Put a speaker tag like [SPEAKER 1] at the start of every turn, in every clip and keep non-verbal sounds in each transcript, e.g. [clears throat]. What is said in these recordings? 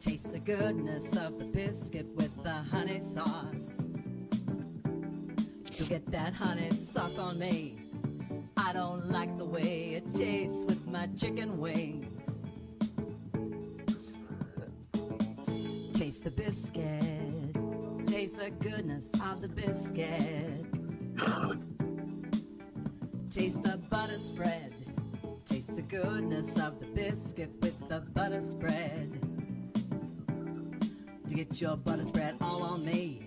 [SPEAKER 1] Taste the goodness of the biscuit with the honey sauce. To get that honey sauce on me, I don't like the way it tastes with my chicken wings. Taste the biscuit, taste the goodness of the biscuit. Taste the butter spread, taste the goodness of the biscuit with the butter spread to get your butter spread all on me.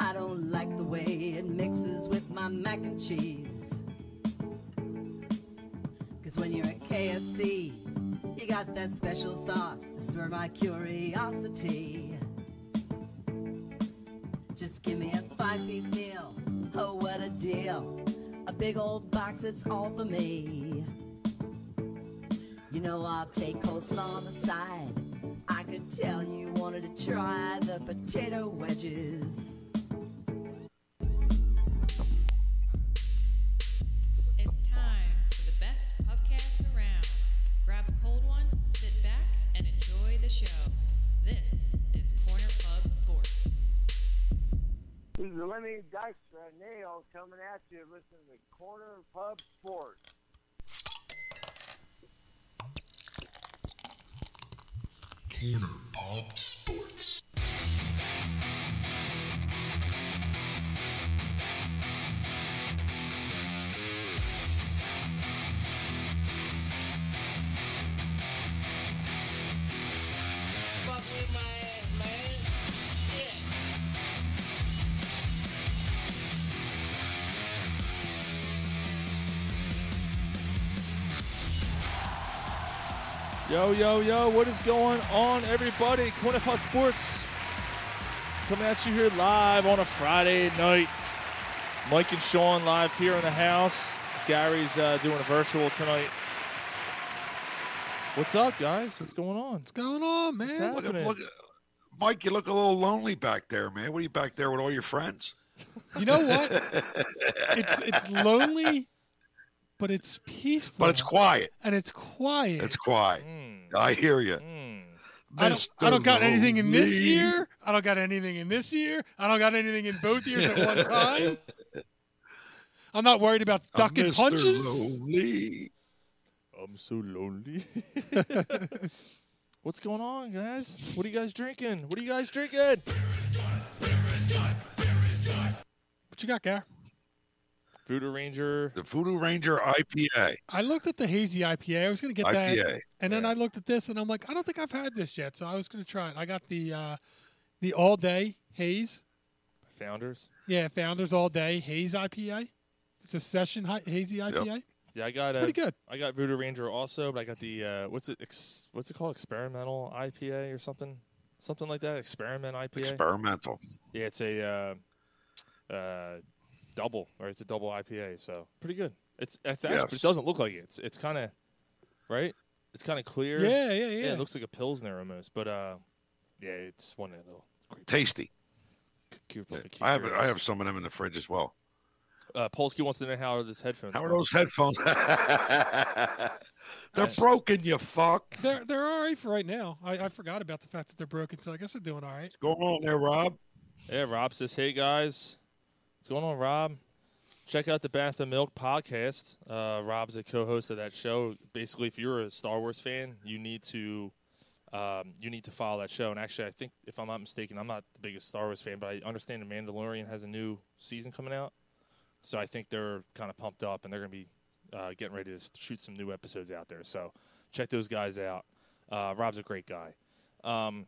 [SPEAKER 1] I don't like the way it mixes with my mac and cheese. Cause when you're at KFC, you got that special sauce to stir my curiosity. Just give me a five piece meal. Oh, what a deal! A big old box, it's all for me. You know I'll take coleslaw on the side. I could tell you wanted to try the potato wedges.
[SPEAKER 2] It's time for the best podcast around. Grab a cold one, sit back, and enjoy the show. This is Corner Pub Sports.
[SPEAKER 3] This is Lenny Dykstra and Nail coming at you listening to Corner Pub Sports.
[SPEAKER 4] Corner Pop Sports.
[SPEAKER 5] fuck with my ass, man. Shit.
[SPEAKER 6] Yo, yo, yo, what is going on, everybody? Quinnipiac Sports coming at you here live on a Friday night. Mike and Sean live here in the house. Gary's uh, doing a virtual tonight. What's up, guys? What's going on?
[SPEAKER 7] What's going on, man?
[SPEAKER 6] happening?
[SPEAKER 4] Look, at- look, at- Mike, you look a little lonely back there, man. What are you back there with all your friends?
[SPEAKER 7] You know what?
[SPEAKER 4] [laughs]
[SPEAKER 7] it's it's lonely, but it's peaceful.
[SPEAKER 4] But it's quiet.
[SPEAKER 7] and it's quiet.
[SPEAKER 4] It's quiet.
[SPEAKER 6] Mm,
[SPEAKER 4] I hear you.
[SPEAKER 6] mm.
[SPEAKER 7] I Hmm. don't, I don't got anything in this
[SPEAKER 4] Lonely.
[SPEAKER 7] year. I don't got anything in this year. I don't got anything in both years at one time. I'm not
[SPEAKER 6] [laughs]
[SPEAKER 7] worried about
[SPEAKER 6] Uh,
[SPEAKER 4] I'm
[SPEAKER 7] ducking
[SPEAKER 4] Mr.
[SPEAKER 7] punches.
[SPEAKER 4] Lonely.
[SPEAKER 6] I'm so
[SPEAKER 7] [laughs]
[SPEAKER 6] lonely. What's going on, guys? What are you guys drinking? What are you guys drinking?
[SPEAKER 7] What you got, Gar?
[SPEAKER 6] Voodoo Ranger.
[SPEAKER 4] The Voodoo Ranger IPA.
[SPEAKER 7] I looked at the hazy IPA. I was going to get that,
[SPEAKER 4] IPA.
[SPEAKER 7] and then I looked at this, and I'm like, I don't think I've had this yet. So I was going to try it. I got the uh, the all day haze.
[SPEAKER 6] Founders.
[SPEAKER 7] Yeah, Founders All Day Haze IPA. It's a session hi- hazy IPA.
[SPEAKER 6] Yeah, I got
[SPEAKER 7] It's
[SPEAKER 6] uh,
[SPEAKER 7] pretty good.
[SPEAKER 6] I got Voodoo Ranger also, but I got the uh, what's it ex- what's it called experimental IPA or something something like that experiment IPA.
[SPEAKER 4] Experimental.
[SPEAKER 6] yeah, it's a uh, uh, double or it's a double IPA, so pretty good. It's it's actually, but
[SPEAKER 4] Yes.
[SPEAKER 6] it doesn't look like it. It's it's kind of right. It's kind of clear.
[SPEAKER 7] Yeah, yeah,
[SPEAKER 6] yeah.
[SPEAKER 7] yeah.
[SPEAKER 6] It looks like a pilsner almost, but uh, yeah, it's one of those.
[SPEAKER 4] Tasty.
[SPEAKER 6] Cute, cute
[SPEAKER 4] I have I
[SPEAKER 6] curious.
[SPEAKER 4] have some of them in the fridge as well.
[SPEAKER 6] Uh, Polsky wants to know how are these headphones.
[SPEAKER 4] How are
[SPEAKER 6] work.
[SPEAKER 4] those headphones? [laughs] They're
[SPEAKER 6] Right.
[SPEAKER 4] broken, you fuck.
[SPEAKER 7] They're they're all right for right now. I, I forgot about the fact that they're broken, so I guess they're doing all right.
[SPEAKER 4] Going on there, Rob?
[SPEAKER 6] Yeah, Rob says, "Hey guys, what's going on, Rob? Check out the Bath and Milk podcast. Uh, Rob's a co-host of that show. Basically, if you're a Star Wars fan, you need to um, you need to follow that show. And actually, I think if I'm not mistaken, I'm not the biggest Star Wars fan, but I understand the Mandalorian has a new season coming out, so I think they're kind of pumped up and they're going to be uh, getting ready to shoot some new episodes out there. So check those guys out. Uh, Rob's a great guy. Um,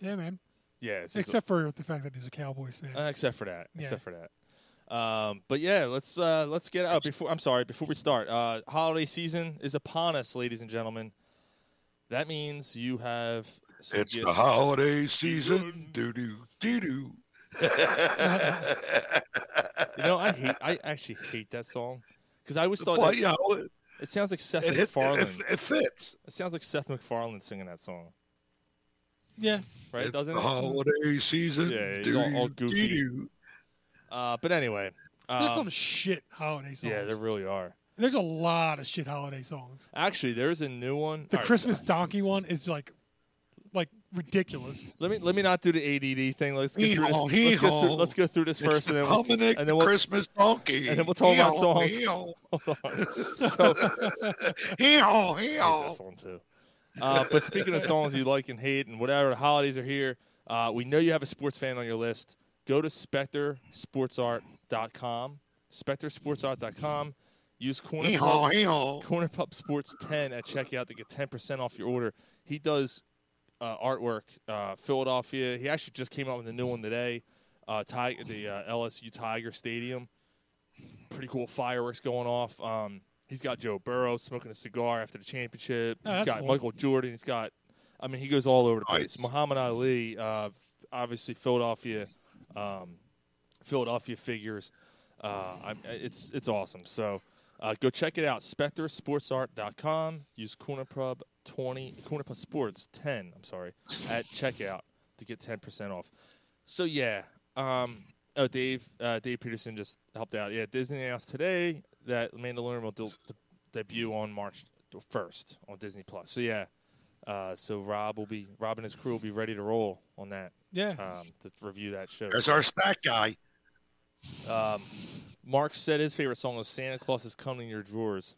[SPEAKER 7] Yeah, man.
[SPEAKER 6] yeah, it's just-
[SPEAKER 7] Except for the fact that he's a Cowboys fan.
[SPEAKER 6] uh, except for that.
[SPEAKER 7] Yeah.
[SPEAKER 6] Except for that. Um, but yeah, let's uh, let's get out before. I'm sorry. Before we start, uh, holiday season is upon us, ladies and gentlemen. That means you have. Some
[SPEAKER 4] It's the
[SPEAKER 6] gifts.
[SPEAKER 4] holiday season. Doo doo doo doo.
[SPEAKER 6] You know, I hate. I actually hate that song because I always thought
[SPEAKER 4] But
[SPEAKER 6] that-
[SPEAKER 4] you know, it,
[SPEAKER 6] it sounds like Seth
[SPEAKER 4] it, hit-
[SPEAKER 6] MacFarlane.
[SPEAKER 4] it,
[SPEAKER 6] It,
[SPEAKER 4] it fits.
[SPEAKER 6] sounds like Seth MacFarlane singing that song,
[SPEAKER 7] yeah.
[SPEAKER 6] right?
[SPEAKER 4] it's
[SPEAKER 6] Doesn't
[SPEAKER 4] the
[SPEAKER 6] it?
[SPEAKER 4] holiday season.
[SPEAKER 6] Yeah, it's
[SPEAKER 4] doo
[SPEAKER 6] all- all
[SPEAKER 4] doo
[SPEAKER 6] goofy.
[SPEAKER 4] doo.
[SPEAKER 6] Uh, but anyway,
[SPEAKER 7] There's
[SPEAKER 6] um,
[SPEAKER 7] some shit holiday songs.
[SPEAKER 6] yeah, there really are.
[SPEAKER 7] There's a lot of shit holiday songs.
[SPEAKER 6] Actually, there's a new one.
[SPEAKER 7] The
[SPEAKER 6] all right,
[SPEAKER 7] Christmas Donkey one is like like ridiculous.
[SPEAKER 6] Let me let me not do the ADD thing. Let's get through
[SPEAKER 4] Hee-haw,
[SPEAKER 6] this. Let's get through,
[SPEAKER 4] hee-haw.
[SPEAKER 6] let's go through this
[SPEAKER 4] It's
[SPEAKER 6] first,
[SPEAKER 4] the
[SPEAKER 6] and then we'll-
[SPEAKER 4] Dominic
[SPEAKER 6] and then we'll
[SPEAKER 4] Christmas donkey.
[SPEAKER 6] and then we'll talk about
[SPEAKER 4] Hee-haw,
[SPEAKER 6] songs.
[SPEAKER 4] hee-haw,
[SPEAKER 6] [laughs] so
[SPEAKER 4] hee-haw,
[SPEAKER 6] I hate
[SPEAKER 4] hee-haw.
[SPEAKER 6] this one too. Uh, but speaking of songs you like and hate and whatever, the holidays are here. Uh, we know you have a sports fan on your list. Go to spectersportsart.com, spectersportsart.com. Use corner
[SPEAKER 4] Hee-haw,
[SPEAKER 6] pub,
[SPEAKER 4] hee-haw.
[SPEAKER 6] corner pub sports 10 at checkout to get 10% off your order. He does uh, artwork, uh, Philadelphia. He actually just came out with a new one today, uh, Ti- the uh, LSU Tiger Stadium pretty cool fireworks going off. Um, he's got Joe Burrow smoking a cigar after the championship.
[SPEAKER 7] Oh,
[SPEAKER 6] he's
[SPEAKER 7] that's
[SPEAKER 6] got
[SPEAKER 7] cool.
[SPEAKER 6] Michael Jordan. He's got, I mean, he goes all over the place.
[SPEAKER 4] Nice.
[SPEAKER 6] Muhammad Ali, uh, f- obviously Philadelphia, um, Philadelphia figures. Uh, I, it's it's awesome. So uh, go check it out. SpectreSportsArt.com. Use Cornerpub twenty Cornerpub Sports ten. I'm sorry at checkout to get ten percent off. So yeah, um, oh Dave, uh, Dave Peterson just helped out. Yeah, Disney announced today that Mandalorian will de- de- debut on March first on Disney Plus. So yeah, uh, so Rob will be Rob and his crew will be ready to roll on that
[SPEAKER 7] Yeah.
[SPEAKER 6] um, to review that show.
[SPEAKER 4] There's our stack guy.
[SPEAKER 6] Um, Mark said his favorite song was "Santa Claus Is Coming to Your Drawers."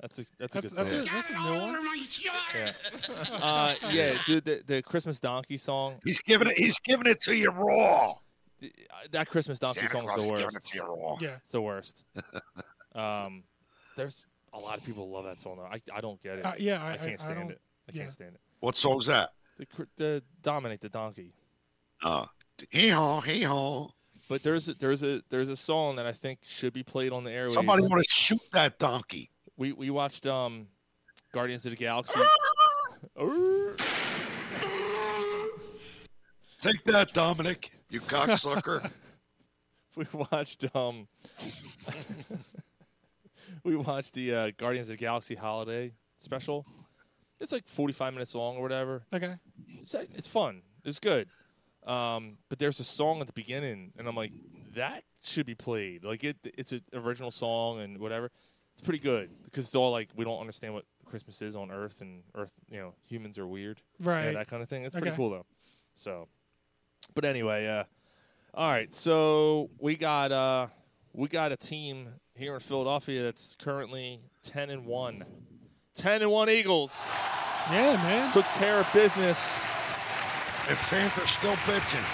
[SPEAKER 6] That's a that's,
[SPEAKER 7] that's
[SPEAKER 6] a
[SPEAKER 7] that's,
[SPEAKER 6] good
[SPEAKER 7] a, that's a new one.
[SPEAKER 6] song.
[SPEAKER 7] [laughs]
[SPEAKER 6] Uh, yeah, dude, the, the Christmas donkey song.
[SPEAKER 4] He's giving it. He's giving it to you raw.
[SPEAKER 6] th- uh, That Christmas donkey
[SPEAKER 4] Santa
[SPEAKER 6] song
[SPEAKER 4] Claus
[SPEAKER 6] is the
[SPEAKER 4] is giving it
[SPEAKER 6] worst.
[SPEAKER 4] to you raw.
[SPEAKER 7] Yeah.
[SPEAKER 6] It's
[SPEAKER 4] [laughs]
[SPEAKER 6] the worst. um, there's a lot of people love that song though. I, I don't get it.
[SPEAKER 7] Uh, yeah, I-
[SPEAKER 6] I,
[SPEAKER 7] I- I
[SPEAKER 6] can't stand
[SPEAKER 7] don't-
[SPEAKER 6] it. I
[SPEAKER 7] yeah.
[SPEAKER 6] can't stand it.
[SPEAKER 4] What song's that?
[SPEAKER 6] The, cr- the Dominic the donkey.
[SPEAKER 4] Uh, hee haw, hee haw.
[SPEAKER 6] But there's a, there's a there's a song that I think should be played on the airwaves.
[SPEAKER 4] Somebody want to shoot that donkey.
[SPEAKER 6] we we watched um, Guardians of
[SPEAKER 4] [laughs]
[SPEAKER 6] the Galaxy.
[SPEAKER 4] Take that, Dominic. You
[SPEAKER 6] [laughs]
[SPEAKER 4] cocksucker.
[SPEAKER 6] we watched um [laughs] we watched the uh, Guardians of the Galaxy holiday special. It's like 45 minutes long or whatever.
[SPEAKER 7] Okay.
[SPEAKER 6] It's like- it's fun. It's good. Um, but there's a song at the beginning, and I'm like, that should be played. Like it, it's an original song and whatever. It's pretty good because it's all like we don't understand what Christmas is on Earth, and Earth, you know, humans are weird, You know,
[SPEAKER 7] Right.
[SPEAKER 6] that kind of thing. It's pretty
[SPEAKER 7] Okay.
[SPEAKER 6] cool though. So, but anyway, uh, all right. So we got uh, we got a team here in Philadelphia that's currently ten and one. 10 and 1 Eagles
[SPEAKER 7] Yeah, man.
[SPEAKER 6] took care of business.
[SPEAKER 4] if fans are still bitching,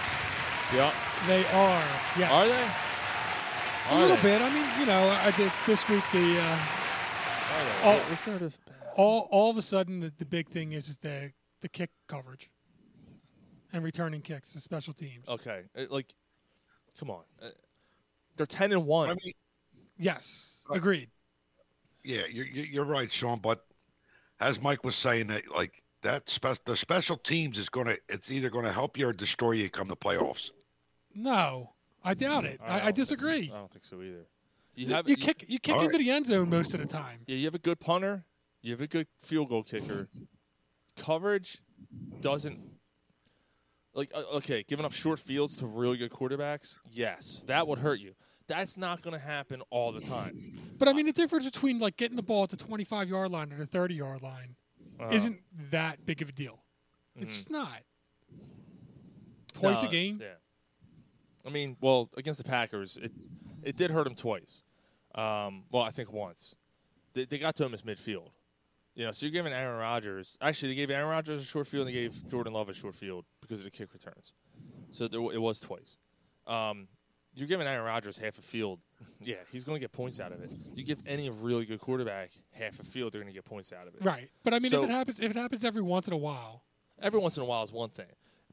[SPEAKER 6] Yep.
[SPEAKER 7] They are. Yeah.
[SPEAKER 6] Are they?
[SPEAKER 7] A
[SPEAKER 6] Are
[SPEAKER 7] little
[SPEAKER 6] they?
[SPEAKER 7] bit. I mean, you know, I think this week the uh,
[SPEAKER 6] Are they?
[SPEAKER 7] Oh.
[SPEAKER 6] What's there to-
[SPEAKER 7] all all of a sudden the, the big thing is the the kick coverage and returning kicks, the special teams.
[SPEAKER 6] Okay, uh, like, come on, Uh, they're ten and one.
[SPEAKER 4] I mean,
[SPEAKER 7] Yes,
[SPEAKER 6] Oh.
[SPEAKER 7] agreed.
[SPEAKER 4] yeah, you're, you're you're right, Sean. But as Mike was saying, that like that spe- the special teams is gonna it's either gonna help you or destroy you come the playoffs.
[SPEAKER 7] No, I doubt it.
[SPEAKER 6] don't
[SPEAKER 7] I, I
[SPEAKER 6] think
[SPEAKER 7] disagree.
[SPEAKER 6] so. I don't think so either. You
[SPEAKER 7] You,
[SPEAKER 6] have
[SPEAKER 7] you kick you kick
[SPEAKER 4] All
[SPEAKER 7] into
[SPEAKER 4] right.
[SPEAKER 7] the end zone most of the time.
[SPEAKER 6] Yeah, you have a good punter. You have a good field goal kicker. Coverage doesn't like uh, okay, giving up short fields to really good quarterbacks. Yes, that would hurt you. That's not going to happen all the time.
[SPEAKER 7] But I mean, the difference between like getting the ball at the twenty five yard line or the thirty yard line isn't that big of a deal. It's just not. Twice
[SPEAKER 6] Mm-hmm. No,
[SPEAKER 7] a game.
[SPEAKER 6] Uh, Yeah. I mean, well, against the Packers, it it did hurt him twice. Um, well, I think once. They, they got to him as midfield. You know, so you're giving Aaron Rodgers. Actually, they gave Aaron Rodgers a short field and they gave Jordan Love a short field because of the kick returns. So there, w- it was twice. Um, you're giving Aaron Rodgers half a field. [laughs] Yeah, he's going to get points out of it. You give any really good quarterback half a field, they're going to get points out of it.
[SPEAKER 7] Right. But I mean,
[SPEAKER 6] So-
[SPEAKER 7] if it happens, if it happens every once in a while,
[SPEAKER 6] every once in a while is one thing.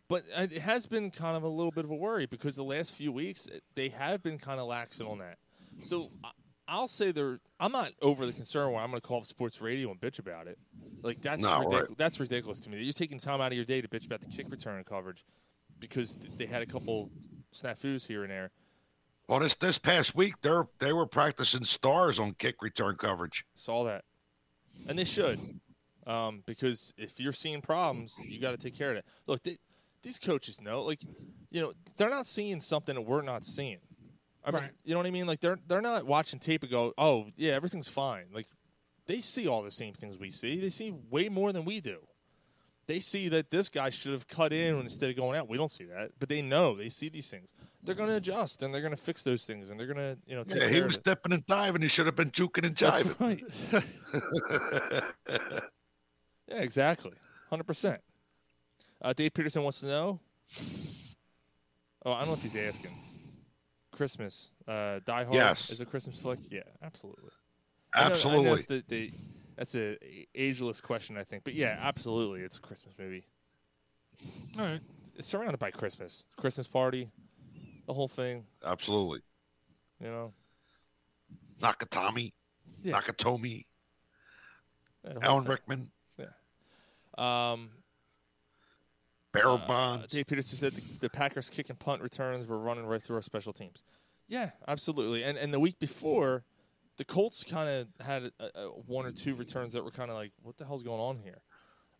[SPEAKER 6] But uh, it has been kind of a little bit of a worry because the last few weeks uh, they have been kind of laxing on that. So I- I'll say they're. I'm not overly concerned where I'm going to call up sports radio and bitch about it. Like that's
[SPEAKER 4] No,
[SPEAKER 6] ridic-
[SPEAKER 4] right.
[SPEAKER 6] that's ridiculous to me. You're taking time out of your day to bitch about the kick return coverage because th- they had a couple snafus here and there.
[SPEAKER 4] Well, this this past week they are they were practicing stars on kick return coverage.
[SPEAKER 6] Saw that, and they should, um, because if you're seeing problems, you got to take care of that. Look, they, these coaches know, like, you know, they're not seeing something that we're not seeing. I mean,
[SPEAKER 7] Right.
[SPEAKER 6] you know what I mean? Like, they're they're not watching tape and go, oh yeah, everything's fine. Like, they see all the same things we see. They see way more than we do. They see that this guy should have cut in instead of going out. We don't see that, but they know. They see these things. They're going to adjust and they're going to fix those things and they're going to, you know, take
[SPEAKER 4] Yeah, he
[SPEAKER 6] care
[SPEAKER 4] was
[SPEAKER 6] of it.
[SPEAKER 4] dipping and diving. He should have been juking and
[SPEAKER 6] That's
[SPEAKER 4] jiving.
[SPEAKER 6] right. yeah, exactly. 100%. Uh, Dave Peterson wants to know. Oh, I don't know if he's asking. Christmas. Uh, Die Hard
[SPEAKER 4] Yes.
[SPEAKER 6] is a Christmas flick? Yeah, absolutely. I know- I know
[SPEAKER 4] Absolutely.
[SPEAKER 6] it's the- the- that's a ageless question, I think. But yeah, absolutely, it's a Christmas movie.
[SPEAKER 7] All right.
[SPEAKER 6] It's surrounded by Christmas, Christmas party, the whole thing.
[SPEAKER 4] Absolutely.
[SPEAKER 6] You know,
[SPEAKER 4] Nakatomi,
[SPEAKER 6] Yeah.
[SPEAKER 4] Nakatomi,
[SPEAKER 6] that whole
[SPEAKER 4] Alan
[SPEAKER 6] thing.
[SPEAKER 4] Rickman,
[SPEAKER 6] Um,
[SPEAKER 4] Barrel
[SPEAKER 6] uh,
[SPEAKER 4] Bonds.
[SPEAKER 6] Dave Peterson said the, the Packers kick and punt returns were running right through our special teams. Yeah, absolutely. And and the week before, the Colts kind of had uh uh one or two returns that were kind of like, what the hell's going on here?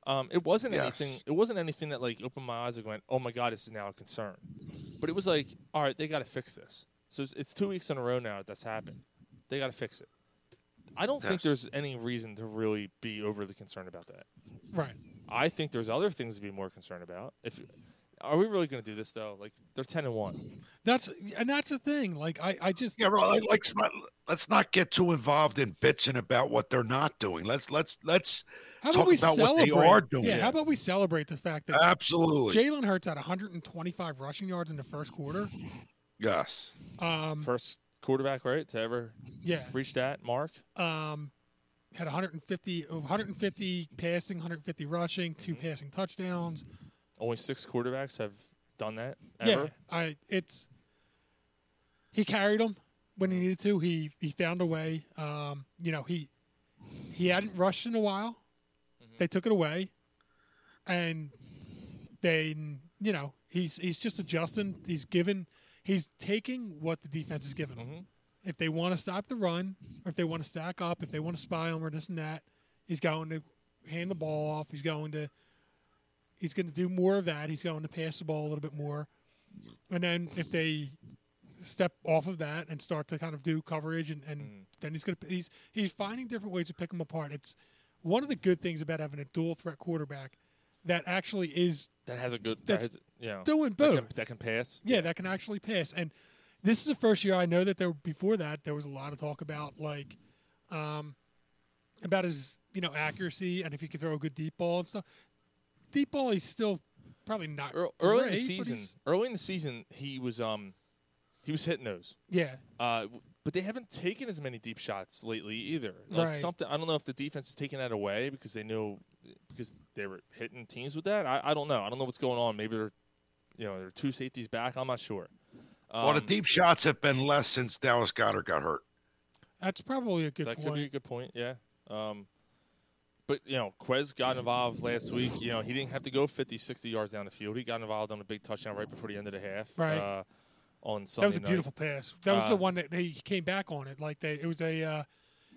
[SPEAKER 6] Um, it wasn't
[SPEAKER 4] Yes.
[SPEAKER 6] anything. It wasn't anything that like opened my eyes and went, oh my god, this is now a concern. But it was like, all right, they got to fix this. So it's, it's two weeks in a row now that that's happened. They got to fix it. I don't
[SPEAKER 4] Yes.
[SPEAKER 6] think there's any reason to really be overly concerned about that.
[SPEAKER 7] Right.
[SPEAKER 6] I think there's other things to be more concerned about. If are we really going to do this though? Like they're ten and one.
[SPEAKER 7] That's and that's the thing. Like I, I just
[SPEAKER 4] Yeah, well, like, let's not let's not get too involved in bitching about what they're not doing. Let's let's let's
[SPEAKER 7] how
[SPEAKER 4] talk
[SPEAKER 7] about we
[SPEAKER 4] about what they
[SPEAKER 7] celebrate?
[SPEAKER 4] are doing.
[SPEAKER 7] Yeah. How about we celebrate the fact that
[SPEAKER 4] absolutely
[SPEAKER 7] Jalen Hurts had 125 rushing yards in the first quarter.
[SPEAKER 4] yes.
[SPEAKER 7] Um,
[SPEAKER 6] First quarterback, right, to ever
[SPEAKER 7] yeah,
[SPEAKER 6] reach that mark.
[SPEAKER 7] um, had 150, 150 passing, 150 rushing, 2 passing touchdowns.
[SPEAKER 6] Only six quarterbacks have done that ever.
[SPEAKER 7] Yeah, I it's he carried him when he needed to. He he found a way. Um, you know he he hadn't rushed in a while. They took it away, and they you know he's he's just adjusting. He's given he's taking what the defense is giving him. If they want to stop the run, or if they want to stack up, if they want to spy him or this and that, he's going to hand the ball off. He's going to he's going to do more of that. He's going to pass the ball a little bit more. And then if they step off of that and start to kind of do coverage, and, and
[SPEAKER 6] Mm.
[SPEAKER 7] then he's going to he's he's finding different ways to pick them apart. It's one of the good things about having a dual threat quarterback that actually is
[SPEAKER 6] That has a good.
[SPEAKER 7] That's
[SPEAKER 6] that has, you know,
[SPEAKER 7] doing
[SPEAKER 6] that can,
[SPEAKER 7] both.
[SPEAKER 6] that can pass.
[SPEAKER 7] yeah that can actually pass. And this is the first year I know that there before that there was a lot of talk about like um, about his you know accuracy and if he could throw a good deep ball and stuff. Deep ball he's still probably not
[SPEAKER 6] Ear- Early in the
[SPEAKER 7] great, but
[SPEAKER 6] season,
[SPEAKER 7] he's-
[SPEAKER 6] early in the season, he was um, he was hitting those.
[SPEAKER 7] Yeah,
[SPEAKER 6] Uh, w- but they haven't taken as many deep shots lately either. Like
[SPEAKER 7] Right.
[SPEAKER 6] something I don't know if the defense is taking that away because they knew because they were hitting teams with that. I, I don't know. I don't know what's going on. Maybe they're you know they're two safeties back. I'm not sure.
[SPEAKER 4] well,
[SPEAKER 7] Um,
[SPEAKER 4] the deep shots have been less since Dallas Goddard got hurt.
[SPEAKER 7] that's probably a good
[SPEAKER 6] That
[SPEAKER 7] point.
[SPEAKER 6] could be a good point. Yeah. Um, but you know, Quez got involved last week. You know, he didn't have to go 50, 60 yards down the field. He got involved on a big touchdown right before the end of the half.
[SPEAKER 7] Right.
[SPEAKER 6] Uh, on Sunday
[SPEAKER 7] that was a
[SPEAKER 6] night.
[SPEAKER 7] beautiful pass. That was the
[SPEAKER 6] Uh,
[SPEAKER 7] one that he came back on it. Like they, it was a. Uh,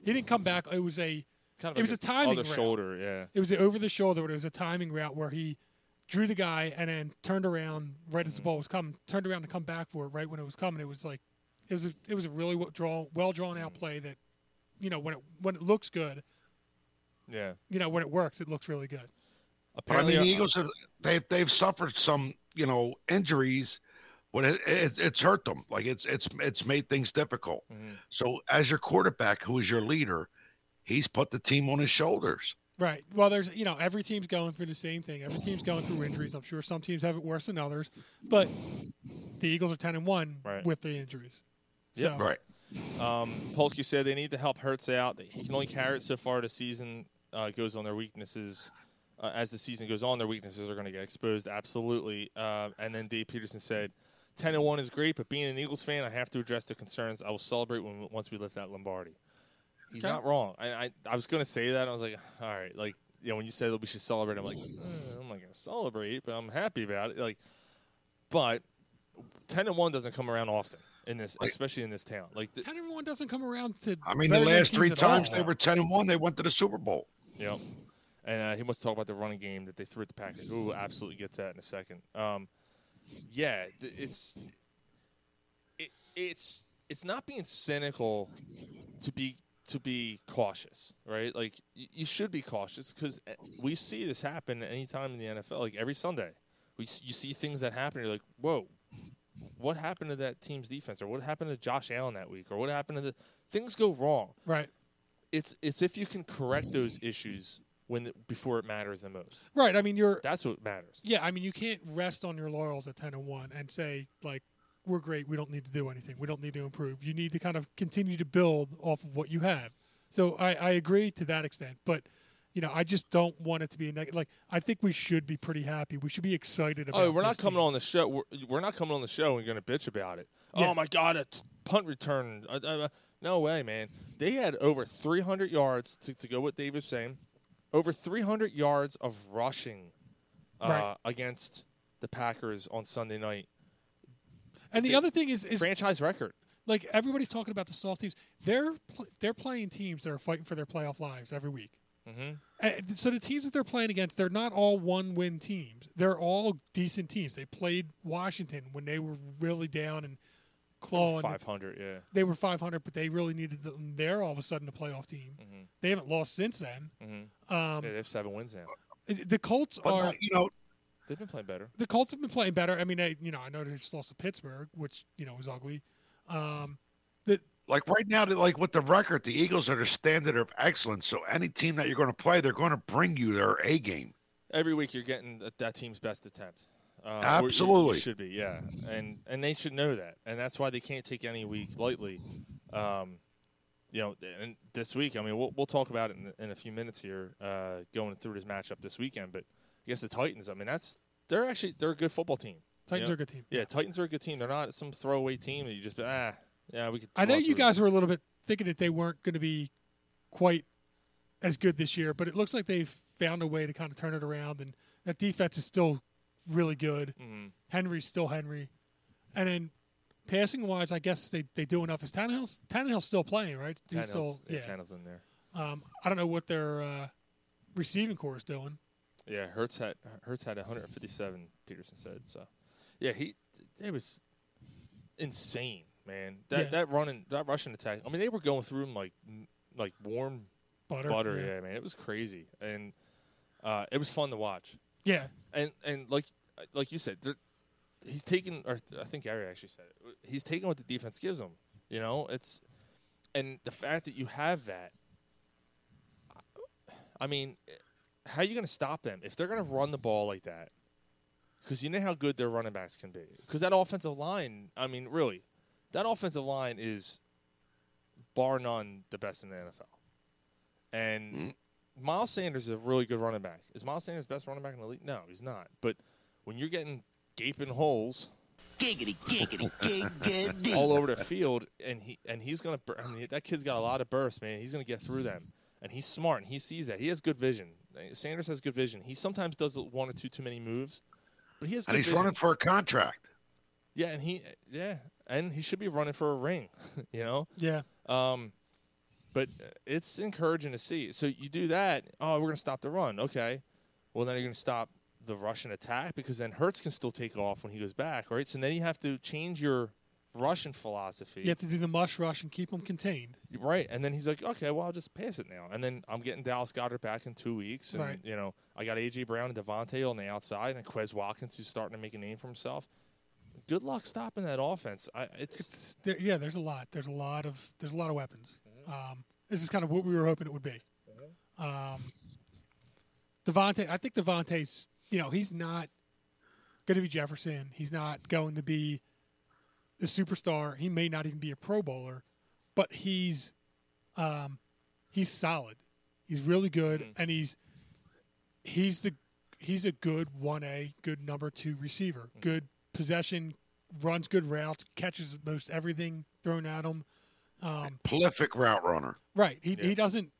[SPEAKER 7] he didn't come back. It was a.
[SPEAKER 6] Kind of
[SPEAKER 7] it was
[SPEAKER 6] like
[SPEAKER 7] a timing
[SPEAKER 6] other
[SPEAKER 7] route.
[SPEAKER 6] shoulder. Yeah.
[SPEAKER 7] It was a over the shoulder, but it was a timing route where he drew the guy and then turned around right as the
[SPEAKER 6] Mm-hmm.
[SPEAKER 7] ball was coming. Turned around to come back for it right when it was coming. It was like, it was a, it was a really well drawn, well drawn
[SPEAKER 6] Mm-hmm.
[SPEAKER 7] out play that, you know, when it when it looks good,
[SPEAKER 6] Yeah.
[SPEAKER 7] you know, when it works, it looks really good.
[SPEAKER 4] But I mean, the
[SPEAKER 6] Apparently, uh,
[SPEAKER 4] Eagles have they've they've suffered some you know injuries, but it, it, it's hurt them. Like it's it's it's made things difficult.
[SPEAKER 7] Mm-hmm.
[SPEAKER 6] Mhm.
[SPEAKER 4] So as your quarterback, who is your leader, he's put the team on his shoulders.
[SPEAKER 7] Right. Well, there's you know every team's going through the same thing. Every team's going through injuries. I'm sure some teams have it worse than others, but the Eagles are ten and one
[SPEAKER 6] Right.
[SPEAKER 7] with the injuries.
[SPEAKER 6] Yep.
[SPEAKER 7] So
[SPEAKER 4] Right.
[SPEAKER 6] Um, Polsky said they need to help Hertz out. That He can only carry it so far. The season uh, goes on their weaknesses. Uh, as the season goes on, their weaknesses are going to get exposed. Absolutely. Uh, and then Dave Peterson said, 10 and 1 is great, but being an Eagles fan, I have to address the concerns. I will celebrate when once we lift that Lombardi. He's
[SPEAKER 7] Okay.
[SPEAKER 6] not wrong. I, I, I was going to say that. I was like, all right. Like, you know, when you said that we should celebrate, I'm like, "Uh, I'm not going to celebrate, but I'm happy about it. Like, but 10 and 1 doesn't come around often in this, especially in this town. Like, th-
[SPEAKER 7] ten and one doesn't come around to.
[SPEAKER 4] I mean, the
[SPEAKER 7] very good
[SPEAKER 4] last three
[SPEAKER 7] teams at all.
[SPEAKER 4] times they were ten and one, they went to the Super Bowl.
[SPEAKER 6] Yep. And uh, he wants to talk about the running game that they threw at the Packers. We'll absolutely get to that in a second. Um, yeah, th- it's it, it's it's not being cynical to be to be cautious, right? Like y- you should be cautious because we see this happen anytime in the NFL. Like every Sunday, we s- you see things that happen. You're like, whoa, what happened to that team's defense, or what happened to Josh Allen that week, or what happened to the things go wrong.
[SPEAKER 7] Right.
[SPEAKER 6] It's it's if you can correct those issues when the, before it matters the most.
[SPEAKER 7] Right. I mean, you're.
[SPEAKER 6] That's what matters.
[SPEAKER 7] Yeah. I mean, you can't rest on your laurels at ten and one and say like we're great. We don't need to do anything. We don't need to improve. You need to kind of continue to build off of what you have. So I, I agree to that extent, but you know I just don't want it to be a neg- like I think we should be pretty happy. We should be excited about.
[SPEAKER 6] Oh, we're not
[SPEAKER 7] this
[SPEAKER 6] coming
[SPEAKER 7] team.
[SPEAKER 6] on the show. We're, we're not coming on the show and going to bitch about it.
[SPEAKER 7] Yeah.
[SPEAKER 6] Oh my God, a t- punt return. Uh, uh, uh, no way, man. They had over 300 yards to, to go with Dave was saying. Over 300 yards of rushing uh,
[SPEAKER 7] Right.
[SPEAKER 6] against the Packers on Sunday night.
[SPEAKER 7] And the other thing is is
[SPEAKER 6] Franchise record.
[SPEAKER 7] like everybody's talking about the soft teams. They're pl- they're playing teams that are fighting for their playoff lives every week. And so the teams that they're playing against, they're not all one-win teams. They're all decent teams. They played Washington when they were really down and clawing.
[SPEAKER 6] 500, yeah.
[SPEAKER 7] They were 500, but they really needed them. They're all of a sudden a playoff team. They haven't lost since then. Um,
[SPEAKER 6] yeah. They have seven wins now.
[SPEAKER 7] The Colts
[SPEAKER 4] But
[SPEAKER 7] are.
[SPEAKER 4] like, you know,
[SPEAKER 6] They've been playing better.
[SPEAKER 7] the Colts have been playing better. I mean, they, you know, I know they just lost to Pittsburgh, which you know was ugly. Um, the
[SPEAKER 4] like right now, that like with the record, the Eagles are the standard of excellence. So any team that you're going to play, they're going to bring you their A game.
[SPEAKER 6] Every week you're getting that, that team's best attempt. Uh, or you-
[SPEAKER 4] Absolutely.
[SPEAKER 6] you should be, yeah. And and they should know that, and that's why they can't take any week lightly. Um, you know, and this week, I mean, we'll we'll talk about it in, in a few minutes here, uh, going through this matchup this weekend. But I guess the Titans, I mean, that's they're actually they're a good football team. you
[SPEAKER 7] Titans
[SPEAKER 6] know?
[SPEAKER 7] are a good team.
[SPEAKER 6] Yeah, Titans are a good team. They're not some throwaway team that you just ah yeah we could.
[SPEAKER 7] I know
[SPEAKER 6] run
[SPEAKER 7] you
[SPEAKER 6] through
[SPEAKER 7] guys were a little bit thinking that they weren't going to be quite as good this year, but it looks like they've found a way to kind of turn it around, and that defense is still really good. Henry's still Henry, and then passing wise, I guess they, they do enough. Is Tannehill's Tannehill's still playing, right? He's
[SPEAKER 6] Tannehill's-
[SPEAKER 7] still
[SPEAKER 6] yeah,
[SPEAKER 7] yeah.
[SPEAKER 6] Tannehill's in there.
[SPEAKER 7] Um, I don't know what their uh, receiving core is doing.
[SPEAKER 6] Yeah, Hertz had Hertz had 157. Peterson said so. Yeah, he they was insane, man. That
[SPEAKER 7] Yeah.
[SPEAKER 6] that running that rushing attack. I mean, they were going through them like m- like warm
[SPEAKER 7] Butter,
[SPEAKER 6] butter. yeah. man. It was crazy, and uh, it was fun to watch.
[SPEAKER 7] yeah.
[SPEAKER 6] And and like like you said, they're- he's taking. Or I think Gary actually said it. He's taking what the defense gives him. You know, it's and the fact that you have that. I mean, how are you going to stop them if they're going to run the ball like that? Because you know how good their running backs can be. Because that offensive line, I mean, really, that offensive line is bar none the best in the NFL. And
[SPEAKER 4] Mm-hmm.
[SPEAKER 6] Miles Sanders is a really good running back. Is Miles Sanders best running back in the league? No, he's not. But when you're getting gaping holes
[SPEAKER 8] Giggity, giggity, giggity.
[SPEAKER 4] [laughs]
[SPEAKER 6] all over the field, and he and he's gonna. bur- I mean, that kid's got a lot of burst, man. He's gonna get through them, and he's smart, and he sees that. He has good vision. Sanders has good vision. He sometimes does one or two too many moves, but he has.
[SPEAKER 4] And
[SPEAKER 6] good
[SPEAKER 4] he's
[SPEAKER 6] vision.
[SPEAKER 4] running for a contract.
[SPEAKER 6] Yeah, and he yeah, and he should be running for a ring, [laughs] you know.
[SPEAKER 7] yeah.
[SPEAKER 6] But it's encouraging to see. So you do that. Oh, we're gonna stop the run. Okay. Well, then you're gonna stop the Russian attack because then Hertz can still take off when he goes back, right? So then you have to change your Russian philosophy.
[SPEAKER 7] You have to do the mush rush and keep them contained.
[SPEAKER 6] Right. And then he's like, okay, well, I'll just pass it now. And then I'm getting Dallas Goddard back in two weeks. And,
[SPEAKER 7] Right.
[SPEAKER 6] you know, I got A.J. Brown and Devontae on the outside and Quez Watkins who's starting to make a name for himself. Good luck stopping that offense. I, it's,
[SPEAKER 7] it's there, yeah. There's a lot. There's a lot of there's a lot of weapons. Um, this is kind of what we were hoping it would be. Um, Devontae, I think Devontae's you know he's not going to be Jefferson. He's not going to be a superstar. He may not even be a Pro Bowler, but he's um, he's solid. He's really good, and he's he's the he's a good one A, good number two receiver,
[SPEAKER 6] Mm-hmm.
[SPEAKER 7] good possession, runs good routes, catches most everything thrown at him.
[SPEAKER 4] Prolific route runner.
[SPEAKER 7] Right. He he doesn't.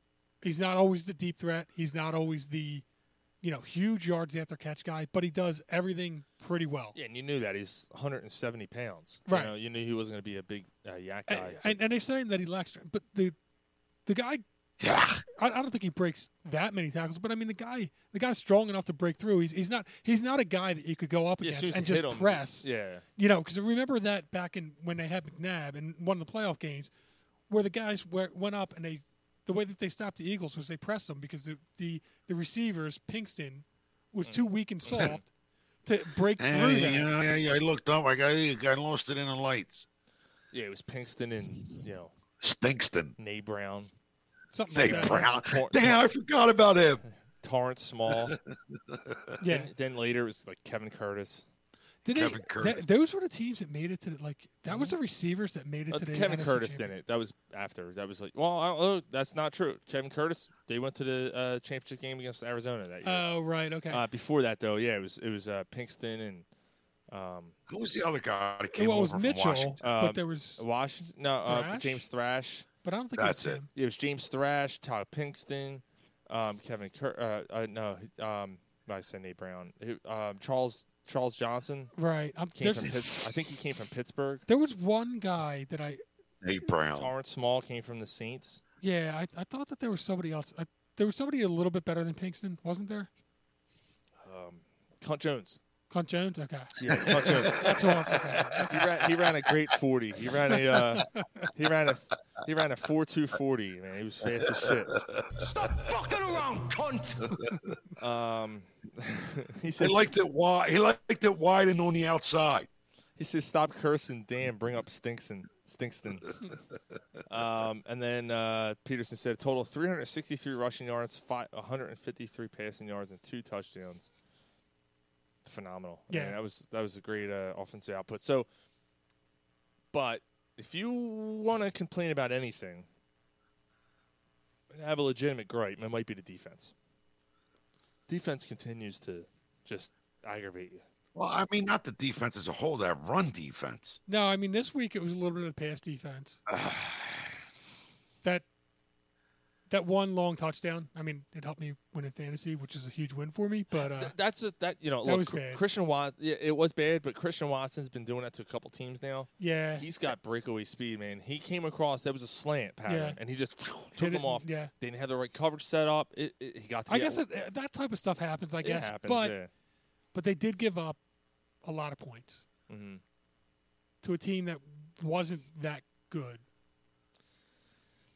[SPEAKER 7] He's not always the deep threat. He's not always the, you know, huge yards after catch guy. But he does everything pretty well.
[SPEAKER 6] yeah, and you knew that. He's 170 pounds.
[SPEAKER 7] Right.
[SPEAKER 6] You, know, you knew he wasn't going to be a big uh, yak
[SPEAKER 7] And,
[SPEAKER 6] guy.
[SPEAKER 7] and, and they're saying that he lacks strength, but the, the guy,
[SPEAKER 4] Yeah.
[SPEAKER 7] I, I don't think he breaks that many tackles. But I mean, the guy, the guy's strong enough to break through. He's he's not he's not a guy that you could go up
[SPEAKER 6] Yeah, as
[SPEAKER 7] against
[SPEAKER 6] soon as
[SPEAKER 7] and
[SPEAKER 6] you
[SPEAKER 7] just
[SPEAKER 6] hit him,
[SPEAKER 7] press.
[SPEAKER 6] Yeah.
[SPEAKER 7] You know, because remember that back in when they had McNabb in one of the playoff games, where the guys were, went up and they the way that they stopped the Eagles was they pressed them because the the, the receivers Pinkston was too weak and soft to break
[SPEAKER 4] Yeah,
[SPEAKER 7] through that.
[SPEAKER 4] Mm. yeah, yeah, yeah, I looked up. I got, I lost it in the lights.
[SPEAKER 6] Yeah, it was Pinkston and you know
[SPEAKER 4] Stinkston.
[SPEAKER 6] Nay Brown,
[SPEAKER 7] Something
[SPEAKER 4] They
[SPEAKER 7] like that.
[SPEAKER 4] brown.
[SPEAKER 6] Tor-
[SPEAKER 4] Damn, I forgot about him.
[SPEAKER 6] Torrance
[SPEAKER 7] [laughs]
[SPEAKER 6] Small.
[SPEAKER 7] Yeah.
[SPEAKER 6] And then later it was like Kevin Curtis.
[SPEAKER 7] Did they,
[SPEAKER 4] Kevin Curtis. Mm-hmm.
[SPEAKER 7] that- those were the teams that made it to the, like that was the receivers that made it
[SPEAKER 6] Uh,
[SPEAKER 7] to the
[SPEAKER 6] Kevin
[SPEAKER 7] NFC
[SPEAKER 6] Curtis
[SPEAKER 7] championship.
[SPEAKER 6] didn't. That was after. That was like, well, I, oh, that's not true. Kevin Curtis. They went to the uh, championship game against Arizona that year.
[SPEAKER 7] Oh right, okay.
[SPEAKER 6] Uh, before that, though, yeah, it was it was uh, Pinkston and
[SPEAKER 4] Who was the other guy that came
[SPEAKER 7] well, it was
[SPEAKER 4] over
[SPEAKER 7] Mitchell,
[SPEAKER 4] from Washington?
[SPEAKER 6] Um,
[SPEAKER 7] but there was,
[SPEAKER 6] Washington. No, uh,
[SPEAKER 7] Thrash?
[SPEAKER 6] James Thrash.
[SPEAKER 7] but I don't think
[SPEAKER 4] that's
[SPEAKER 7] it was
[SPEAKER 4] it.
[SPEAKER 7] him.
[SPEAKER 6] It was James Thrash, Todd Pinkston, um, Kevin. Cur- uh, uh, no, um, I said Nate Brown. Who- um, Charles Charles Johnson
[SPEAKER 7] Right, I'm,
[SPEAKER 6] came
[SPEAKER 7] there's,
[SPEAKER 6] from. Pitts- I think he came from Pittsburgh.
[SPEAKER 7] there was one guy that I
[SPEAKER 4] Nate Brown.
[SPEAKER 6] Torrance Small came from the Saints.
[SPEAKER 7] yeah I, I thought that there was somebody else. I, there was somebody a little bit better than Pinkston, wasn't there?
[SPEAKER 6] Cunt Jones.
[SPEAKER 7] Clint Jones, okay.
[SPEAKER 6] Yeah, Cunt Jones.
[SPEAKER 7] [laughs] That's who I'm thinking.
[SPEAKER 6] [laughs]
[SPEAKER 7] of.
[SPEAKER 6] he ran, he ran a great forty. He ran a uh, he ran a he ran a four two forty. Man, he was fast as shit.
[SPEAKER 9] Stop fucking around, cunt!
[SPEAKER 6] Um, [laughs] He
[SPEAKER 4] He
[SPEAKER 6] says
[SPEAKER 4] liked it wide. He liked it wide and on the outside.
[SPEAKER 6] he says stop cursing, damn, bring up Stinkson, Stinkston. Um, and then uh, Peterson said total three hundred sixty three rushing yards, five, one hundred and fifty three passing yards, and two touchdowns. Phenomenal. I mean,
[SPEAKER 7] Yeah.
[SPEAKER 6] that was that was a great uh, offensive output. So, but if you want to complain about anything. and have a legitimate gripe, it might be the defense. Defense continues to just aggravate you.
[SPEAKER 4] Well, I mean, not the defense as a whole. That run defense.
[SPEAKER 7] No, I mean this week it was a little bit of
[SPEAKER 6] [sighs]
[SPEAKER 7] pass defense. that that one long touchdown. I mean, it helped me win in fantasy, which is a huge win for me. But uh,
[SPEAKER 6] Th- that's a, that you know.
[SPEAKER 7] That
[SPEAKER 6] look,
[SPEAKER 7] was
[SPEAKER 6] Cr-
[SPEAKER 7] bad.
[SPEAKER 6] Christian Wat, yeah, it was bad, but Christian Watson's been doing that to a couple teams now.
[SPEAKER 7] yeah,
[SPEAKER 6] He's got breakaway speed, man. He came across that was a slant pattern,
[SPEAKER 7] Yeah.
[SPEAKER 6] and he just [laughs] took
[SPEAKER 7] Hit
[SPEAKER 6] him
[SPEAKER 7] it,
[SPEAKER 6] off.
[SPEAKER 7] yeah.
[SPEAKER 6] they didn't have the right coverage set up. It, it, he got. To
[SPEAKER 7] I
[SPEAKER 6] the-
[SPEAKER 7] guess that that type of stuff happens. I
[SPEAKER 6] it
[SPEAKER 7] guess,
[SPEAKER 6] happens.
[SPEAKER 7] but
[SPEAKER 6] yeah.
[SPEAKER 7] but they did give up a lot of points
[SPEAKER 6] Mm-hmm.
[SPEAKER 7] to a team that wasn't that good.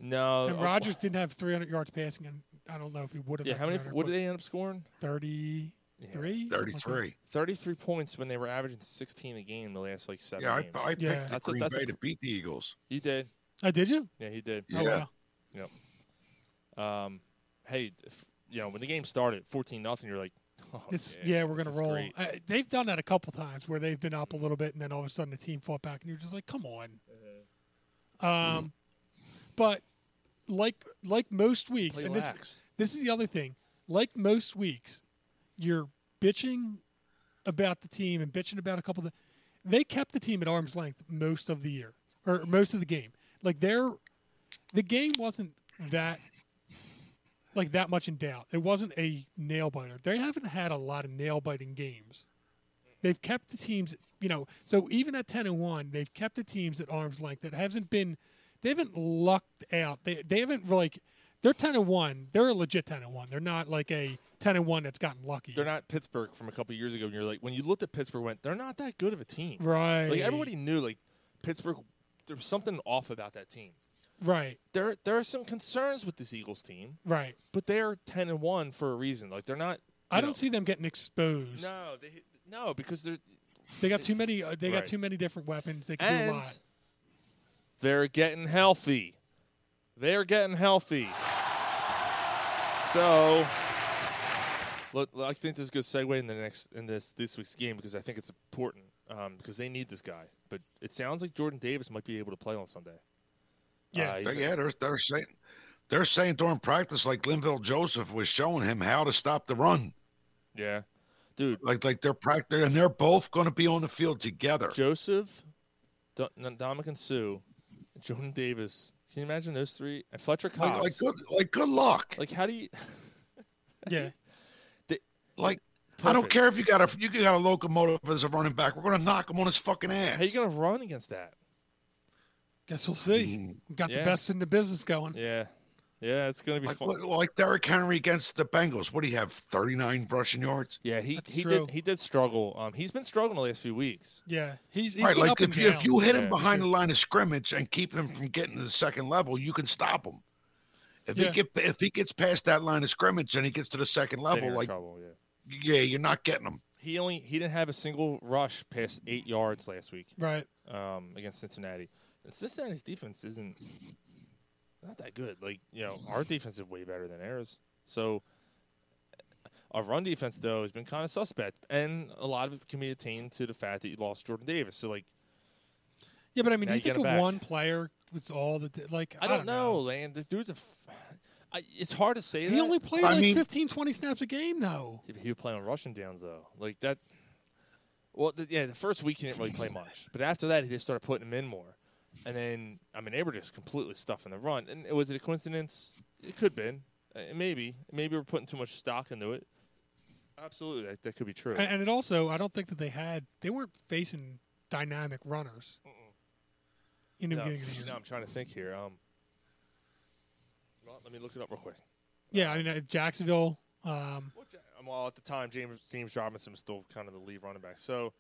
[SPEAKER 6] No,
[SPEAKER 7] And
[SPEAKER 6] uh,
[SPEAKER 7] Rodgers didn't have 300 yards passing, and I don't know if he would have.
[SPEAKER 6] Yeah,
[SPEAKER 7] had
[SPEAKER 6] how many?
[SPEAKER 7] 300,
[SPEAKER 6] What
[SPEAKER 7] but
[SPEAKER 6] did they end up scoring?
[SPEAKER 7] 33? Something like that.
[SPEAKER 4] Thirty-three.
[SPEAKER 6] Thirty-three points when they were averaging sixteen a game the last like seven
[SPEAKER 4] Yeah, I,
[SPEAKER 6] games.
[SPEAKER 4] I picked
[SPEAKER 7] Yeah.
[SPEAKER 4] the
[SPEAKER 6] That's a-
[SPEAKER 4] Green
[SPEAKER 6] that's a-
[SPEAKER 4] Bay to beat the Eagles.
[SPEAKER 6] he did.
[SPEAKER 7] Oh, did you?
[SPEAKER 6] Yeah, he did.
[SPEAKER 7] Oh,
[SPEAKER 4] Yeah.
[SPEAKER 7] wow.
[SPEAKER 6] Yep. Um, hey, if, you know when the game started, fourteen nothing, you're like, [laughs] oh,
[SPEAKER 7] This,
[SPEAKER 6] yeah,
[SPEAKER 7] yeah, we're
[SPEAKER 6] this
[SPEAKER 7] gonna
[SPEAKER 6] is
[SPEAKER 7] roll.
[SPEAKER 6] great.
[SPEAKER 7] Uh, they've done that a couple times where they've been up a little bit, and then all of a sudden the team fought back, and you're just like, "Come on."
[SPEAKER 6] Uh-huh. Mm-hmm.
[SPEAKER 7] Um, but like like most weeks,
[SPEAKER 6] Play
[SPEAKER 7] and this
[SPEAKER 6] lax.
[SPEAKER 7] this is the other thing. Like most weeks, you're bitching about the team and bitching about a couple of. The, they kept the team at arm's length most of the year or most of the game. Like their the game wasn't that like that much in doubt. It wasn't a nail biter. They haven't had a lot of nail biting games. They've kept the teams, you know. So even at ten and one, they've kept the teams at arm's length. That hasn't been, they haven't lucked out. They they haven't like, they're ten and one. They're a legit ten and one. They're not like a ten and one that's gotten lucky.
[SPEAKER 6] They're not Pittsburgh from a couple years ago. And you're like, when you looked at Pittsburgh, went, they're not that good of a team.
[SPEAKER 7] right.
[SPEAKER 6] Like everybody knew, like Pittsburgh, there was something off about that team.
[SPEAKER 7] Right.
[SPEAKER 6] There, there are some concerns with this Eagles team,
[SPEAKER 7] Right.
[SPEAKER 6] but they are ten and one for a reason. Like they're not.
[SPEAKER 7] I
[SPEAKER 6] you
[SPEAKER 7] don't
[SPEAKER 6] know-
[SPEAKER 7] see them getting exposed.
[SPEAKER 6] No, they, no, because they're
[SPEAKER 7] They got too many. Uh, they
[SPEAKER 6] Right.
[SPEAKER 7] got too many different weapons. They can do a
[SPEAKER 6] and
[SPEAKER 7] lot.
[SPEAKER 6] they're getting healthy. They're getting healthy. So, look, I think this is a good segue in the next in this this week's game because I think it's important um, because they need this guy. But it sounds like Jordan Davis might be able to play on Sunday.
[SPEAKER 7] Yeah.
[SPEAKER 6] Uh, he's
[SPEAKER 4] They-
[SPEAKER 6] been-
[SPEAKER 4] yeah, they're, they're saying they're saying during practice, like Linville Joseph was showing him how to stop the run.
[SPEAKER 6] yeah, dude,
[SPEAKER 4] Like like they're practicing, and they're both going to be on the field together.
[SPEAKER 6] Joseph, D- Dominic and Sue, Jordan Davis. Can you imagine those three and Fletcher
[SPEAKER 4] Like,
[SPEAKER 6] Cox?
[SPEAKER 4] like good, like good luck.
[SPEAKER 6] like how do you?
[SPEAKER 7] yeah.
[SPEAKER 4] Like I don't
[SPEAKER 6] Perfect.
[SPEAKER 4] care if you got a you got a locomotive as a running back. We're going to knock him on his fucking ass.
[SPEAKER 6] How you gonna run against that?
[SPEAKER 7] Guess we'll
[SPEAKER 4] Mm-hmm.
[SPEAKER 7] see. We got
[SPEAKER 6] Yeah.
[SPEAKER 7] the best in the business going.
[SPEAKER 6] Yeah, yeah, it's gonna be
[SPEAKER 4] like,
[SPEAKER 6] fun.
[SPEAKER 4] what- like Derrick Henry against the Bengals? What do you have? Thirty nine rushing yards.
[SPEAKER 6] Yeah, he
[SPEAKER 7] That's
[SPEAKER 6] he
[SPEAKER 7] true.
[SPEAKER 6] did he did struggle. Um, he's been struggling the last few weeks.
[SPEAKER 7] Yeah, he's, he's
[SPEAKER 4] Right,
[SPEAKER 7] been
[SPEAKER 4] like
[SPEAKER 7] up and
[SPEAKER 4] if you,
[SPEAKER 7] down.
[SPEAKER 4] if you hit him
[SPEAKER 6] Yeah,
[SPEAKER 4] behind the line of scrimmage and keep him from getting to the second level, you can stop him. If
[SPEAKER 7] Yeah.
[SPEAKER 4] he get if he gets past that line of scrimmage and he gets to the second
[SPEAKER 6] Then
[SPEAKER 4] level,
[SPEAKER 6] you're in
[SPEAKER 4] like
[SPEAKER 6] trouble, yeah.
[SPEAKER 4] yeah, you're not getting him.
[SPEAKER 6] He only he didn't have a single rush past eight yards last week
[SPEAKER 7] Right.
[SPEAKER 6] um, against Cincinnati. And Cincinnati's defense isn't not that good. Like you know, our defense is way better than theirs. So our run defense though has been kind of suspect, and a lot of it can be attained to the fact that you lost Jordan Davis. So like
[SPEAKER 7] Yeah, but I mean,
[SPEAKER 6] Now
[SPEAKER 7] do you
[SPEAKER 6] you get
[SPEAKER 7] think
[SPEAKER 6] 'em
[SPEAKER 7] of
[SPEAKER 6] back.
[SPEAKER 7] one player was all the like?
[SPEAKER 6] I don't, know, Land. This dude's a. F- I, it's hard to say.
[SPEAKER 7] He
[SPEAKER 6] that.
[SPEAKER 7] only played
[SPEAKER 4] I
[SPEAKER 7] like
[SPEAKER 4] mean-
[SPEAKER 7] fifteen, twenty 15, 20 snaps a game, though.
[SPEAKER 6] Yeah, but he would play on Russian downs though. Like that. Well, th- yeah, the first week he didn't really play much, but after that he just started putting him in more, and then I mean they were just completely stuffing the run. And was it a coincidence? It could have been, Uh, maybe, maybe we're putting too much stock into it. Absolutely, that, that could be true.
[SPEAKER 7] And, and it also, I don't think that they had they weren't facing dynamic runners in the
[SPEAKER 6] no,
[SPEAKER 7] beginning of the year.
[SPEAKER 6] no, I'm trying to think here. Um, well, let me look it up real quick.
[SPEAKER 7] Yeah, I mean, uh, Jacksonville. Um,
[SPEAKER 6] Well, Ja- uh, Well, at the time, James James Robinson was still kind of the lead running back. So,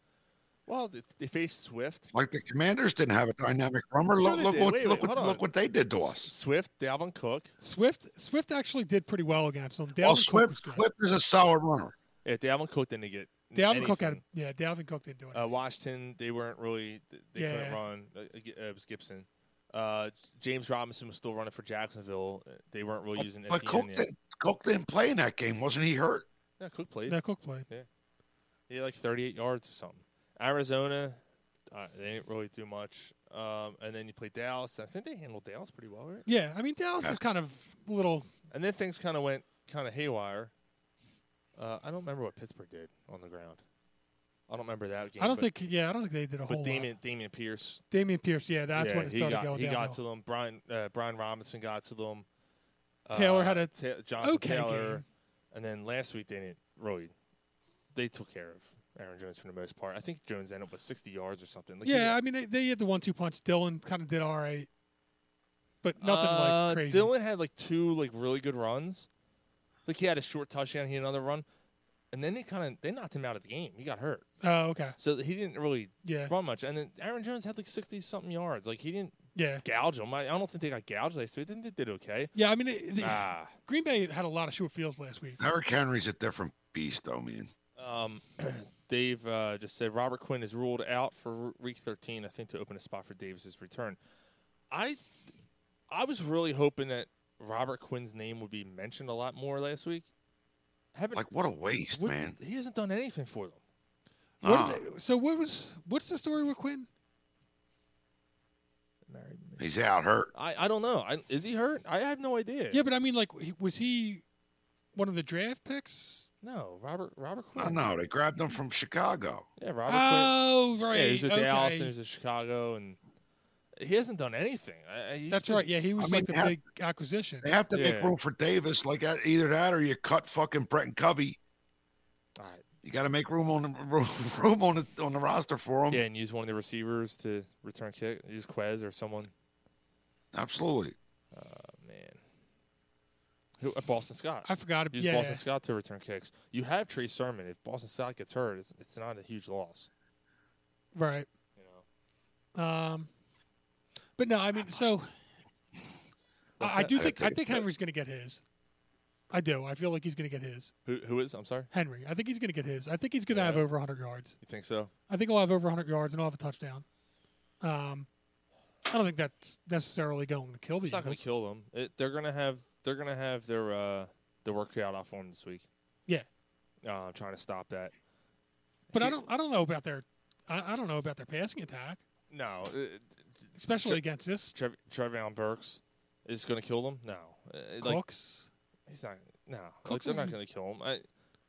[SPEAKER 6] well, they, they faced Swift.
[SPEAKER 4] Like the Commanders didn't have a dynamic runner. Look,
[SPEAKER 6] Sure they
[SPEAKER 4] look,
[SPEAKER 6] did.
[SPEAKER 4] what,
[SPEAKER 6] Wait,
[SPEAKER 4] look,
[SPEAKER 6] wait,
[SPEAKER 4] what,
[SPEAKER 6] hold
[SPEAKER 4] look
[SPEAKER 6] on.
[SPEAKER 4] what they did to us.
[SPEAKER 6] Swift, Dalvin Cook.
[SPEAKER 7] Swift Swift actually did pretty well against them. Dalvin
[SPEAKER 4] Well,
[SPEAKER 7] Cook
[SPEAKER 4] Oh, Swift,
[SPEAKER 7] was good.
[SPEAKER 4] Swift is a solid runner.
[SPEAKER 6] Yeah, Dalvin Cook didn't get
[SPEAKER 7] Dalvin Cook had
[SPEAKER 6] anything.
[SPEAKER 7] a, yeah, Dalvin Cook didn't do it.
[SPEAKER 6] Uh, Washington, they weren't really. th- They
[SPEAKER 7] Yeah.
[SPEAKER 6] couldn't run. Uh, uh, G- uh, it was Gibson. Uh, James Robinson was still running for Jacksonville. Uh, They weren't really using.
[SPEAKER 4] Oh, But
[SPEAKER 6] Etienne
[SPEAKER 4] Cook
[SPEAKER 6] yet.
[SPEAKER 4] didn't, Cook didn't play in that game. Wasn't he hurt?
[SPEAKER 6] Yeah, Cook played.
[SPEAKER 7] no, Cook played.
[SPEAKER 6] He had like 38 yards or something. Arizona, uh, they didn't really do much. Um, and then you play Dallas. I think they handled Dallas pretty well, right?
[SPEAKER 7] Yeah, I mean Dallas is kind of a little.
[SPEAKER 6] And then things kind of went kind of haywire. Uh, I don't remember what Pittsburgh did on the ground. I don't remember that game.
[SPEAKER 7] I don't
[SPEAKER 6] but-
[SPEAKER 7] think. Yeah, I don't think they did a whole
[SPEAKER 6] But
[SPEAKER 7] lot.
[SPEAKER 6] Damian, Damian Pierce
[SPEAKER 7] Damian Pierce. Yeah, that's
[SPEAKER 6] Yeah,
[SPEAKER 7] when it
[SPEAKER 6] he
[SPEAKER 7] started
[SPEAKER 6] got,
[SPEAKER 7] going
[SPEAKER 6] He
[SPEAKER 7] downhill.
[SPEAKER 6] got to them. Brian uh, Brian Robinson got to them. uh,
[SPEAKER 7] Taylor had a
[SPEAKER 6] Ta- Jonathan
[SPEAKER 7] okay
[SPEAKER 6] Taylor,
[SPEAKER 7] game.
[SPEAKER 6] and then last week they didn't really. They took care of Aaron Jones for the most part. I think Jones ended up with 60 yards or something. Like he
[SPEAKER 7] Yeah,
[SPEAKER 6] got-
[SPEAKER 7] I mean they, they had the one-two punch. Dylan kind of did all right, but nothing
[SPEAKER 6] Uh,
[SPEAKER 7] like crazy.
[SPEAKER 6] Dylan had like two like really good runs. Like he had a short touchdown, he had another run, and then they kind of they knocked him out of the game. He got hurt,
[SPEAKER 7] oh, okay.
[SPEAKER 6] so he didn't really
[SPEAKER 7] Yeah.
[SPEAKER 6] run much. And then Aaron Jones had like 60 something yards. Like he didn't
[SPEAKER 7] Yeah,
[SPEAKER 6] gouge him. I, I don't think they got gouged last week. I think they did okay.
[SPEAKER 7] [laughs] yeah. I mean, it, the-
[SPEAKER 6] Ah.
[SPEAKER 7] Green Bay had a lot of short fields last week.
[SPEAKER 4] Derrick Henry's a different beast, though, man.
[SPEAKER 6] Um, Dave uh, just said Robert Quinn is ruled out for Week 13. I think to open a spot for Davis's return. I, I was really hoping that Robert Quinn's name would be mentioned a lot more last week. Haven't
[SPEAKER 4] Like what a waste,
[SPEAKER 6] what-
[SPEAKER 4] man.
[SPEAKER 6] He hasn't done anything for them.
[SPEAKER 7] What
[SPEAKER 4] Nah,
[SPEAKER 7] did they- so what was what's the story with Quinn?
[SPEAKER 6] Married me.
[SPEAKER 4] he's out hurt.
[SPEAKER 6] I, I don't know. I, is he hurt? I have no idea.
[SPEAKER 7] Yeah, but I mean, like, he- was he one of the draft picks?
[SPEAKER 6] No, Robert Robert
[SPEAKER 4] No,
[SPEAKER 6] Quinn.
[SPEAKER 4] no, they grabbed him from Chicago.
[SPEAKER 6] Yeah, Robert Quinn.
[SPEAKER 7] Oh, right.
[SPEAKER 6] Yeah, he was with
[SPEAKER 7] okay.
[SPEAKER 6] Dallas and he was with Chicago, and he hasn't done anything. I, I- he's
[SPEAKER 7] That's
[SPEAKER 6] been-
[SPEAKER 7] right. Yeah, he was
[SPEAKER 4] mean,
[SPEAKER 7] like the
[SPEAKER 4] half-
[SPEAKER 7] big acquisition.
[SPEAKER 4] They have to make
[SPEAKER 6] Yeah.
[SPEAKER 4] room for Davis. Like that- either that or you cut fucking Brenton Covey.
[SPEAKER 6] Alright.
[SPEAKER 4] You got to make room on the [laughs] room, room on the on the roster for him.
[SPEAKER 6] Yeah, and use one of the receivers to return kick. Use Quez or someone.
[SPEAKER 4] Absolutely.
[SPEAKER 6] man. Who, uh, Boston Scott.
[SPEAKER 7] I forgot. ab-
[SPEAKER 6] Use
[SPEAKER 7] yeah,
[SPEAKER 6] Boston
[SPEAKER 7] yeah.
[SPEAKER 6] Scott to return kicks. You have Trey Sermon. If Boston Scott gets hurt, it's, it's not a huge loss.
[SPEAKER 7] right.
[SPEAKER 6] You know,
[SPEAKER 7] Um, but no, I mean, so I, I
[SPEAKER 6] that?
[SPEAKER 7] do
[SPEAKER 4] I
[SPEAKER 7] think
[SPEAKER 4] gotta
[SPEAKER 7] I
[SPEAKER 4] take a
[SPEAKER 7] think
[SPEAKER 4] piss.
[SPEAKER 7] Henry's going to get his. I do. I feel like he's going to get his.
[SPEAKER 6] who who is? I'm sorry.
[SPEAKER 7] Henry. I think he's going to get his. I think he's going to have
[SPEAKER 6] Yeah.
[SPEAKER 7] over 100 yards.
[SPEAKER 6] You think so?
[SPEAKER 7] I think I'll have over 100 yards and I'll have a touchdown. Um, I don't think that's necessarily going to kill the
[SPEAKER 6] It's not going
[SPEAKER 7] Eagles.
[SPEAKER 6] to kill them. It, they're going to have they're going to have their uh, their workout off on this week.
[SPEAKER 7] Yeah,
[SPEAKER 6] Uh, I'm trying to stop that.
[SPEAKER 7] but I don't. I don't know about their. I, I don't know about their passing attack,
[SPEAKER 6] No, uh,
[SPEAKER 7] especially
[SPEAKER 6] Sure.
[SPEAKER 7] against this
[SPEAKER 6] Trev, Trevon Burks is going to kill them. No, uh, like
[SPEAKER 7] Cooks
[SPEAKER 6] he's not. No, like,
[SPEAKER 7] Cooks
[SPEAKER 6] they're not
[SPEAKER 7] isn't-
[SPEAKER 6] going to kill him. I,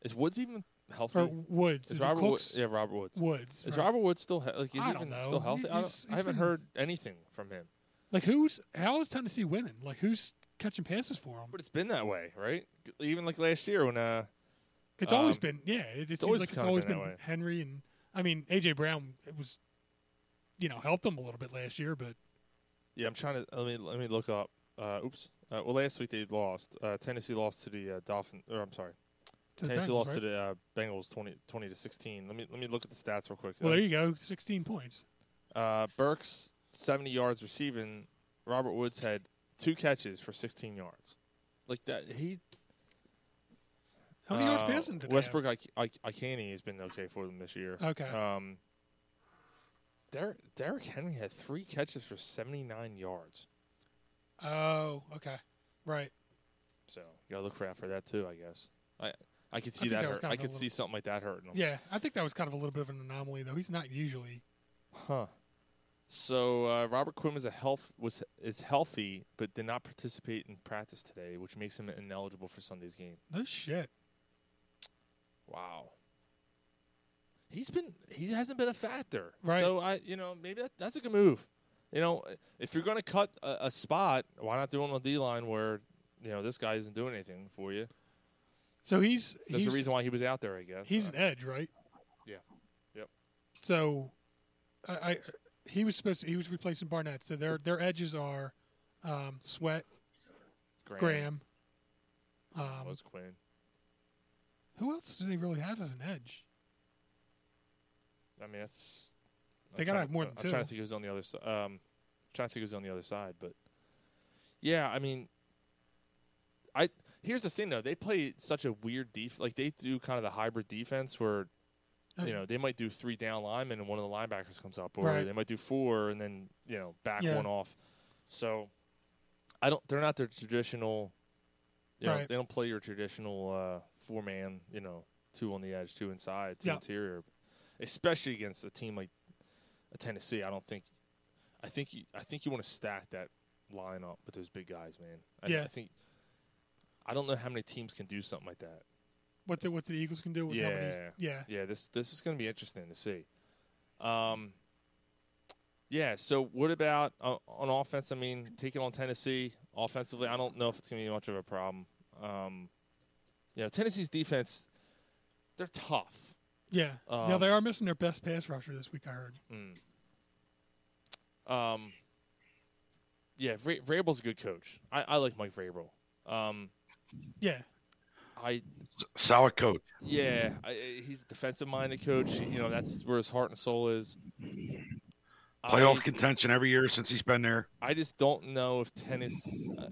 [SPEAKER 6] is Woods even healthy?
[SPEAKER 7] or Woods.
[SPEAKER 6] is
[SPEAKER 7] Is it
[SPEAKER 6] Robert
[SPEAKER 7] Cooks?
[SPEAKER 6] Woods? Yeah, Robert Woods.
[SPEAKER 7] Woods.
[SPEAKER 6] Is
[SPEAKER 7] right.
[SPEAKER 6] Robert Woods still he- like is
[SPEAKER 7] I
[SPEAKER 6] he
[SPEAKER 7] don't
[SPEAKER 6] even
[SPEAKER 7] know.
[SPEAKER 6] still healthy? I,
[SPEAKER 7] He's-
[SPEAKER 6] don't, I
[SPEAKER 7] he's
[SPEAKER 6] haven't
[SPEAKER 7] been-
[SPEAKER 6] heard anything from him.
[SPEAKER 7] like who's? How is Tennessee winning? Like who's catching passes for them?
[SPEAKER 6] But it's been that way, right? Even like last year when uh
[SPEAKER 7] It's always
[SPEAKER 6] um,
[SPEAKER 7] been. Yeah, it, it seems
[SPEAKER 6] always
[SPEAKER 7] like it's
[SPEAKER 6] kinda
[SPEAKER 7] always
[SPEAKER 6] been
[SPEAKER 7] been,
[SPEAKER 6] that way.
[SPEAKER 7] Henry and I mean AJ Brown was, you know, helped them a little bit last year, but
[SPEAKER 6] yeah, I'm trying to let me let me look up. Uh, oops. Uh, well, last week they lost. Uh, Tennessee lost to the uh, Dolphins. Or I'm sorry,
[SPEAKER 7] to the
[SPEAKER 6] Tennessee
[SPEAKER 7] Bengals,
[SPEAKER 6] lost
[SPEAKER 7] right?
[SPEAKER 6] to the uh, Bengals 20, 20 to 16. Let me let me look at the stats real quick.
[SPEAKER 7] Well, there you go. 16 points.
[SPEAKER 6] Uh, Burks 70 yards receiving. Robert Woods had two catches for 16 yards. Like that, he
[SPEAKER 7] How many yards
[SPEAKER 6] uh,
[SPEAKER 7] passing did they have?
[SPEAKER 6] Westbrook, I, I, Icani has been okay for them this year.
[SPEAKER 7] Okay.
[SPEAKER 6] Um, Derrick, Derrick Henry had three catches for 79 yards.
[SPEAKER 7] Oh, okay, right.
[SPEAKER 6] So you gotta look for that for that too, I guess. I I could see
[SPEAKER 7] think
[SPEAKER 6] that.
[SPEAKER 7] that was
[SPEAKER 6] hurt.
[SPEAKER 7] kind
[SPEAKER 6] I
[SPEAKER 7] of a
[SPEAKER 6] could
[SPEAKER 7] little-
[SPEAKER 6] see something like that hurting him.
[SPEAKER 7] Yeah, I think that was kind of a little bit of an anomaly, though. He's not usually.
[SPEAKER 6] Huh. So uh, Robert Quinn was a health was is healthy, but did not participate in practice today, which makes him ineligible for Sunday's game.
[SPEAKER 7] No shit.
[SPEAKER 6] Wow. He's been he hasn't been a factor.
[SPEAKER 7] Right.
[SPEAKER 6] So I you know maybe that, that's a good move. You know if you're going to cut a, a spot, why not do it on the D line where you know this guy isn't doing anything for you?
[SPEAKER 7] So he's
[SPEAKER 6] That's
[SPEAKER 7] he's,
[SPEAKER 6] the reason why he was out there, I guess.
[SPEAKER 7] he's
[SPEAKER 6] Uh,
[SPEAKER 7] an edge, right?
[SPEAKER 6] yeah. Yep.
[SPEAKER 7] So, I, I he was supposed to, he was replacing Barnett. So their their edges are um, Sweat, Graham. Um,
[SPEAKER 6] was Quinn.
[SPEAKER 7] who else do they really have as an edge?
[SPEAKER 6] I mean, that's.
[SPEAKER 7] They
[SPEAKER 6] I'm
[SPEAKER 7] gotta
[SPEAKER 6] trying-
[SPEAKER 7] have more than
[SPEAKER 6] I'm trying
[SPEAKER 7] two.
[SPEAKER 6] to think who's on the other side. Um, trying to think who's on the other side, but yeah, I mean, I here's the thing though. They play such a weird def. Like they do kind of the hybrid defense where. You know, they might do three down linemen and one of the linebackers comes up, or
[SPEAKER 7] Right.
[SPEAKER 6] they might do four and then you know back
[SPEAKER 7] Yeah.
[SPEAKER 6] one off. So, I don't. They're not their traditional. You know,
[SPEAKER 7] Right.
[SPEAKER 6] they don't play your traditional uh, four man. You know, two on the edge, two inside, two
[SPEAKER 7] Yeah.
[SPEAKER 6] interior, especially against a team like a Tennessee. I don't think. I think you. I think you want to stack that line up with those big guys, man. I,
[SPEAKER 7] Yeah.
[SPEAKER 6] I think. I don't know how many teams can do something like that.
[SPEAKER 7] What the what the Eagles can do with how many?
[SPEAKER 6] Yeah.
[SPEAKER 7] Yeah.
[SPEAKER 6] Yeah. This this is going to be interesting to see. Um. Yeah. So what about uh, on offense? I mean, taking on Tennessee offensively, I don't know if it's going to be much of a problem. Um, you know, Tennessee's defense, they're tough.
[SPEAKER 7] Yeah. now
[SPEAKER 6] Um, Hmm.
[SPEAKER 7] they are missing their best pass rusher this week. I heard.
[SPEAKER 6] Um, yeah, Vra- Vrabel's a good coach. I, I like Mike Vrabel. Um,
[SPEAKER 7] Yeah.
[SPEAKER 6] I
[SPEAKER 4] Solid coach.
[SPEAKER 6] Yeah, I, I- he's a defensive-minded coach. You know, that's where his heart and soul is.
[SPEAKER 4] Playoff
[SPEAKER 6] I,
[SPEAKER 4] contention every year since he's been there.
[SPEAKER 6] I just don't know if tennis uh,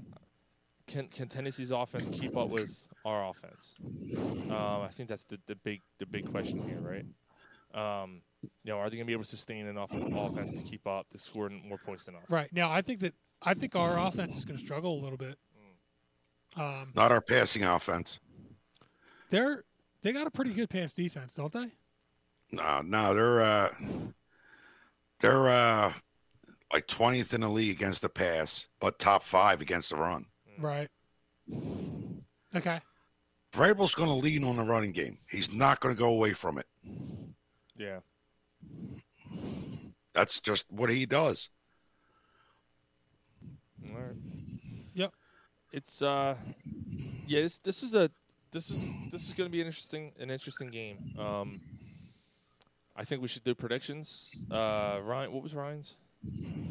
[SPEAKER 6] can can Tennessee's offense keep up with our offense. Um, I think that's the, the big the big question here, right? Um, you know, are they going to be able to sustain enough of offense to keep up to score more points than us?
[SPEAKER 7] Right now, I think that I think our offense is going to struggle a little bit.
[SPEAKER 6] Um,
[SPEAKER 4] Not our passing offense.
[SPEAKER 7] They're they got a pretty good pass defense, don't they?
[SPEAKER 4] No, no, they're uh, they're uh, like twentieth in the league against the pass, but top five against the run.
[SPEAKER 6] Hmm.
[SPEAKER 7] Right. Okay.
[SPEAKER 4] Vrabel's going to lean on the running game. He's not going to go away from it.
[SPEAKER 6] Yeah.
[SPEAKER 4] That's just what he does.
[SPEAKER 6] All right.
[SPEAKER 7] Yep.
[SPEAKER 6] it's uh yeah this, this is a this is this is going to be an interesting an interesting game um i think we should do predictions uh ryan what was ryan's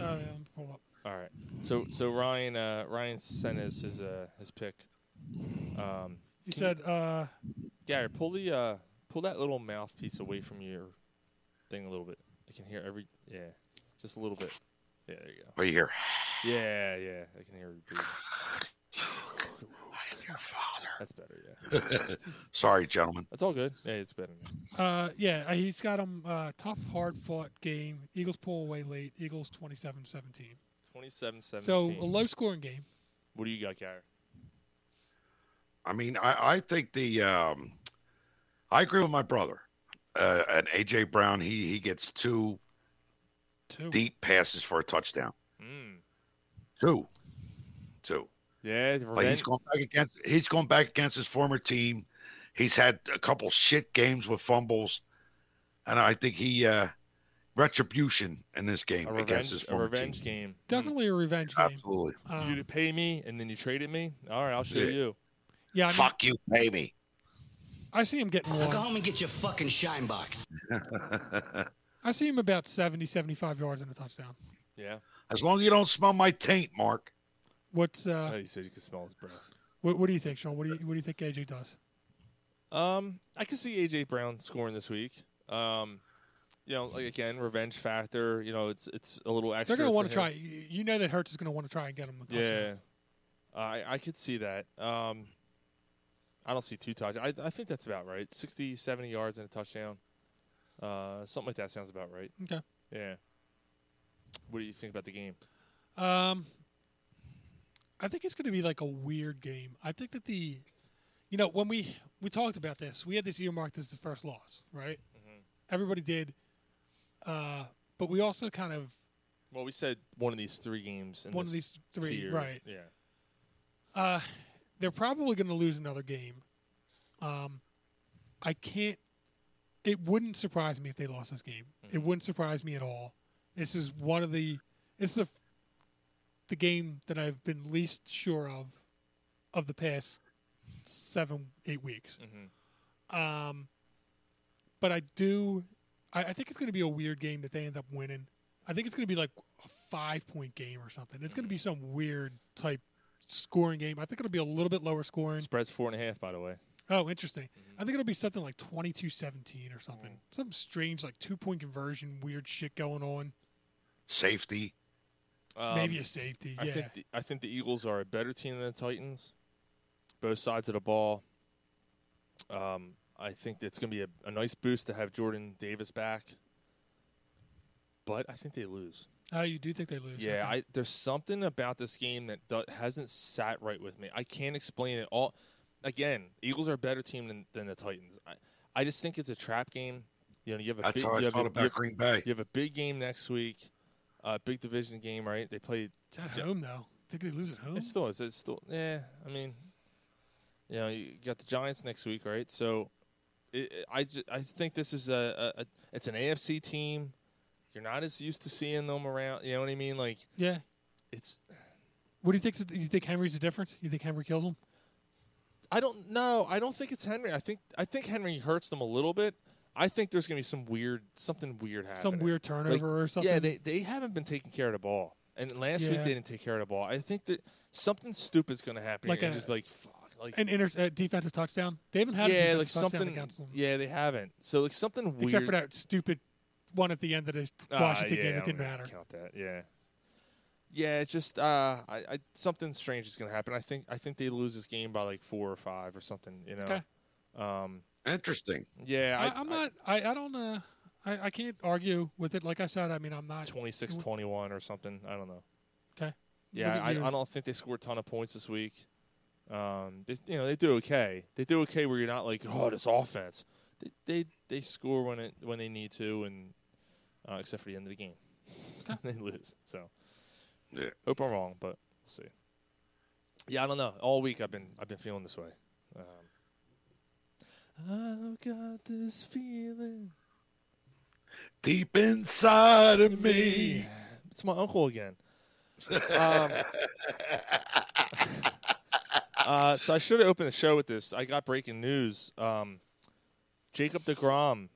[SPEAKER 7] Oh, yeah, hold up.
[SPEAKER 6] all right so so ryan uh ryan sent us his uh his pick um
[SPEAKER 7] He said, uh,
[SPEAKER 6] gary pull the uh pull that little mouthpiece away from your thing a little bit i can hear every yeah just a little bit yeah there you go
[SPEAKER 4] Right here.
[SPEAKER 6] yeah yeah i can hear you breathing.
[SPEAKER 4] Your father.
[SPEAKER 6] that's better yeah
[SPEAKER 4] Sorry, gentlemen.
[SPEAKER 6] that's all good yeah it's better now.
[SPEAKER 7] uh, yeah, uh, he's got him uh, tough, hard fought game. Eagles pull away late. Eagles 27 17.
[SPEAKER 6] 27
[SPEAKER 7] So
[SPEAKER 6] 17.
[SPEAKER 7] a low scoring game.
[SPEAKER 6] what do you got, Gary?
[SPEAKER 4] I mean, I, I think the um, I agree with my brother. Uh, and AJ Brown, he he gets two
[SPEAKER 7] Two.
[SPEAKER 4] deep passes for a touchdown.
[SPEAKER 6] Mm.
[SPEAKER 4] Two, two.
[SPEAKER 6] Yeah,
[SPEAKER 4] Like he's going back against he's going back against his former team. He's had a couple shit games with fumbles, and I think he uh, retribution in this game
[SPEAKER 6] a
[SPEAKER 4] against his
[SPEAKER 6] revenge, a
[SPEAKER 4] former
[SPEAKER 6] revenge
[SPEAKER 4] team.
[SPEAKER 6] game.
[SPEAKER 7] Definitely a revenge game.
[SPEAKER 4] Absolutely,
[SPEAKER 7] Um,
[SPEAKER 6] You to pay me, and then you traded me. All right, I'll show
[SPEAKER 4] Yeah.
[SPEAKER 6] you.
[SPEAKER 7] yeah, I, mean,
[SPEAKER 4] fuck you, pay me.
[SPEAKER 7] I see him getting
[SPEAKER 8] Go
[SPEAKER 7] one.
[SPEAKER 8] home and get your fucking shine box.
[SPEAKER 7] I see him about 70, 75 yards and a touchdown.
[SPEAKER 6] Yeah.
[SPEAKER 4] As long as you don't smell my taint, Mark.
[SPEAKER 7] What's uh,
[SPEAKER 6] Oh, you said you could smell his breath.
[SPEAKER 7] what, what do you think, Sean? What do you what do you think AJ does?
[SPEAKER 6] Um, I could see AJ Brown scoring this week. Um, you know, like again, revenge factor. You know, it's it's a little extra.
[SPEAKER 7] They're going to
[SPEAKER 6] for
[SPEAKER 7] want
[SPEAKER 6] him.
[SPEAKER 7] to try. You you know that Hurts is going to want to try and get him. A touchdown.
[SPEAKER 6] Yeah. I I could see that. Um, I don't see two touch. I I think that's about right. 60, 70 yards and a touchdown. Uh, something like that sounds about right.
[SPEAKER 7] Okay.
[SPEAKER 6] Yeah. What do you think about the game?
[SPEAKER 7] Um, I think it's going to be like a weird game. I think that the, you know, when we we talked about this, we had this earmarked as the first loss, right? Everybody did, uh, but we also kind of
[SPEAKER 6] Well, we said one of these three games. In
[SPEAKER 7] One of
[SPEAKER 6] this
[SPEAKER 7] these three,
[SPEAKER 6] tier.
[SPEAKER 7] right.
[SPEAKER 6] Yeah.
[SPEAKER 7] uh, they're probably going to lose another game. Um, I can't. It wouldn't surprise me if they lost this game. It wouldn't surprise me at all. This is one of the. It's the the game that I've been least sure of of the past seven eight weeks. Um, but I do. I, I think it's going to be a weird game that they end up winning. I think it's going to be like a five point game or something. It's going to be some weird type scoring game. I think it'll be a little bit lower scoring.
[SPEAKER 6] Spreads four and a half, by the way.
[SPEAKER 7] Oh, interesting.
[SPEAKER 6] Mm-hmm.
[SPEAKER 7] I think it'll be something like 22-17 or something.
[SPEAKER 6] Mm.
[SPEAKER 7] Some strange like two point conversion, weird shit going on.
[SPEAKER 4] Safety.
[SPEAKER 6] Um,
[SPEAKER 7] Maybe a safety.
[SPEAKER 6] I
[SPEAKER 7] yeah.
[SPEAKER 6] think the, I think the Eagles are a better team than the Titans. Both sides of the ball. Um, I think it's going to be a, a nice boost to have Jordan Davis back. But I think they lose.
[SPEAKER 7] oh, you do think they lose?
[SPEAKER 6] Yeah,
[SPEAKER 7] okay.
[SPEAKER 6] I, there's something about this game that do, hasn't sat right with me. I can't explain it all. Again, Eagles are a better team than, than the Titans. I, I just think it's a trap game. You know, you have a
[SPEAKER 4] That's
[SPEAKER 6] big,
[SPEAKER 4] how I
[SPEAKER 6] you have
[SPEAKER 4] felt
[SPEAKER 6] a,
[SPEAKER 4] about
[SPEAKER 6] you have-
[SPEAKER 4] Green Bay.
[SPEAKER 6] You have a big game next week, uh, big division game, right? They play
[SPEAKER 7] It's at home though. Think they lose at home?
[SPEAKER 6] it still is. It's still yeah. I mean, you know, you got the Giants next week, right? So, it, it- I ju- I think this is a, a, a it's an AFC team. You're not as used to seeing them around. You know what I mean? Like
[SPEAKER 7] Yeah.
[SPEAKER 6] it's
[SPEAKER 7] What do you think? You think Henry's the difference? You think Henry kills him?
[SPEAKER 6] I don't know. I don't think it's Henry. I think I think Henry hurts them a little bit. I think there's gonna be some weird something weird happening.
[SPEAKER 7] weird turnover or
[SPEAKER 6] Yeah,
[SPEAKER 7] something?
[SPEAKER 6] they they haven't been taking care of the ball. And last
[SPEAKER 7] Yeah.
[SPEAKER 6] week they didn't take care of the ball. I think that something stupid's gonna happen.
[SPEAKER 7] Like
[SPEAKER 6] Like and
[SPEAKER 7] a-
[SPEAKER 6] just be like fuck. Like
[SPEAKER 7] An inter- uh, defensive touchdown. They haven't had
[SPEAKER 6] yeah,
[SPEAKER 7] a defensive
[SPEAKER 6] like
[SPEAKER 7] touchdown
[SPEAKER 6] something.
[SPEAKER 7] against them.
[SPEAKER 6] Yeah, they haven't. So like something weird.
[SPEAKER 7] Except for that stupid one at the end of the
[SPEAKER 6] Ah,
[SPEAKER 7] Washington
[SPEAKER 6] yeah,
[SPEAKER 7] game
[SPEAKER 6] I
[SPEAKER 7] that
[SPEAKER 6] don't
[SPEAKER 7] didn't
[SPEAKER 6] really
[SPEAKER 7] matter.
[SPEAKER 6] Count that. Yeah. Yeah, it's just uh, I, I something strange is gonna happen. I think I think they lose this game by like four or five or something. You know.
[SPEAKER 7] Okay.
[SPEAKER 4] Interesting.
[SPEAKER 6] Yeah,
[SPEAKER 7] I,
[SPEAKER 6] I,
[SPEAKER 7] I'm not. I, I don't. Uh, I, I can't argue with it. Like I said, I mean, I'm not.
[SPEAKER 6] Mm. 26-21 or something. I don't know.
[SPEAKER 7] Okay.
[SPEAKER 6] Yeah,
[SPEAKER 7] Look at
[SPEAKER 6] I,
[SPEAKER 7] you.
[SPEAKER 6] I don't think they score a ton of points this week. Um, they, you know they do okay. They do okay where you're not like oh this offense. They they, they score when it when they need to and uh, except for the end of the game, [laughs] they lose. So
[SPEAKER 4] Yeah.
[SPEAKER 6] hope I'm wrong, but we'll see. Yeah, I don't know. All week I've been I've been feeling this way. Um, I've got this feeling.
[SPEAKER 4] Deep inside of me.
[SPEAKER 6] It's my
[SPEAKER 4] [laughs]
[SPEAKER 6] uncle again. Um, uh, so I should have opened the show with this. I got breaking news. Um, Jacob DeGrom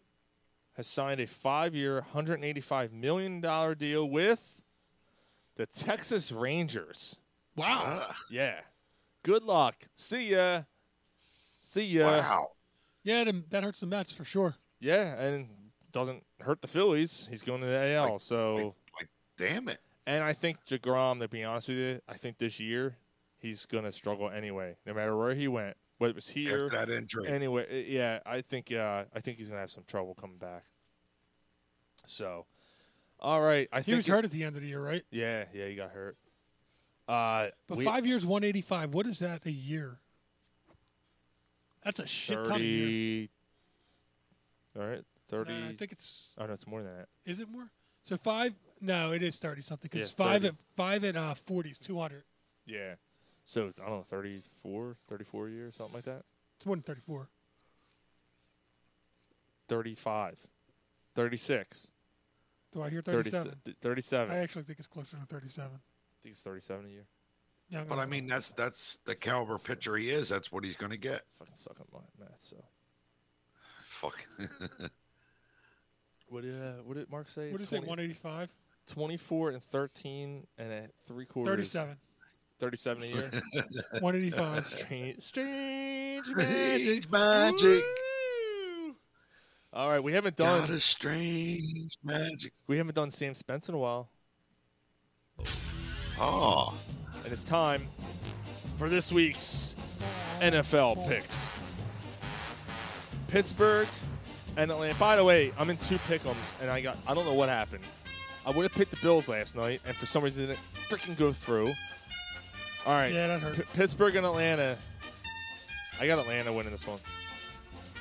[SPEAKER 6] has signed a five-year, $185 million deal with the Texas Rangers.
[SPEAKER 7] Wow.
[SPEAKER 6] Yeah. Good luck. See ya. See ya.
[SPEAKER 4] Wow.
[SPEAKER 7] Yeah, them- that hurts the Mets for sure.
[SPEAKER 6] Yeah, and doesn't hurt the Phillies. He's going to the AL. so
[SPEAKER 4] Like, like, damn it.
[SPEAKER 6] And I think Degrom, to be honest with you, I think this year he's gonna struggle anyway, no matter where he went, whether it was here,
[SPEAKER 4] After that injury.
[SPEAKER 6] anyway. uh, Yeah, I think uh, I think he's gonna have some trouble coming back. So, all right, I
[SPEAKER 7] He
[SPEAKER 6] think
[SPEAKER 7] was
[SPEAKER 6] it-
[SPEAKER 7] hurt at the end of the year, right?
[SPEAKER 6] Yeah, yeah, he got hurt. Uh,
[SPEAKER 7] But
[SPEAKER 6] we-
[SPEAKER 7] five years, one eighty five. What is that a year? That's a shit ton a year.
[SPEAKER 6] thirty. All right,
[SPEAKER 7] Uh,
[SPEAKER 6] thirty.
[SPEAKER 7] I think it's
[SPEAKER 6] oh no, it's more than that.
[SPEAKER 7] is it more? So five? No, it is thirty something. Because
[SPEAKER 6] Yeah,
[SPEAKER 7] five
[SPEAKER 6] 30.
[SPEAKER 7] at five at uh, forty is two hundred.
[SPEAKER 6] Yeah. So it's, I don't know, 34, 34 years, something like that.
[SPEAKER 7] It's more than thirty four.
[SPEAKER 6] 35, 36,
[SPEAKER 7] Do I
[SPEAKER 6] 37.
[SPEAKER 7] hear thirty seven?
[SPEAKER 6] 37.
[SPEAKER 7] I actually think it's closer to thirty seven.
[SPEAKER 6] I think it's 37 a year.
[SPEAKER 7] Yeah, I'm
[SPEAKER 4] But
[SPEAKER 7] gonna-
[SPEAKER 4] I mean, that's that's the caliber pitcher he is. That's what he's going to get.
[SPEAKER 6] Fucking suck on my math. So
[SPEAKER 4] Fuck. [laughs]
[SPEAKER 6] what did uh, what did Mark say?
[SPEAKER 7] what is it? One eighty five?
[SPEAKER 6] 24 and 13 and a three quarters.
[SPEAKER 7] Thirty seven.
[SPEAKER 6] [laughs] 37 a year. [laughs]
[SPEAKER 7] One eighty five.
[SPEAKER 6] strange, strange magic.
[SPEAKER 4] Strange magic.
[SPEAKER 6] Woo! All right, we haven't done
[SPEAKER 4] Got a strange magic.
[SPEAKER 6] we haven't done Sam Spence in a while,
[SPEAKER 4] Oh,
[SPEAKER 6] and it's time for this week's NFL picks. Pittsburgh and Atlanta. By the way, I'm in two pick'ems, and I got I don't know what happened. I would have picked the Bills last night, and for some reason it didn't freaking go through. All right,
[SPEAKER 7] Yeah, that hurt.
[SPEAKER 6] P- Pittsburgh and Atlanta. I got Atlanta winning this one.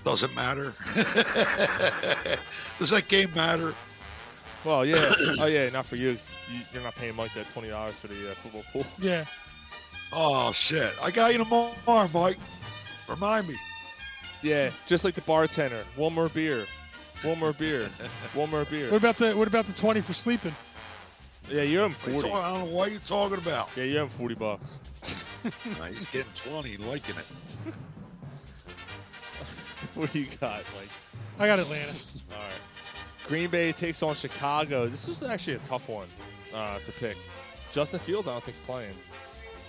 [SPEAKER 4] Doesn't matter. [laughs] Does that game matter?
[SPEAKER 6] Well, yeah. oh, yeah. Not for you. 'cause you. You're not paying Mike that twenty dollars for the uh, football
[SPEAKER 7] [laughs]
[SPEAKER 6] pool.
[SPEAKER 7] Yeah.
[SPEAKER 4] Oh shit! I got you tomorrow, Mike. Remind me.
[SPEAKER 6] Yeah, just like the bartender. One more beer. One more beer. One more beer.
[SPEAKER 7] What about the what about the twenty for sleeping?
[SPEAKER 6] Yeah, you're him
[SPEAKER 4] What
[SPEAKER 6] forty.
[SPEAKER 4] you talking- I don't know what you're talking about.
[SPEAKER 6] Yeah, you're him forty bucks. [laughs]
[SPEAKER 4] Nah, He's getting twenty, liking it.
[SPEAKER 6] What do you got, Mike?
[SPEAKER 7] I got Atlanta.
[SPEAKER 6] All right. Green Bay takes on Chicago. This was actually a tough one uh, to pick. Justin Fields, I don't think's playing.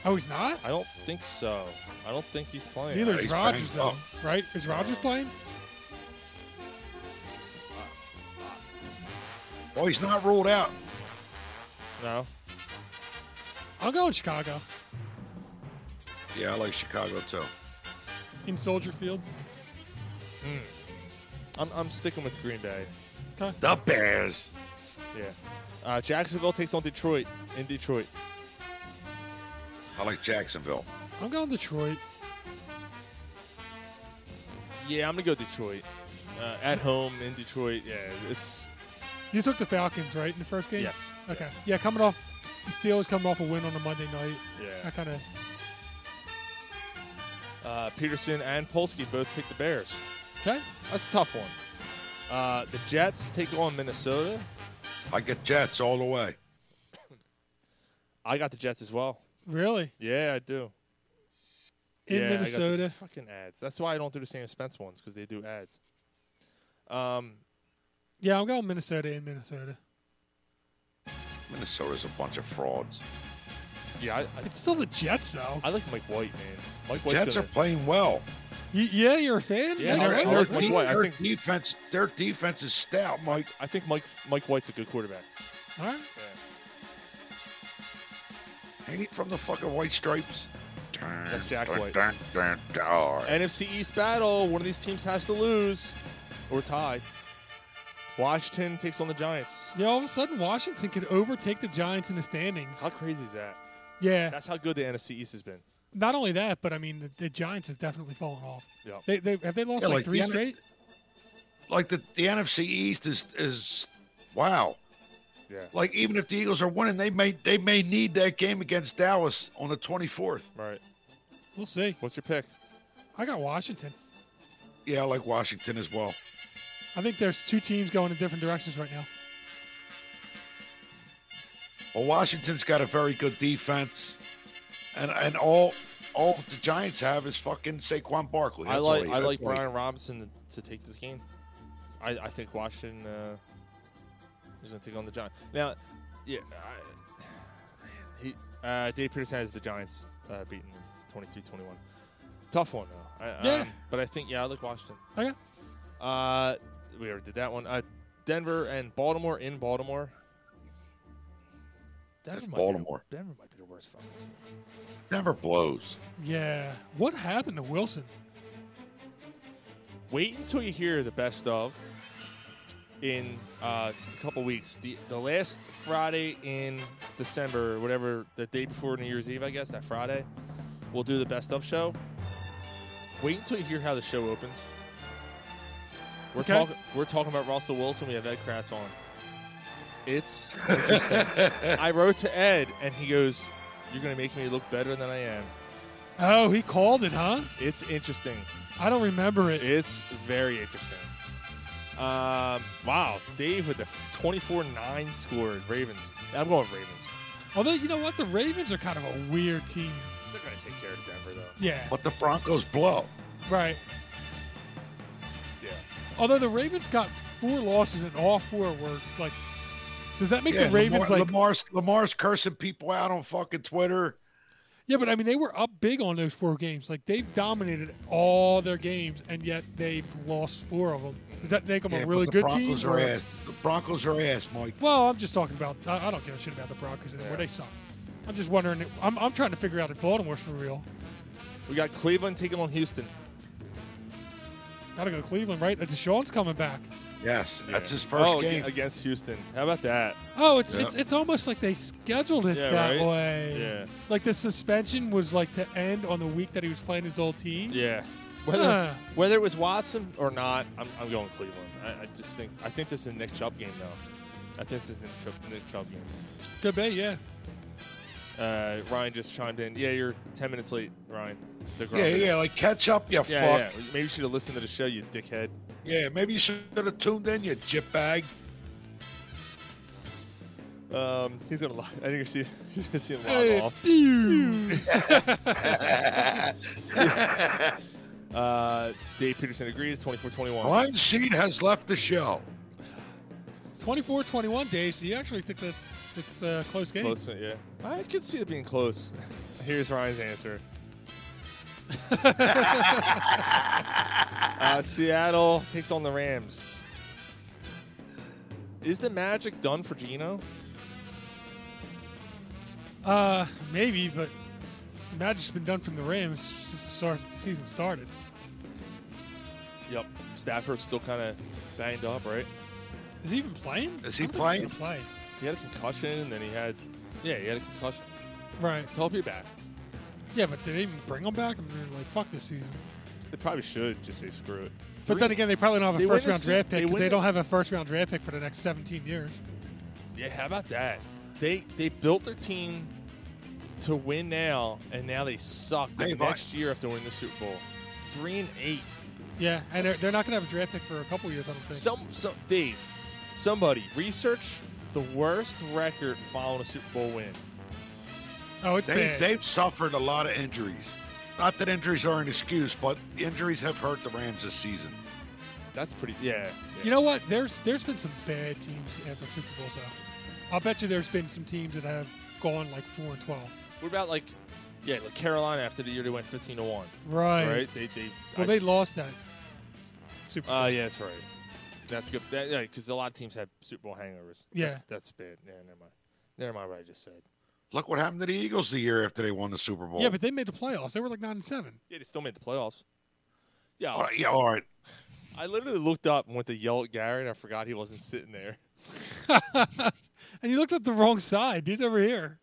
[SPEAKER 7] Oh, he's not.
[SPEAKER 6] I don't think so. I don't think he's playing.
[SPEAKER 7] Neither is
[SPEAKER 4] he's
[SPEAKER 7] Rogers
[SPEAKER 4] banged
[SPEAKER 7] though,
[SPEAKER 4] up.
[SPEAKER 7] right? Is Rogers playing?
[SPEAKER 4] Well, he's not ruled out.
[SPEAKER 6] No.
[SPEAKER 7] I'll go in Chicago
[SPEAKER 4] Yeah, I like Chicago too.
[SPEAKER 7] in Soldier Field.
[SPEAKER 6] I'm, I'm sticking with Green Bay.
[SPEAKER 4] The Bears.
[SPEAKER 6] Yeah. Uh, Jacksonville takes on Detroit in Detroit.
[SPEAKER 4] I like Jacksonville.
[SPEAKER 7] I'm going Detroit.
[SPEAKER 6] Yeah, I'm gonna go Detroit. Uh, at home in Detroit. Yeah, it's
[SPEAKER 7] You took the Falcons right in the first game.
[SPEAKER 6] Yes.
[SPEAKER 7] Okay. Yeah, coming off the Steelers coming off a win on a Monday night.
[SPEAKER 6] Yeah.
[SPEAKER 7] I kind of
[SPEAKER 6] Uh, Peterson and Polsky both picked the Bears.
[SPEAKER 7] okay.
[SPEAKER 6] That's a tough one. Uh, the Jets take on Minnesota.
[SPEAKER 4] I get Jets all the way.
[SPEAKER 6] I got the Jets as well.
[SPEAKER 7] Really
[SPEAKER 6] Yeah, I do.
[SPEAKER 7] in
[SPEAKER 6] Yeah, I got these
[SPEAKER 7] Minnesota.
[SPEAKER 6] fucking ads. That's why I don't do the Sam Spence ones because they do ads. Um,
[SPEAKER 7] Yeah, I'm going Minnesota in Minnesota.
[SPEAKER 4] Minnesota's a bunch of frauds.
[SPEAKER 6] yeah, I, I,
[SPEAKER 7] It's still the Jets though.
[SPEAKER 6] I like Mike White, man. Mike White's
[SPEAKER 4] Jets
[SPEAKER 6] gonna,
[SPEAKER 4] are playing well.
[SPEAKER 7] Y- yeah, you're a fan.
[SPEAKER 6] Yeah,
[SPEAKER 7] All
[SPEAKER 6] they're-
[SPEAKER 7] right.
[SPEAKER 4] I
[SPEAKER 6] they're-
[SPEAKER 4] like
[SPEAKER 6] Mike
[SPEAKER 4] Mike
[SPEAKER 6] White, I
[SPEAKER 4] Their
[SPEAKER 6] think-
[SPEAKER 4] defense, their defense is stout, Mike.
[SPEAKER 6] I think Mike Mike White's a good quarterback.
[SPEAKER 7] All right.
[SPEAKER 6] Yeah.
[SPEAKER 4] Ain't from the fucking white stripes.
[SPEAKER 6] That's Jack White.
[SPEAKER 4] White.
[SPEAKER 6] NFC East battle. One of these teams has to lose or tie. Washington takes on the Giants.
[SPEAKER 7] Yeah, all of a sudden Washington could overtake the Giants in the standings.
[SPEAKER 6] How crazy is that?
[SPEAKER 7] Yeah.
[SPEAKER 6] That's how good the NFC East has been.
[SPEAKER 7] Not only that, but I mean the, the Giants have definitely fallen off.
[SPEAKER 6] Yeah.
[SPEAKER 7] They, they have they lost
[SPEAKER 4] Yeah,
[SPEAKER 7] like,
[SPEAKER 4] like
[SPEAKER 7] three
[SPEAKER 4] the N-
[SPEAKER 7] straight.
[SPEAKER 4] Like the, the NFC East is is wow.
[SPEAKER 6] Yeah.
[SPEAKER 4] Like even if the Eagles are winning, they may they may need that game against Dallas on the twenty fourth.
[SPEAKER 6] Right.
[SPEAKER 7] We'll see.
[SPEAKER 6] What's your pick?
[SPEAKER 7] I got Washington.
[SPEAKER 4] Yeah, I like Washington as well.
[SPEAKER 7] I think there's two teams going in different directions right now.
[SPEAKER 4] Well, Washington's got a very good defense, and and all all the Giants have is fucking Saquon Barkley.
[SPEAKER 6] I
[SPEAKER 4] That's all
[SPEAKER 6] like
[SPEAKER 4] he-
[SPEAKER 6] I
[SPEAKER 4] that's
[SPEAKER 6] like
[SPEAKER 4] all he-
[SPEAKER 6] Brian Robinson to, to take this game. I, I think Washington uh, is going to take on the Giants. Now, yeah, I, he, uh, Dave Peterson has the Giants uh, beaten 23-21. Tough one though. I,
[SPEAKER 7] Yeah.
[SPEAKER 6] um, but I think yeah, I like Washington.
[SPEAKER 7] Okay.
[SPEAKER 6] Uh, we already did that one. Uh, Denver and Baltimore in Baltimore. Denver
[SPEAKER 4] That's
[SPEAKER 6] might be the-
[SPEAKER 4] Baltimore.
[SPEAKER 6] Denver might be the worst fucking team.
[SPEAKER 4] Denver blows.
[SPEAKER 7] Yeah. What happened to Wilson?
[SPEAKER 6] wait until you hear the best of in uh, a couple weeks. The, the last Friday in December, whatever, the day before New Year's Eve, I guess, that Friday, we'll do the best of show. Wait until you hear how the show opens. We're,
[SPEAKER 7] Okay.
[SPEAKER 6] talking. we're talking about Russell Wilson. We have Ed Kratz on. It's interesting. I wrote to Ed, and he goes, You're going to make me look better than I am.
[SPEAKER 7] Oh, he called it, huh?
[SPEAKER 6] It's interesting.
[SPEAKER 7] I don't remember it.
[SPEAKER 6] It's very interesting. Um, wow, Dave with the 24-9 score. Ravens. I'm going Ravens.
[SPEAKER 7] Although you know what, the Ravens are kind of a weird team.
[SPEAKER 6] They're going to take care of Denver, though.
[SPEAKER 7] Yeah.
[SPEAKER 4] But the Broncos blow.
[SPEAKER 7] Right.
[SPEAKER 6] Yeah.
[SPEAKER 7] Although the Ravens got four losses and all four were like. Does that make
[SPEAKER 4] Yeah,
[SPEAKER 7] the Ravens
[SPEAKER 4] Lamar,
[SPEAKER 7] like?
[SPEAKER 4] Lamar's Lamar's cursing people out on fucking Twitter.
[SPEAKER 7] Yeah, but I mean they were up big on those four games. Like they've dominated all their games, and yet they've lost four of them. Does that make them
[SPEAKER 4] Yeah,
[SPEAKER 7] a
[SPEAKER 4] but
[SPEAKER 7] really
[SPEAKER 4] the
[SPEAKER 7] good
[SPEAKER 4] Broncos
[SPEAKER 7] team?
[SPEAKER 4] Are
[SPEAKER 7] or-
[SPEAKER 4] ass. The Broncos are ass, Mike.
[SPEAKER 7] Well, I'm just talking about. I, I don't give a shit about the Broncos anymore.
[SPEAKER 6] Yeah.
[SPEAKER 7] They suck. I'm just wondering. I'm, I'm trying to figure out if Baltimore's for real.
[SPEAKER 6] We got Cleveland taking on Houston.
[SPEAKER 7] Gotta go Cleveland, right? Uh, Deshaun's coming back.
[SPEAKER 4] Yes, that's his first
[SPEAKER 6] oh, ag-
[SPEAKER 4] game.
[SPEAKER 6] against Houston. How about that?
[SPEAKER 7] Oh, it's
[SPEAKER 4] Yeah.
[SPEAKER 7] it's it's almost like they scheduled it
[SPEAKER 6] Yeah,
[SPEAKER 7] that
[SPEAKER 6] right?
[SPEAKER 7] way.
[SPEAKER 6] Yeah.
[SPEAKER 7] Like the suspension was like to end on the week that he was playing his old team.
[SPEAKER 6] Yeah. Whether [sighs]
[SPEAKER 7] Huh.
[SPEAKER 6] whether it was Watson or not, I'm, I'm going Cleveland. I, I just think I think this is a Nick Chubb game though. I think it's a Nick Chubb, Nick Chubb game.
[SPEAKER 7] Could be, yeah.
[SPEAKER 6] Uh, Ryan just chimed in. Yeah, you're ten minutes late, Ryan. The
[SPEAKER 4] Yeah,
[SPEAKER 6] Grumpy.
[SPEAKER 4] yeah, like catch up, you
[SPEAKER 6] yeah, yeah.
[SPEAKER 4] fuck.
[SPEAKER 6] Maybe you should have listened to the show, you dickhead.
[SPEAKER 4] Yeah. maybe you should have tuned in, you jip bag.
[SPEAKER 6] Um, he's gonna. Lie. I think you're see, [laughs] you're gonna see him log off. [laughs] Uh, Dave Peterson agrees. 24-21.
[SPEAKER 4] Line Sheet has left the show.
[SPEAKER 7] 24-21, Dave, so you actually think that it's a close game.
[SPEAKER 6] Close, yeah. I could see it being close. Here's Ryan's [laughs] answer. uh, Seattle takes on the Rams. Is the magic done for Geno?
[SPEAKER 7] Uh, maybe, but Magic's been done from the Rams since the start- season started.
[SPEAKER 6] Yep. Stafford's still kind of banged up, right?
[SPEAKER 7] Is he even playing?
[SPEAKER 4] Is he
[SPEAKER 7] I don't think
[SPEAKER 4] playing?
[SPEAKER 7] he's gonna
[SPEAKER 6] He had a concussion, and then he had, yeah, he had a concussion.
[SPEAKER 7] play. Right.
[SPEAKER 6] So he'll be back.
[SPEAKER 7] Yeah, but did they even bring him back? I mean, they're like, fuck this season.
[SPEAKER 6] They probably should just say screw it.
[SPEAKER 7] But then again, they probably don't have
[SPEAKER 6] They
[SPEAKER 7] a
[SPEAKER 6] win
[SPEAKER 7] first round
[SPEAKER 6] the se-
[SPEAKER 7] draft
[SPEAKER 6] they
[SPEAKER 7] pick because
[SPEAKER 6] win
[SPEAKER 7] they,
[SPEAKER 6] the-
[SPEAKER 7] don't have a first round draft pick for the next 17 years.
[SPEAKER 6] Yeah, how about that? They they built their team to win now, and now they suck. The
[SPEAKER 4] Hey, bye.
[SPEAKER 6] next year after winning the Super Bowl, three and eight.
[SPEAKER 7] Yeah, and they're, they're not going to have a draft pick for a couple years, I don't think.
[SPEAKER 6] Some some Dave, somebody research the worst record following a Super Bowl win.
[SPEAKER 7] oh, it's
[SPEAKER 4] They,
[SPEAKER 7] bad.
[SPEAKER 4] they've suffered a lot of injuries. Not that injuries are an excuse, but injuries have hurt the Rams this season.
[SPEAKER 6] That's pretty. Yeah.
[SPEAKER 7] you know what? There's there's been some bad teams at some Super Bowls though. I'll bet you there's been some teams that have gone like four and twelve.
[SPEAKER 6] What about like, yeah, like Carolina after the year they went fifteen to one.
[SPEAKER 7] Right.
[SPEAKER 6] Right. They they.
[SPEAKER 7] Well,
[SPEAKER 6] I-
[SPEAKER 7] they lost that s- Super Bowl.
[SPEAKER 6] Uh, yeah, that's right. That's good. That, yeah, because a lot of teams have Super Bowl hangovers.
[SPEAKER 7] Yeah.
[SPEAKER 6] That's, that's bad. Yeah, never mind. Never mind what I just said.
[SPEAKER 4] Look what happened to the Eagles the year after they won the Super Bowl.
[SPEAKER 7] yeah, but they made the playoffs. They were like nine and seven.
[SPEAKER 6] Yeah, they still made the playoffs. Yeah,
[SPEAKER 4] all right, Oh, yeah, all right.
[SPEAKER 6] I literally looked up and went to yell at Gary, and I forgot he wasn't sitting there.
[SPEAKER 7] And you looked at the wrong side. Dude's over here.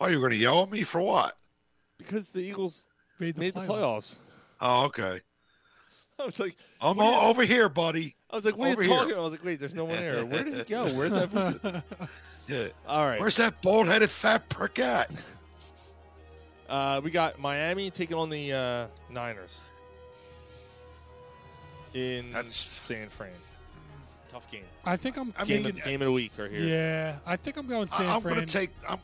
[SPEAKER 4] Oh, you're going to yell at me for what?
[SPEAKER 6] Because the Eagles
[SPEAKER 7] Made the
[SPEAKER 6] made
[SPEAKER 7] playoffs.
[SPEAKER 6] the playoffs. [laughs]
[SPEAKER 4] Oh, okay.
[SPEAKER 6] I was like,
[SPEAKER 7] Oh,
[SPEAKER 4] I'm
[SPEAKER 6] What?
[SPEAKER 4] o- over here, buddy.
[SPEAKER 6] I was like, what
[SPEAKER 4] Over
[SPEAKER 6] are you
[SPEAKER 4] here.
[SPEAKER 6] talking? about? I was like, wait, there's no one there. Where did he go?
[SPEAKER 4] [laughs]
[SPEAKER 6] Where's that?
[SPEAKER 4] Yeah.
[SPEAKER 6] All right,
[SPEAKER 4] Where's that bald headed fat prick at?
[SPEAKER 6] uh, we got Miami taking on the uh, Niners in
[SPEAKER 4] That's-
[SPEAKER 6] San Fran. Tough game.
[SPEAKER 7] I think I'm
[SPEAKER 4] I
[SPEAKER 6] Game,
[SPEAKER 7] thinking.
[SPEAKER 4] mean,
[SPEAKER 6] of, game of the week right here.
[SPEAKER 7] yeah, I think I'm going San
[SPEAKER 4] I, am
[SPEAKER 7] Fran.
[SPEAKER 4] going to take. I'm,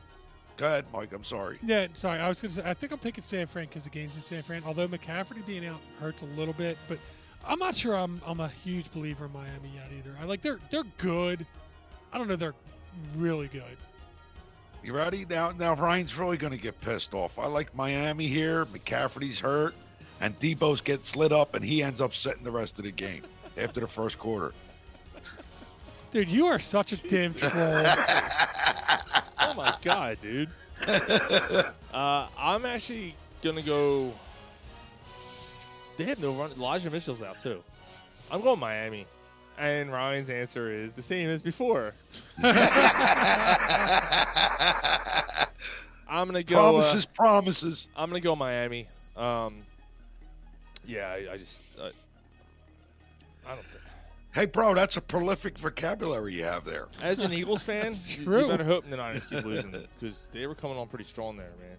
[SPEAKER 4] go ahead, Mike. I'm sorry.
[SPEAKER 7] Yeah, sorry. I was going to say, I think I'm taking San Fran because the game's in San Fran. Although McCafferty being out hurts a little bit, but I'm not sure I'm I'm a huge believer in Miami yet either. I like they're they're good. I don't know they're really good.
[SPEAKER 4] You ready? Now, now Ryan's really going to get pissed off. I like Miami here. McCafferty's hurt, and Debo's gets lit up, and he ends up setting the rest of the game after the first
[SPEAKER 6] [laughs]
[SPEAKER 4] quarter.
[SPEAKER 7] Dude, you are such a
[SPEAKER 6] [laughs]
[SPEAKER 7] damn troll.
[SPEAKER 6] Oh my god, dude. uh, I'm actually gonna go. They have no run. Elijah Mitchell's out too. I'm going Miami, and Ryan's answer is the same as before. I'm gonna go. uh,
[SPEAKER 4] promises, promises.
[SPEAKER 6] I'm gonna go Miami. Um, yeah, I, I just uh, I don't. Th-
[SPEAKER 4] Hey, bro, that's a prolific vocabulary you have there.
[SPEAKER 6] As
[SPEAKER 7] [laughs]
[SPEAKER 6] an Eagles fan, you- you
[SPEAKER 7] true.
[SPEAKER 6] better hope the Niners keep losing because they were coming on pretty strong there, man.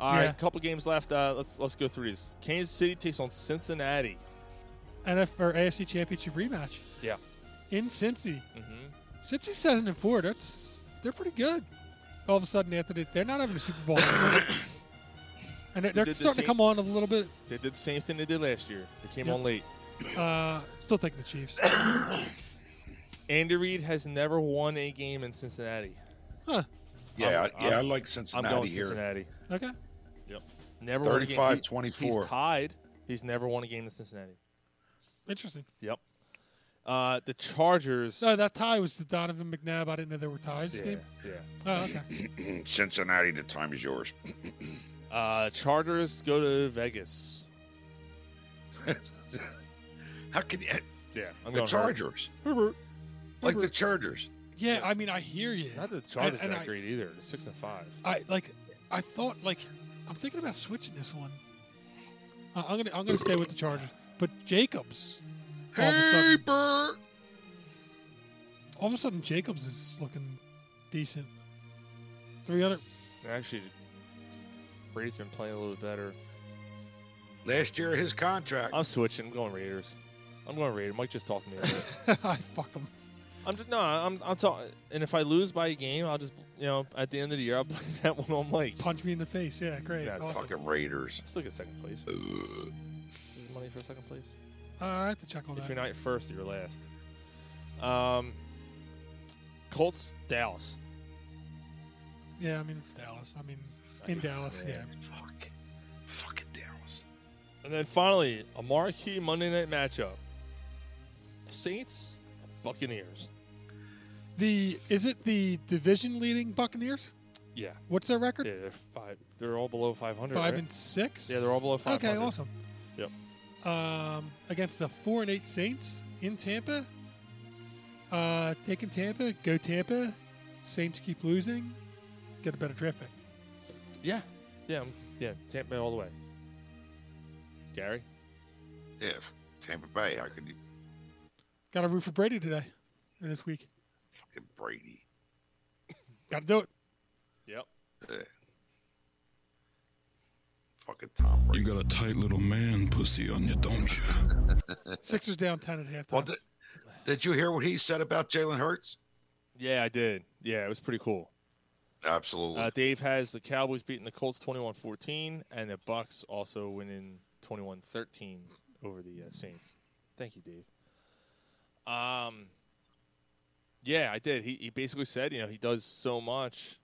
[SPEAKER 6] All right,
[SPEAKER 7] Yeah.
[SPEAKER 6] couple games left. Uh, let's let's go through these. Kansas City takes on Cincinnati.
[SPEAKER 7] NF or AFC Championship rematch
[SPEAKER 6] Yeah,
[SPEAKER 7] in Cincy.
[SPEAKER 6] Mm-hmm.
[SPEAKER 7] Cincy seven and four. That's they're pretty good. All of a sudden, after they, they're not having a Super Bowl,
[SPEAKER 6] [coughs]
[SPEAKER 7] and they're,
[SPEAKER 6] Did
[SPEAKER 7] they're
[SPEAKER 6] the
[SPEAKER 7] starting
[SPEAKER 6] same-
[SPEAKER 7] to come on a little bit.
[SPEAKER 6] they did the same thing they did last year. They came
[SPEAKER 7] Yeah.
[SPEAKER 6] on late.
[SPEAKER 7] Uh, still taking
[SPEAKER 6] [laughs]
[SPEAKER 7] the Chiefs.
[SPEAKER 6] Andy Reid has never won a game in Cincinnati.
[SPEAKER 4] Yeah,
[SPEAKER 6] I'm-
[SPEAKER 4] I- yeah, i
[SPEAKER 6] I'm-
[SPEAKER 4] like Cincinnati
[SPEAKER 6] I'm going
[SPEAKER 4] here.
[SPEAKER 6] Cincinnati.
[SPEAKER 7] Okay.
[SPEAKER 6] Yep, never won a game. He-
[SPEAKER 4] 35-24.
[SPEAKER 6] He's tied. He's never won a game in Cincinnati.
[SPEAKER 7] Interesting.
[SPEAKER 6] Yep. Uh, the Chargers.
[SPEAKER 7] No, that tie was to Donovan McNabb. I didn't know there were ties this
[SPEAKER 6] yeah,
[SPEAKER 7] game.
[SPEAKER 6] yeah.
[SPEAKER 7] Oh, okay.
[SPEAKER 4] Cincinnati, the time is yours.
[SPEAKER 6] Uh, Uh, Chargers go to Vegas.
[SPEAKER 4] [laughs] How can you,
[SPEAKER 6] Yeah, I'm
[SPEAKER 4] the
[SPEAKER 6] going
[SPEAKER 4] Chargers? Like the Chargers.
[SPEAKER 7] Yeah, I mean, I hear you.
[SPEAKER 6] Not the Chargers
[SPEAKER 7] And- and
[SPEAKER 6] that
[SPEAKER 7] I-
[SPEAKER 6] great either. They're Six and five.
[SPEAKER 7] I like. I thought like I'm thinking about switching this one. I I'm gonna I'm gonna stay with the Chargers, but Jacobs. All of a
[SPEAKER 4] Hey,
[SPEAKER 7] sudden,
[SPEAKER 4] Bert.
[SPEAKER 7] all of a sudden Jacobs is looking decent. Three hundred.
[SPEAKER 6] Actually, Brady's been playing a little better.
[SPEAKER 4] Last year, his contract.
[SPEAKER 6] I'm switching. I'm going Raiders. I'm going Raiders. Mike just talked [laughs] to me. About it.
[SPEAKER 7] [laughs] I fucked them.
[SPEAKER 6] I'm just, no. I'm I'm talking. And if I lose by a game, I'll just you know at the end of the year I'll [laughs] play that one on Mike.
[SPEAKER 7] Punch me in the face. Yeah, great.
[SPEAKER 6] That's
[SPEAKER 7] awesome.
[SPEAKER 4] Fucking Raiders.
[SPEAKER 6] Let's look at second place.
[SPEAKER 4] Ugh.
[SPEAKER 6] Is money for second place?
[SPEAKER 7] Uh, I have to check on
[SPEAKER 6] If
[SPEAKER 7] that.
[SPEAKER 6] you're not first, you're last. Um, Colts Dallas.
[SPEAKER 7] yeah, I mean it's Dallas. I mean in Dallas. Yeah.
[SPEAKER 4] Fuck. Fucking Dallas.
[SPEAKER 6] And then finally, a marquee Monday night matchup. Saints, Buccaneers.
[SPEAKER 7] The is it the division leading Buccaneers?
[SPEAKER 6] Yeah.
[SPEAKER 7] What's their record?
[SPEAKER 6] Yeah, they're five they're all below five hundred.
[SPEAKER 7] Five
[SPEAKER 6] right?
[SPEAKER 7] and six.
[SPEAKER 6] Yeah, they're all below
[SPEAKER 7] Okay,
[SPEAKER 6] 500.
[SPEAKER 7] awesome.
[SPEAKER 6] Yep.
[SPEAKER 7] Um, against the four and eight Saints in Tampa. Uh, taking Tampa, go Tampa. Saints keep losing, get a better draft pick.
[SPEAKER 6] Yeah. Yeah. I'm- Yeah. Tampa Bay all the way. Gary?
[SPEAKER 4] Yeah, Tampa Bay. How could you
[SPEAKER 7] Got to root for Brady today or this week.
[SPEAKER 4] fucking Brady?
[SPEAKER 7] Got to do it.
[SPEAKER 6] Yep.
[SPEAKER 4] Yeah. Fucking Tom Brady.
[SPEAKER 10] You got a tight little man pussy on you, don't you?
[SPEAKER 7] Sixers down ten at halftime.
[SPEAKER 4] Well, did, did you hear what he said about Jalen Hurts?
[SPEAKER 6] Yeah, I did. Yeah, it was pretty cool.
[SPEAKER 4] Absolutely.
[SPEAKER 6] Uh, Dave has the Cowboys beating the Colts 21-14 and the Bucks also winning 21-13 over the uh, Saints. Thank you, Dave. Um Yeah, I did. He he basically said, you know, he does so much.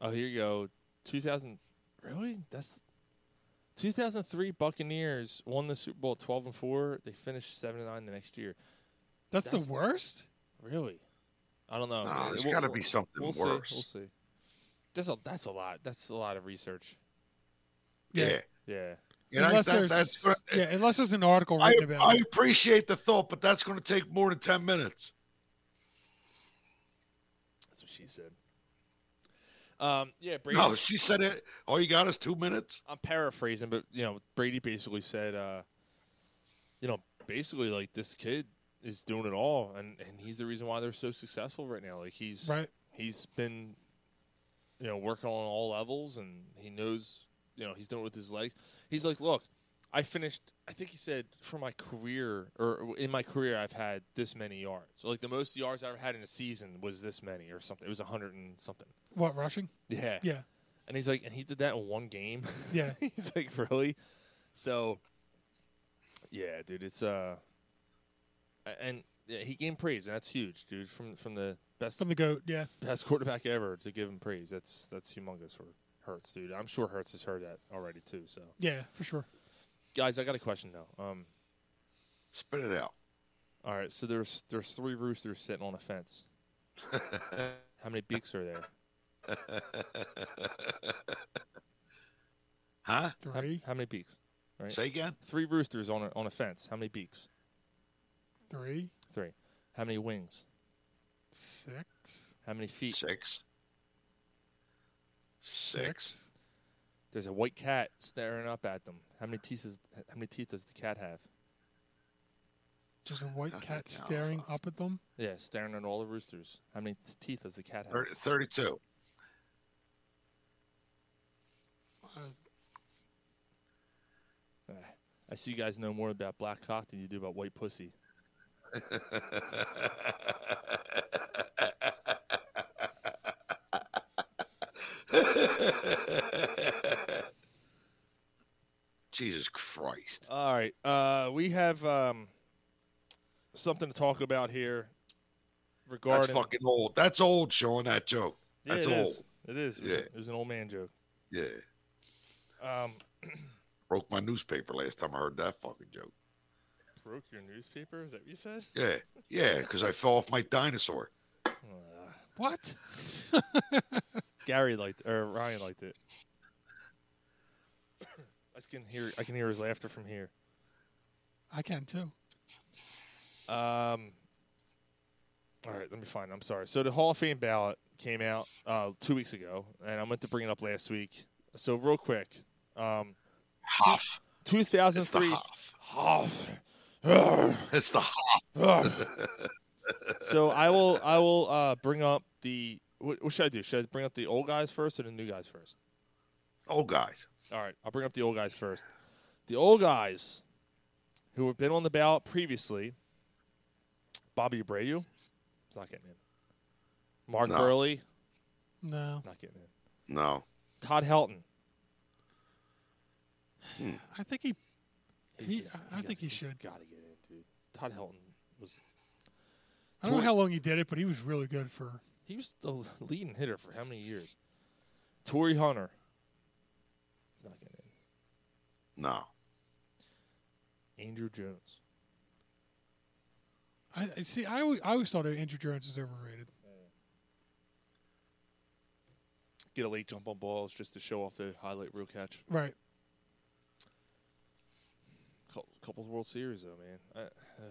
[SPEAKER 6] Oh, here you go. 2000 Really? That's 2003 Buccaneers won the Super Bowl 12 and 4. They finished 7 and 9 the next year.
[SPEAKER 7] that's,
[SPEAKER 6] that's-
[SPEAKER 7] the worst.
[SPEAKER 6] Really? I don't know.
[SPEAKER 4] Nah,
[SPEAKER 6] Uh,
[SPEAKER 4] there's
[SPEAKER 6] we'll-
[SPEAKER 4] gotta
[SPEAKER 6] we'll-
[SPEAKER 4] be something
[SPEAKER 6] we'll
[SPEAKER 4] worse.
[SPEAKER 6] See, we'll see. That's a that's a lot. That's a lot of research.
[SPEAKER 4] yeah.
[SPEAKER 6] Yeah.
[SPEAKER 4] You know,
[SPEAKER 7] unless
[SPEAKER 4] that-
[SPEAKER 7] there's
[SPEAKER 4] that's gonna-
[SPEAKER 7] yeah, unless there's an article
[SPEAKER 4] I,
[SPEAKER 7] written about
[SPEAKER 4] I
[SPEAKER 7] it.
[SPEAKER 4] appreciate the thought, but that's going to take more than 10 minutes.
[SPEAKER 6] That's what she said. Um, yeah, Brady.
[SPEAKER 4] No, she said it. All you got is two minutes?
[SPEAKER 6] I'm paraphrasing, but you know, Brady basically said, uh, you know, basically like this kid is doing it all, and and he's the reason why they're so successful right now. Like he's
[SPEAKER 7] Right.
[SPEAKER 6] he's been, you know, working on all levels, and he knows, you know, he's doing it with his legs. He's like, look, I finished. I think he said for my career or in my career, I've had this many yards. So, like the most yards I ever had in a season was this many or something. It was a hundred and something.
[SPEAKER 7] What rushing?
[SPEAKER 6] Yeah.
[SPEAKER 7] Yeah,
[SPEAKER 6] And he's like, and he did that in one game. [laughs]
[SPEAKER 7] Yeah.
[SPEAKER 6] he's like, really? So, yeah, dude, it's uh, a- and yeah, he gained praise, and that's huge, dude. From from the best
[SPEAKER 7] from the goat. Yeah,
[SPEAKER 6] best quarterback ever to give him praise. That's that's humongous for Hurts, dude. I'm sure Hurts has heard that already too. So,
[SPEAKER 7] yeah, for sure.
[SPEAKER 6] guys, I got a question now. Um,
[SPEAKER 4] Spit it out.
[SPEAKER 6] all right, so there's there's three roosters sitting on a fence. How many beaks are there?
[SPEAKER 4] Huh?
[SPEAKER 6] How,
[SPEAKER 7] Three,
[SPEAKER 6] how many beaks? Right.
[SPEAKER 4] Say again?
[SPEAKER 6] Three roosters on a on a fence. How many beaks?
[SPEAKER 7] three,
[SPEAKER 6] Three. How many wings?
[SPEAKER 7] six,
[SPEAKER 6] How many feet?
[SPEAKER 4] Six. Six.
[SPEAKER 7] six.
[SPEAKER 6] There's a white cat staring up at them. How many teeth is, how many teeth does the cat have?
[SPEAKER 7] There's a white
[SPEAKER 4] Fucking
[SPEAKER 7] cat
[SPEAKER 4] hell,
[SPEAKER 7] staring
[SPEAKER 4] fuck.
[SPEAKER 7] up at them.
[SPEAKER 6] Yeah, staring at all the roosters. How many t- teeth does the cat have?
[SPEAKER 4] Thir- 32.
[SPEAKER 6] I see you guys know more about black cock than you do about white pussy.
[SPEAKER 4] Jesus Christ.
[SPEAKER 6] All right, uh, we have um, something to talk about here regarding.
[SPEAKER 4] That's fucking old. That's old, Sean, that joke.
[SPEAKER 6] Yeah,
[SPEAKER 4] That's
[SPEAKER 6] it
[SPEAKER 4] old.
[SPEAKER 6] is. It is. It was,
[SPEAKER 4] Yeah.
[SPEAKER 6] it was an old man joke.
[SPEAKER 4] Yeah.
[SPEAKER 7] [clears throat]
[SPEAKER 6] Um,
[SPEAKER 4] Broke my newspaper last time I heard that fucking joke.
[SPEAKER 6] broke your newspaper? Is that what you said?
[SPEAKER 4] Yeah. Yeah, because I fell off my dinosaur. [laughs]
[SPEAKER 7] What?
[SPEAKER 6] Gary liked or Ryan liked it. [coughs] I can hear I can hear his laughter from here.
[SPEAKER 7] I can too.
[SPEAKER 6] Um, all right, let me find. I'm sorry. So the Hall of Fame ballot came out uh, two weeks ago, and I meant to bring it up last week. So real quick, um,
[SPEAKER 4] Hoff.
[SPEAKER 6] 2003. Hoff.
[SPEAKER 4] It's the Hoff.
[SPEAKER 6] [sighs] so I will I will uh, bring up the what, what should I do? Should I bring up the old guys first or the new guys first?
[SPEAKER 4] Old Oh, guys.
[SPEAKER 6] All right, I'll bring up the old guys first. The old guys who have been on the ballot previously: Bobby Abreu, it's not getting in. Mark
[SPEAKER 4] No.
[SPEAKER 6] Burley,
[SPEAKER 7] No,
[SPEAKER 6] not getting in.
[SPEAKER 4] No.
[SPEAKER 6] Todd Helton,
[SPEAKER 7] I think he. He,
[SPEAKER 6] does-
[SPEAKER 7] I, I
[SPEAKER 6] does-
[SPEAKER 7] think he
[SPEAKER 6] he's
[SPEAKER 7] should.
[SPEAKER 6] Gotta get in, dude. Todd Helton was
[SPEAKER 7] I don't know
[SPEAKER 6] Tori-
[SPEAKER 7] how long he did it, but he was really good for.
[SPEAKER 6] he was the [laughs] leading hitter for how many years? Tory Hunter, he's not getting in.
[SPEAKER 4] No.
[SPEAKER 6] Andrew Jones.
[SPEAKER 7] I I- see. I always, I always thought Andrew Jones was overrated.
[SPEAKER 6] get a late jump on balls just to show off the highlight reel catch.
[SPEAKER 7] Right.
[SPEAKER 6] Cou- Couple of World Series though, man. I, uh,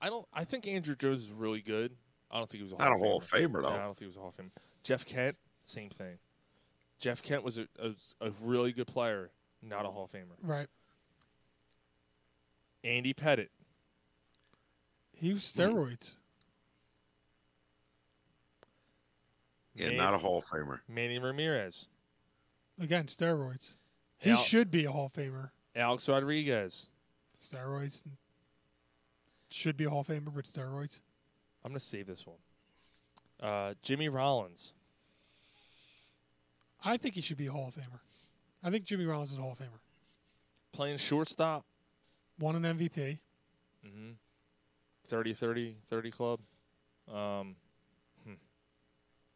[SPEAKER 6] I don't. I think Andrew Jones is really good. I don't think he was a
[SPEAKER 4] Not a Hall of Famer, though.
[SPEAKER 6] No, I don't think he was a Hall of Famer. Jeff Kent, same thing. Jeff Kent was a, a, a really good player, not a Hall of Famer.
[SPEAKER 7] Right.
[SPEAKER 6] Andy Pettit,
[SPEAKER 7] He was steroids.
[SPEAKER 4] Yeah,
[SPEAKER 6] Man-
[SPEAKER 4] not a Hall of Famer.
[SPEAKER 6] Manny Ramirez,
[SPEAKER 7] Again, steroids. He
[SPEAKER 6] Al-
[SPEAKER 7] should be a Hall of Famer.
[SPEAKER 6] Alex Rodriguez.
[SPEAKER 7] Steroids. and- Should be a Hall of Famer, but steroids.
[SPEAKER 6] I'm gonna save this one. Uh, Jimmy Rollins.
[SPEAKER 7] I think he should be a Hall of Famer. I think Jimmy Rollins is a Hall of Famer.
[SPEAKER 6] playing shortstop
[SPEAKER 7] Won an MVP.
[SPEAKER 6] 30 30 30 club um
[SPEAKER 7] A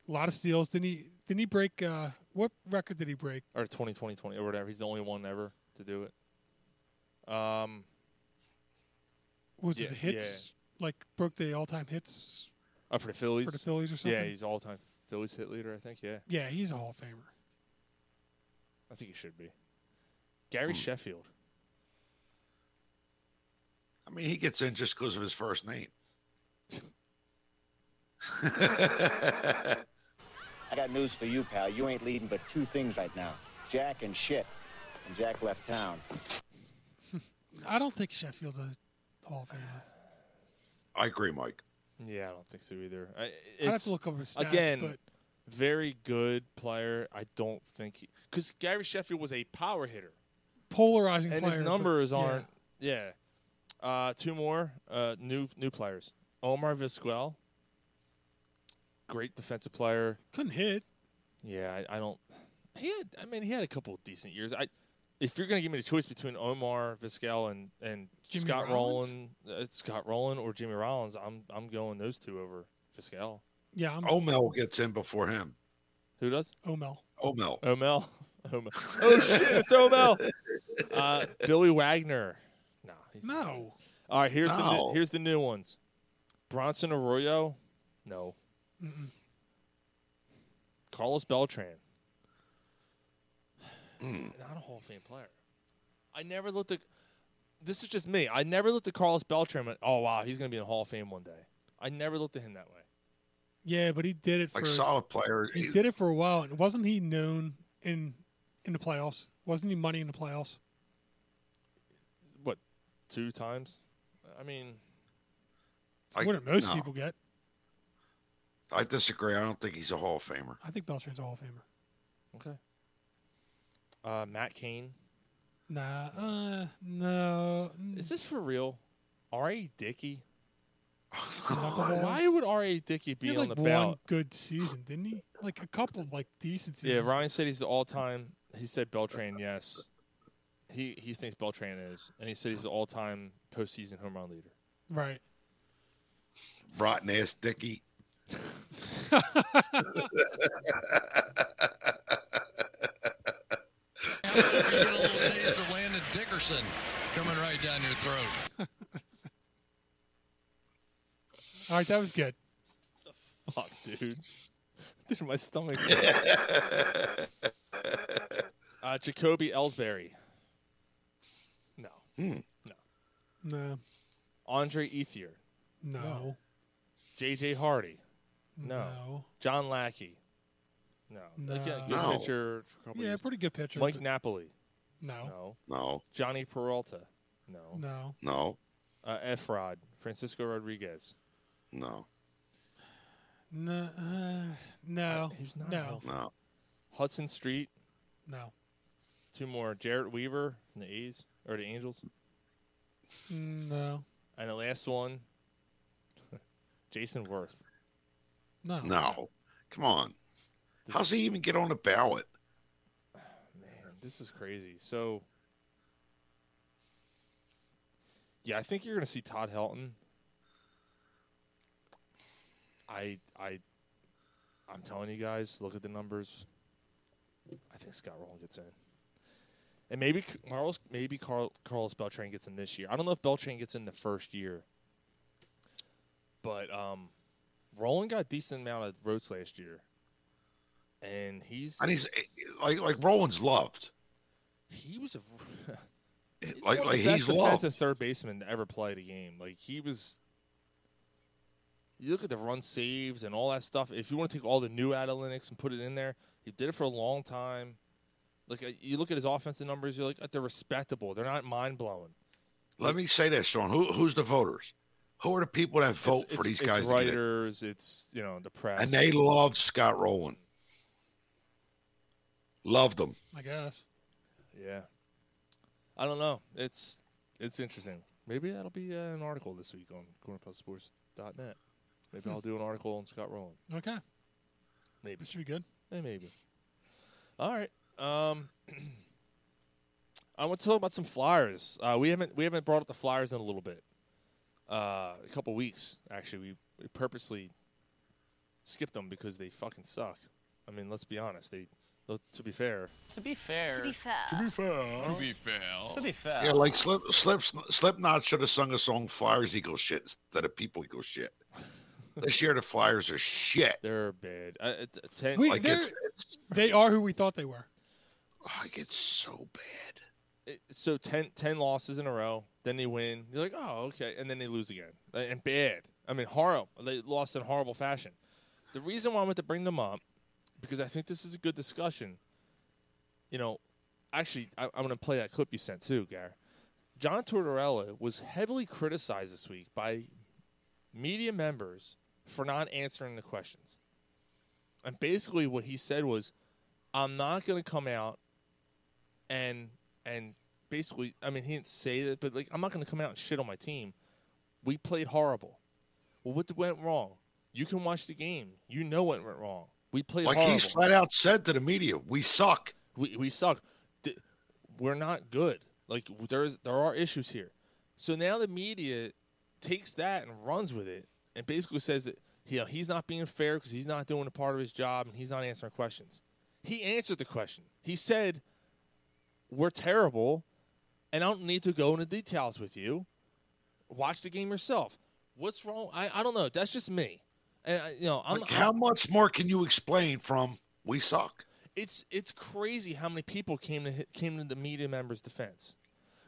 [SPEAKER 7] lot of steals. Didn't he? Didn't he break? Uh, what record did he break?
[SPEAKER 6] or 20 20 20 or whatever he's the only one ever to do it um
[SPEAKER 7] Was
[SPEAKER 6] Yeah,
[SPEAKER 7] it hits? Like broke the all-time hits
[SPEAKER 6] uh, for the phillies
[SPEAKER 7] for the Phillies or something?
[SPEAKER 6] yeah he's all-time phillies hit leader i think yeah
[SPEAKER 7] Yeah, he's a Hall of Famer.
[SPEAKER 6] i think he should be gary sheffield
[SPEAKER 4] I mean, he gets in just because of his first name.
[SPEAKER 11] I got news for you, pal. You ain't leading but two things right now Jack and shit. And Jack left town.
[SPEAKER 7] I don't think Sheffield's a Hall of Famer.
[SPEAKER 4] I agree, Mike.
[SPEAKER 6] yeah i don't think so either I,
[SPEAKER 7] I have
[SPEAKER 6] it's-
[SPEAKER 7] to look over his stats.
[SPEAKER 6] again
[SPEAKER 7] but
[SPEAKER 6] very good player i don't think because gary sheffield was a power hitter
[SPEAKER 7] polarizing
[SPEAKER 6] and
[SPEAKER 7] player.
[SPEAKER 6] his
[SPEAKER 7] but-
[SPEAKER 6] numbers
[SPEAKER 7] yeah.
[SPEAKER 6] aren't. Yeah. Uh, two more uh, new new players. Omar Vizquel, great defensive player.
[SPEAKER 7] Couldn't hit.
[SPEAKER 6] Yeah, I, I don't. He had. I mean, he had a couple of decent years. I. If you're gonna give me the choice between Omar Vizquel and and
[SPEAKER 7] Jimmy
[SPEAKER 6] Scott
[SPEAKER 7] Rollins?
[SPEAKER 6] Rowland, uh, Scott Rowland or Jimmy Rollins, I'm I'm going those two over Vizquel.
[SPEAKER 7] Yeah, I'm
[SPEAKER 4] Omel gets in before him.
[SPEAKER 6] Who does?
[SPEAKER 7] Omel.
[SPEAKER 4] Omel.
[SPEAKER 7] Uh,
[SPEAKER 6] Omel. [laughs] Omel. Oh shit! It's Omel. Uh, Billy Wagner. No, he's not.
[SPEAKER 7] No.
[SPEAKER 6] All right, here's the new,
[SPEAKER 4] No.
[SPEAKER 6] here's the new ones. Bronson Arroyo, no. Carlos Beltran, not a Hall of Fame player. I never looked at. This is just me. I never looked at Carlos Beltran. And, oh wow, he's gonna be in the Hall of Fame one day. I never looked at him that way.
[SPEAKER 7] Yeah, but he did it for
[SPEAKER 4] Like solid player.
[SPEAKER 7] he did it for a while, and wasn't he known in in the playoffs? Wasn't he money in the playoffs?
[SPEAKER 6] What, two times? I mean,
[SPEAKER 7] It's more
[SPEAKER 4] I-
[SPEAKER 7] than most
[SPEAKER 4] no.
[SPEAKER 7] people get.
[SPEAKER 4] I disagree. I don't think he's a Hall of Famer.
[SPEAKER 7] I think Beltran's a Hall of Famer.
[SPEAKER 6] okay. Uh, Matt Cain.
[SPEAKER 7] Nah, uh, no. mm,
[SPEAKER 6] Is this for real? R.A. Dickey?
[SPEAKER 7] knuckleball.
[SPEAKER 6] Why would R.A. Dickey
[SPEAKER 7] He
[SPEAKER 6] be
[SPEAKER 7] had
[SPEAKER 6] on
[SPEAKER 7] like
[SPEAKER 6] the
[SPEAKER 7] one
[SPEAKER 6] ballot?
[SPEAKER 7] good season, didn't he? Like a couple like decent
[SPEAKER 6] Yeah,
[SPEAKER 7] seasons.
[SPEAKER 6] Ryan said he's the all-time. He said Beltran, yes. He he thinks Beltran is, and he said he's the all-time postseason home run leader.
[SPEAKER 7] Right.
[SPEAKER 4] Rotten ass Dicky.
[SPEAKER 12] You get a little taste of Landon Dickerson coming right down your throat.
[SPEAKER 7] All right, that was good.
[SPEAKER 6] [laughs] Fuck, dude. Dude, my stomach. Uh, Jacoby Ellsbury. No. No.
[SPEAKER 7] No.
[SPEAKER 6] Andre Ethier.
[SPEAKER 7] No.
[SPEAKER 6] J.J. Hardy. No.
[SPEAKER 7] No.
[SPEAKER 6] John Lackey. No.
[SPEAKER 7] No.
[SPEAKER 6] Again, good
[SPEAKER 7] No.
[SPEAKER 6] pitcher. for a couple
[SPEAKER 7] Yeah,
[SPEAKER 6] years.
[SPEAKER 7] pretty good pitcher,
[SPEAKER 6] Mike
[SPEAKER 7] but-
[SPEAKER 6] Napoli.
[SPEAKER 7] No.
[SPEAKER 6] No.
[SPEAKER 4] No.
[SPEAKER 6] Johnny Peralta. No.
[SPEAKER 7] No.
[SPEAKER 4] No.
[SPEAKER 6] Uh, Efrod. Francisco Rodriguez.
[SPEAKER 4] No.
[SPEAKER 7] No. Uh, no. no.
[SPEAKER 4] No.
[SPEAKER 6] Hudson Street.
[SPEAKER 7] No.
[SPEAKER 6] Two more. Jarrett Weaver from the A's or the Angels.
[SPEAKER 7] No.
[SPEAKER 6] And the last one, [laughs] Jason Worth.
[SPEAKER 7] No.
[SPEAKER 4] No. Come on. How's he even get on the ballot?
[SPEAKER 6] Man, this is crazy. So, yeah, I think you're going to see Todd Helton. I, I, I'm telling you guys, look at the numbers. I think Scott Rowland gets in, and maybe C- Carlos, maybe Carl, Carlos Beltran gets in this year. I don't know if Beltran gets in the first year, but um, Rowland got a decent amount of votes last year, and he's
[SPEAKER 4] And he's eh, like like Roland's loved.
[SPEAKER 6] he was a [laughs] he's
[SPEAKER 4] Like-
[SPEAKER 6] one of
[SPEAKER 4] like,
[SPEAKER 6] the
[SPEAKER 4] he's
[SPEAKER 6] best defensive
[SPEAKER 4] loved.
[SPEAKER 6] third baseman to ever play the game. Like he was. You look at the run saves and all that stuff. If you want to take all the new out of Linux and put it in there, he did it for a long time. Like uh, you look at his offensive numbers, you're like uh, they're respectable. They're not mind blowing.
[SPEAKER 4] Let me say this, Sean. Who who's the voters? Who are the people that vote for these guys?
[SPEAKER 6] It's
[SPEAKER 4] to get in?
[SPEAKER 6] writers, it's you know the press,
[SPEAKER 4] And they loved Scott Rowland. Loved him.
[SPEAKER 7] I guess.
[SPEAKER 6] Yeah, I don't know. It's it's interesting. Maybe that'll be uh, an article this week on cornerpuffsports.net. Maybe
[SPEAKER 7] Hmm.
[SPEAKER 6] I'll do an article on Scott Rowland.
[SPEAKER 7] Okay.
[SPEAKER 6] Maybe
[SPEAKER 7] That should be good.
[SPEAKER 6] Eh, maybe. All right. Um, [clears throat] I want to talk about some flyers. Uh, we haven't we haven't brought up the flyers in a little bit. Uh, a couple weeks actually. We, we purposely skipped them because they fucking suck. I mean, let's be honest. They, though, to be fair.
[SPEAKER 13] To be fair. To be fair.
[SPEAKER 4] To be fair.
[SPEAKER 13] To be fair. To be fair.
[SPEAKER 4] Yeah, like Slip, Slip, Slipknot should have sung a song "Flyers Equal Shit" instead of "People Equal Shit." this year, the Flyers are shit.
[SPEAKER 6] They're bad. Uh, uh, ten,
[SPEAKER 7] We,
[SPEAKER 4] like
[SPEAKER 7] they're-
[SPEAKER 4] it's,
[SPEAKER 7] they are who we thought they were.
[SPEAKER 4] like it's so bad.
[SPEAKER 6] it- so 10, 10 losses in a row. Then they win. You're like, oh, okay. And then they lose again. Uh, And bad. I mean, horrible. They lost in horrible fashion. The reason why I wanted to bring them up, because I think this is a good discussion. You know, actually, I, I'm going to play that clip you sent too, Gar. John Tortorella was heavily criticized this week by media members for not answering the questions. And basically, what he said was, "I'm not going to come out and and basically, I mean, he didn't say that, but like, I'm not going to come out and shit on my team. We played horrible. Well, what went wrong? You can watch the game. You know what went wrong. We played
[SPEAKER 4] Like
[SPEAKER 6] horrible.
[SPEAKER 4] he flat out said to the media, "We suck."
[SPEAKER 6] We we suck. Th- We're not good. Like there's there are issues here. So now the media takes that and runs with it, and basically says that you know, he's not being fair because he's not doing a part of his job and he's not answering questions. He answered the question. He said, "We're terrible, and I don't need to go into details with you. Watch the game yourself. What's wrong? I, I don't know. That's just me. And I, you know, I'm
[SPEAKER 4] Like, how much more can you explain from "We suck"?
[SPEAKER 6] it's it's crazy how many people came to hit, came to the media members' defense.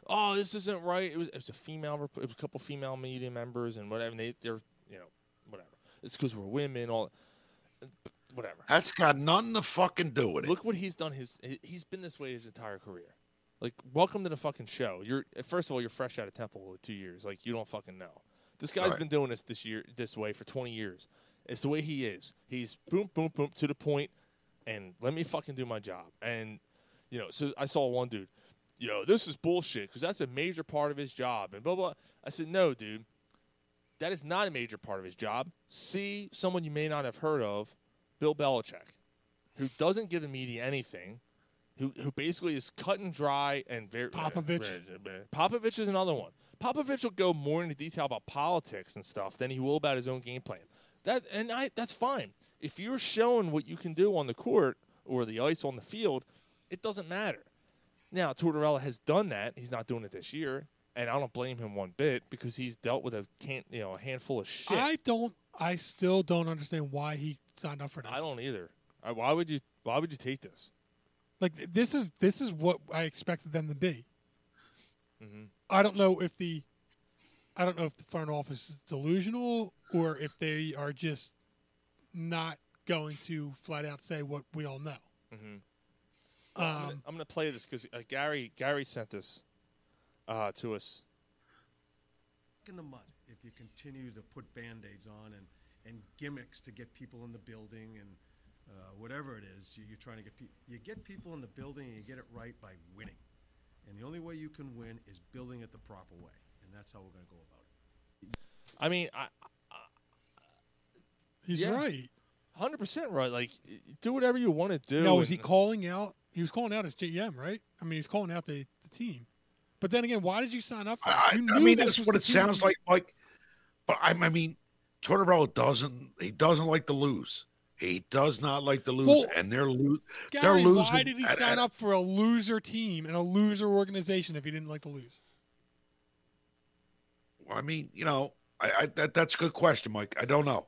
[SPEAKER 6] Oh, this isn't right. It was it was a female. rep- It was a couple female media members and whatever. And they they're you know whatever. It's because we're women. All whatever.
[SPEAKER 4] That's got nothing to fucking do with it.
[SPEAKER 6] Look what he's done. His he- he's been this way his entire career. Like, welcome to the fucking show. You're first of all, you're fresh out of Temple with two years. Like, you don't fucking know. This guy's
[SPEAKER 4] Right.
[SPEAKER 6] been doing this this year this way for 20 years. It's the way he is. He's boom, boom, boom to the point, and let me fucking do my job. And you know, so I saw one dude. Yo, this is bullshit because that's a major part of his job. And blah blah. I said, no, dude. That is not a major part of his job. See someone you may not have heard of, Bill Belichick, who doesn't give the media anything, who who basically is cut and dry and very
[SPEAKER 7] Popovich.
[SPEAKER 6] Popovich is another one. Popovich will go more into detail about politics and stuff than he will about his own game plan. That and I that's fine. If you're showing what you can do on the court or the ice on the field, it doesn't matter. Now Tortorella has done that. He's not doing it this year, and I don't blame him one bit because he's dealt with a can't you know a handful of shit.
[SPEAKER 7] I don't. I still don't understand why he signed up for this.
[SPEAKER 6] I don't either. I, why would you? Why would you take this?
[SPEAKER 7] Like th- this is this is what I expected them to be.
[SPEAKER 6] Mm-hmm.
[SPEAKER 7] I don't know if the I don't know if the front office is delusional or if they are just not going to flat out say what we all know.
[SPEAKER 6] Mm-hmm. I'm going to play this because uh, Gary Gary sent this uh, to us.
[SPEAKER 14] in the mud if you continue to put band-aids on and, and gimmicks to get people in the building and uh, whatever it is you, you're trying to get people you get people in the building and you get it right by winning and the only way you can win is building it the proper way and that's how we're going to go about it
[SPEAKER 6] I mean, I, I,
[SPEAKER 7] He's right.
[SPEAKER 6] hundred percent right. Like, y- do whatever you want to do.
[SPEAKER 7] now, was he
[SPEAKER 6] and-
[SPEAKER 7] calling out? He was calling out his GM, right? I mean, he's calling out the, the team. But then again, why did you sign up for
[SPEAKER 4] I,
[SPEAKER 7] it? You
[SPEAKER 4] I
[SPEAKER 7] knew
[SPEAKER 4] mean,
[SPEAKER 7] this
[SPEAKER 4] that's
[SPEAKER 7] was
[SPEAKER 4] what
[SPEAKER 7] the
[SPEAKER 4] it
[SPEAKER 7] team.
[SPEAKER 4] sounds like, Mike. But I, I mean, Tortorella doesn't. He doesn't like to lose. He does not like to lose,
[SPEAKER 7] Well,
[SPEAKER 4] and they're lo-
[SPEAKER 7] Gary,
[SPEAKER 4] they're losing.
[SPEAKER 7] why did he
[SPEAKER 4] at-
[SPEAKER 7] sign
[SPEAKER 4] at-
[SPEAKER 7] up for a loser team and a loser organization if he didn't like to lose?
[SPEAKER 4] I mean, you know, I, I that, that's a good question, Mike. I don't know,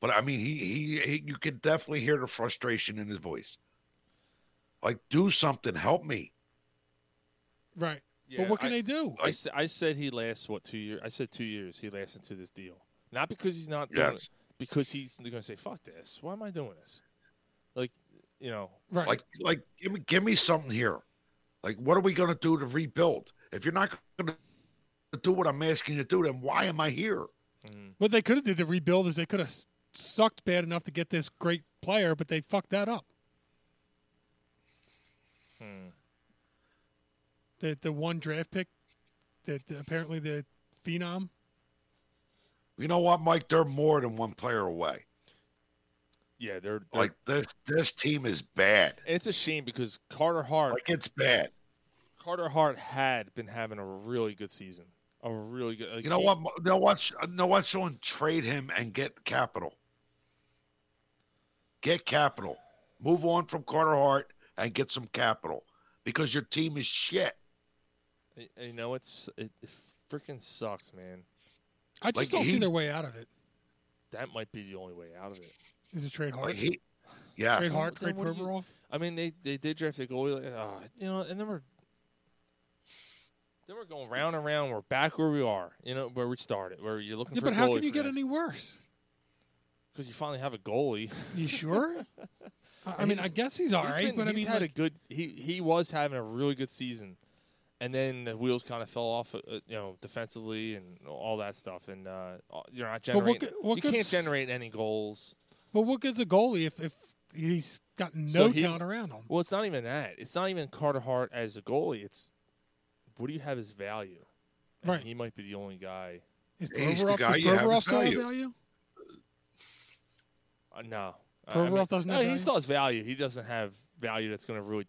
[SPEAKER 4] but I mean, he, he he you could definitely hear the frustration in his voice. Like, do something, help me.
[SPEAKER 7] Right.
[SPEAKER 6] Yeah,
[SPEAKER 7] but what can
[SPEAKER 6] I-
[SPEAKER 7] they do?
[SPEAKER 6] I, s- I said he lasts what two years? I said two years. He lasts into this deal, not because he's not doing
[SPEAKER 4] Yes.
[SPEAKER 6] it, because he's going to say fuck this. Why am I doing this? Like, you know,
[SPEAKER 4] Like, like give me give me something here. Like, what are we going to do to rebuild? If you're not going to do what I'm asking you to do, then why am I here?
[SPEAKER 7] What they could have did to rebuild is they could have s- sucked bad enough to get this great player, but they fucked that up.
[SPEAKER 6] Hmm.
[SPEAKER 7] The the one draft pick that that apparently the phenom.
[SPEAKER 4] You know what, Mike? They're more than one player away.
[SPEAKER 6] yeah, they're, they're
[SPEAKER 4] Like this, this team is bad.
[SPEAKER 6] And it's a shame because Carter Hart,
[SPEAKER 4] like it's bad.
[SPEAKER 6] Carter Hart had been having a really good season, a really good. like,
[SPEAKER 4] You know
[SPEAKER 6] he-
[SPEAKER 4] what? You know what? You know what? Someone trade him and get capital. Get capital. Move on from Carter Hart and get some capital because your team is shit.
[SPEAKER 6] y- You know, it's it, it freaking sucks, man.
[SPEAKER 7] I just
[SPEAKER 6] Like,
[SPEAKER 7] don't see
[SPEAKER 6] he's-
[SPEAKER 7] their way out of it.
[SPEAKER 6] That might be the only way out of it.
[SPEAKER 7] Is it trade hard?
[SPEAKER 4] Like he, yes.
[SPEAKER 7] Trade hard,
[SPEAKER 6] But then
[SPEAKER 7] trade
[SPEAKER 6] what do you-
[SPEAKER 7] Provorov.
[SPEAKER 6] I mean, they they did draft a goalie. Like, ah, you know, and then we're then we're going round and round. We're back where we are. You know, where we started. Where you're looking
[SPEAKER 7] Yeah,
[SPEAKER 6] for.
[SPEAKER 7] but how can you get any worse?
[SPEAKER 6] Because you finally have a goalie. [laughs]
[SPEAKER 7] You sure? I I mean, I guess he's [laughs] all
[SPEAKER 6] He's
[SPEAKER 7] right,
[SPEAKER 6] been-
[SPEAKER 7] but I
[SPEAKER 6] he's
[SPEAKER 7] mean,
[SPEAKER 6] had
[SPEAKER 7] like-
[SPEAKER 6] a good. He he was having a really good season, and then the wheels kind of fell off. Uh, uh, you know, defensively and all that stuff, and uh, you're not
[SPEAKER 7] But what
[SPEAKER 6] generating.
[SPEAKER 7] good- what
[SPEAKER 6] you can't
[SPEAKER 7] good's-
[SPEAKER 6] generate any goals.
[SPEAKER 7] but what good's a goalie if, if he's got no
[SPEAKER 6] So he-
[SPEAKER 7] talent around him?
[SPEAKER 6] Well, it's not even that. It's not even Carter Hart as a goalie. It's what do you have as value? And
[SPEAKER 7] Right.
[SPEAKER 6] He might be the only guy.
[SPEAKER 7] Is
[SPEAKER 4] He's the
[SPEAKER 7] Provorov,
[SPEAKER 4] guy
[SPEAKER 7] does
[SPEAKER 4] you have
[SPEAKER 7] Provorov
[SPEAKER 4] as
[SPEAKER 7] still have
[SPEAKER 4] value.
[SPEAKER 7] value?
[SPEAKER 6] Uh, no. I- I
[SPEAKER 7] Provorov
[SPEAKER 6] mean-
[SPEAKER 7] doesn't
[SPEAKER 6] no,
[SPEAKER 7] have
[SPEAKER 6] He
[SPEAKER 7] value?
[SPEAKER 6] still has value. He doesn't have value that's going to really.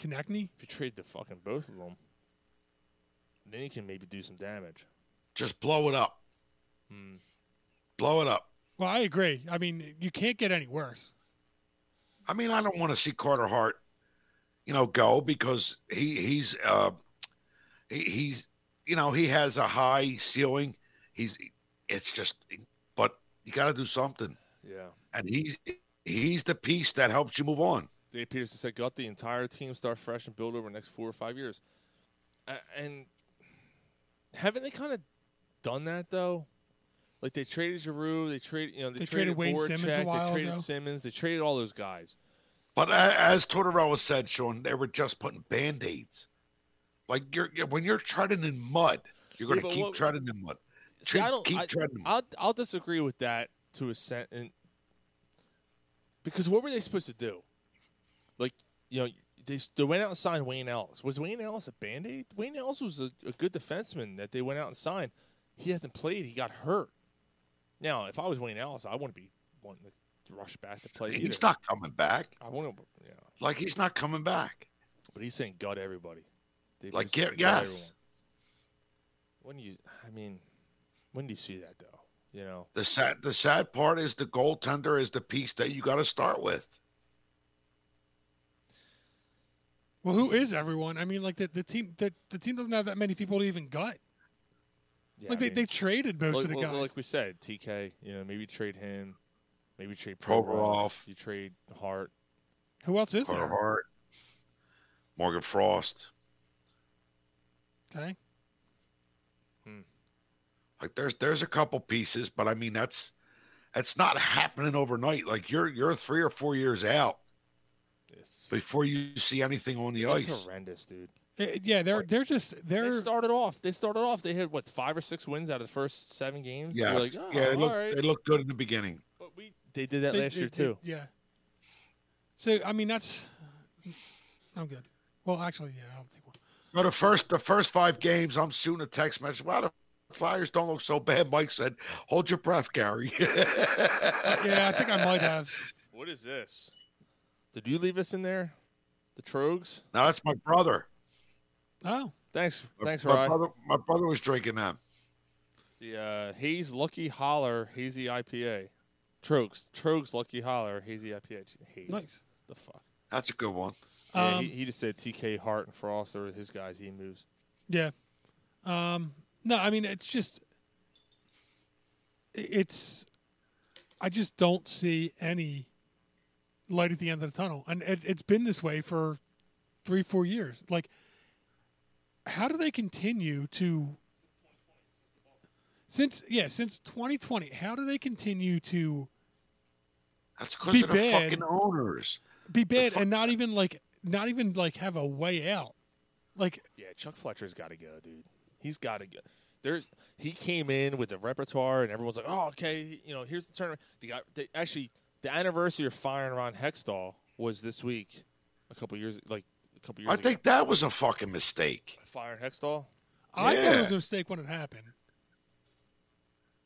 [SPEAKER 7] Konechny?
[SPEAKER 6] If you trade the fucking both of them, then you can maybe do some damage.
[SPEAKER 4] Just blow it up.
[SPEAKER 6] Hmm.
[SPEAKER 4] Blow it up.
[SPEAKER 7] Well, I agree. I mean, you can't get any worse.
[SPEAKER 4] I mean, I don't want to see Carter Hart, you know, go because he he's uh, he, he's you know he has a high ceiling. He's it's just, but you got to do something,
[SPEAKER 6] Yeah.
[SPEAKER 4] and he's he's the piece that helps you move on.
[SPEAKER 6] Dave Peterson said, "Got the entire team start fresh and build over the next four or five years." A- And haven't they kind of done that though? Like they traded Giroux, they traded you know they,
[SPEAKER 7] They traded Wayne
[SPEAKER 6] Voracek,
[SPEAKER 7] Simmons a while
[SPEAKER 6] they traded
[SPEAKER 7] ago.
[SPEAKER 6] Simmons, they traded all those guys.
[SPEAKER 4] But a- as Tortorella said, Sean, they were just putting band aids. Like you're you're- when you're treading in mud, you're
[SPEAKER 6] Yeah,
[SPEAKER 4] going to
[SPEAKER 6] but
[SPEAKER 4] keep
[SPEAKER 6] what-
[SPEAKER 4] treading in mud.
[SPEAKER 6] See,
[SPEAKER 4] Tre-
[SPEAKER 6] I don't.
[SPEAKER 4] keep
[SPEAKER 6] I,
[SPEAKER 4] treading in mud.
[SPEAKER 6] I'll, I'll disagree with that to a cent, and because what were they supposed to do? Like you know, they s- they went out and signed Wayne Ellis. Was Wayne Ellis a band aid? Wayne Ellis was a, a good defenseman that they went out and signed. He hasn't played. He got hurt. Now, if I was Wayne Ellis, I wouldn't be wanting to rush back to play.
[SPEAKER 4] He's
[SPEAKER 6] either.
[SPEAKER 4] not coming back.
[SPEAKER 6] I wouldn't. Yeah,
[SPEAKER 4] Like he's not coming back.
[SPEAKER 6] but he's saying gut everybody. They
[SPEAKER 4] Like
[SPEAKER 6] just
[SPEAKER 4] get
[SPEAKER 6] said gut
[SPEAKER 4] yes.
[SPEAKER 6] everyone. When do you, I mean, when do you see that though? You know.
[SPEAKER 4] The sad the sad part is the goaltender is the piece that you got to start with.
[SPEAKER 7] Well, who is everyone? I mean, like the, the team the, the team doesn't have that many people to even gut.
[SPEAKER 6] Yeah, I
[SPEAKER 7] like they,
[SPEAKER 6] mean-
[SPEAKER 7] they traded most
[SPEAKER 6] Like-
[SPEAKER 7] of the
[SPEAKER 6] well,
[SPEAKER 7] guys.
[SPEAKER 6] Like we said, TK, you know, maybe trade him, maybe trade
[SPEAKER 4] Provorov.
[SPEAKER 6] Provorov. You trade Hart.
[SPEAKER 7] Who else is
[SPEAKER 4] Carter
[SPEAKER 7] there?
[SPEAKER 4] Hart, Morgan Frost.
[SPEAKER 7] Okay.
[SPEAKER 4] Like there's there's a couple pieces, but I mean that's that's not happening overnight. Like you're you're three or four years out before you see anything on the
[SPEAKER 6] It's
[SPEAKER 4] ice.
[SPEAKER 6] horrendous, dude.
[SPEAKER 7] Eh, yeah, they're they're just they're
[SPEAKER 6] They started off. They started off. They had what five or six wins out of the first seven games.
[SPEAKER 4] Yeah,
[SPEAKER 6] You're like, oh,
[SPEAKER 4] yeah, they
[SPEAKER 6] all
[SPEAKER 4] look
[SPEAKER 6] right.
[SPEAKER 4] they look good in the beginning.
[SPEAKER 6] They did that
[SPEAKER 7] They-
[SPEAKER 6] last
[SPEAKER 7] they-
[SPEAKER 6] year
[SPEAKER 7] they-
[SPEAKER 6] too.
[SPEAKER 7] yeah. So I mean that's I'm good. Well, actually, yeah, I don't think
[SPEAKER 4] So the first the first five games, I'm shooting a text message. Wow, the Flyers don't look so bad. Mike said, "Hold your breath, Gary." [laughs]
[SPEAKER 7] yeah, I think I might have.
[SPEAKER 6] What is this? Did you leave us in there? The Trogs?
[SPEAKER 4] Now that's my brother.
[SPEAKER 7] Oh,
[SPEAKER 6] thanks,
[SPEAKER 4] My-
[SPEAKER 6] thanks,
[SPEAKER 4] my
[SPEAKER 6] Ryan.
[SPEAKER 4] brother, my brother was drinking them.
[SPEAKER 6] The uh, Hayes Lucky Holler Hazy IPA. Trogs. Trogs Lucky Holler Hazy IPA. Gee, Hayes.
[SPEAKER 7] Nice.
[SPEAKER 6] The fuck.
[SPEAKER 4] That's a good one.
[SPEAKER 6] Yeah,
[SPEAKER 7] Um,
[SPEAKER 6] he, he just said TK Hart and Frost or his guys. He moves.
[SPEAKER 7] Yeah. Um, no, I mean it's just i- it's I just don't see any light at the end of the tunnel, and it, it's been this way for three, four years. Like, how do they continue to since yeah since 2020? How do they continue to
[SPEAKER 4] That's because
[SPEAKER 7] Be
[SPEAKER 4] of the
[SPEAKER 7] bad.
[SPEAKER 4] fucking owners.
[SPEAKER 7] be bad and not even like not even like have a way out? Like,
[SPEAKER 6] Yeah, Chuck Fletcher's got to go, dude. He's got to go. There's he came in with the repertoire, and everyone's like, "Oh, okay, you know, here's the turnaround." The guy, they, actually, the anniversary of firing Ron Hextall was this week, a couple years, like a couple years.
[SPEAKER 4] I
[SPEAKER 6] ago.
[SPEAKER 4] think that was a fucking mistake.
[SPEAKER 6] firing Hextall.
[SPEAKER 7] I thought it was
[SPEAKER 4] Yeah.
[SPEAKER 7] a mistake when it happened.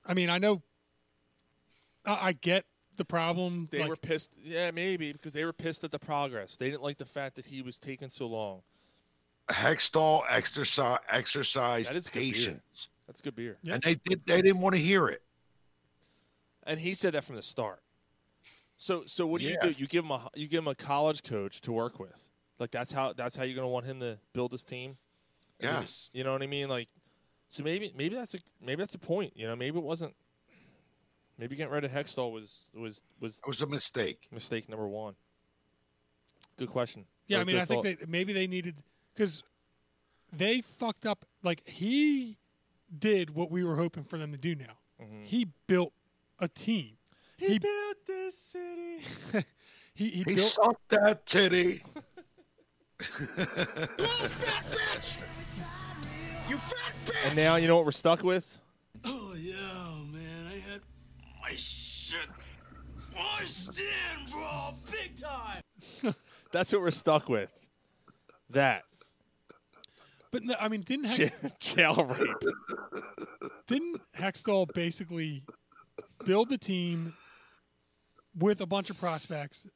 [SPEAKER 7] I mean, I know. I, I get the problem.
[SPEAKER 6] They
[SPEAKER 7] like,
[SPEAKER 6] were pissed. Yeah, maybe because they were pissed at the progress. They didn't like the fact that he was taking so long.
[SPEAKER 4] Hextall exercise exercised
[SPEAKER 6] That is good beer.
[SPEAKER 4] patience,
[SPEAKER 6] That's good beer.
[SPEAKER 4] and they did. They didn't want to hear it.
[SPEAKER 6] And he said that from the start. So so what do you
[SPEAKER 4] Yes.
[SPEAKER 6] do? You give him a you give him a college coach to work with. Like that's how that's how you're gonna want him to build his team. And then-
[SPEAKER 4] Yes.
[SPEAKER 6] You know what I mean? Like so maybe maybe that's a maybe that's a point. You know, maybe it wasn't maybe getting rid of Hextall was was was
[SPEAKER 4] It was a mistake.
[SPEAKER 6] mistake number one. Good question.
[SPEAKER 7] Yeah,
[SPEAKER 6] Or
[SPEAKER 7] I mean,
[SPEAKER 6] good
[SPEAKER 7] I think
[SPEAKER 6] thought.
[SPEAKER 7] they maybe they needed because they fucked up. Like he did what we were hoping for them to do. Now he built a team. He,
[SPEAKER 6] built this city.
[SPEAKER 7] he he
[SPEAKER 4] He
[SPEAKER 7] built.
[SPEAKER 4] sucked that titty.
[SPEAKER 9] fat bitch! You fat bitch!
[SPEAKER 6] And now you know what we're stuck with?
[SPEAKER 9] Oh yeah, man, I had my shit washed in, bro, big time.
[SPEAKER 6] [laughs] That's what we're stuck with. That. [laughs]
[SPEAKER 7] But no, I mean, didn't Hex,
[SPEAKER 6] Jail, jail rape.
[SPEAKER 7] didn't Hextall basically build the team with a bunch of prospects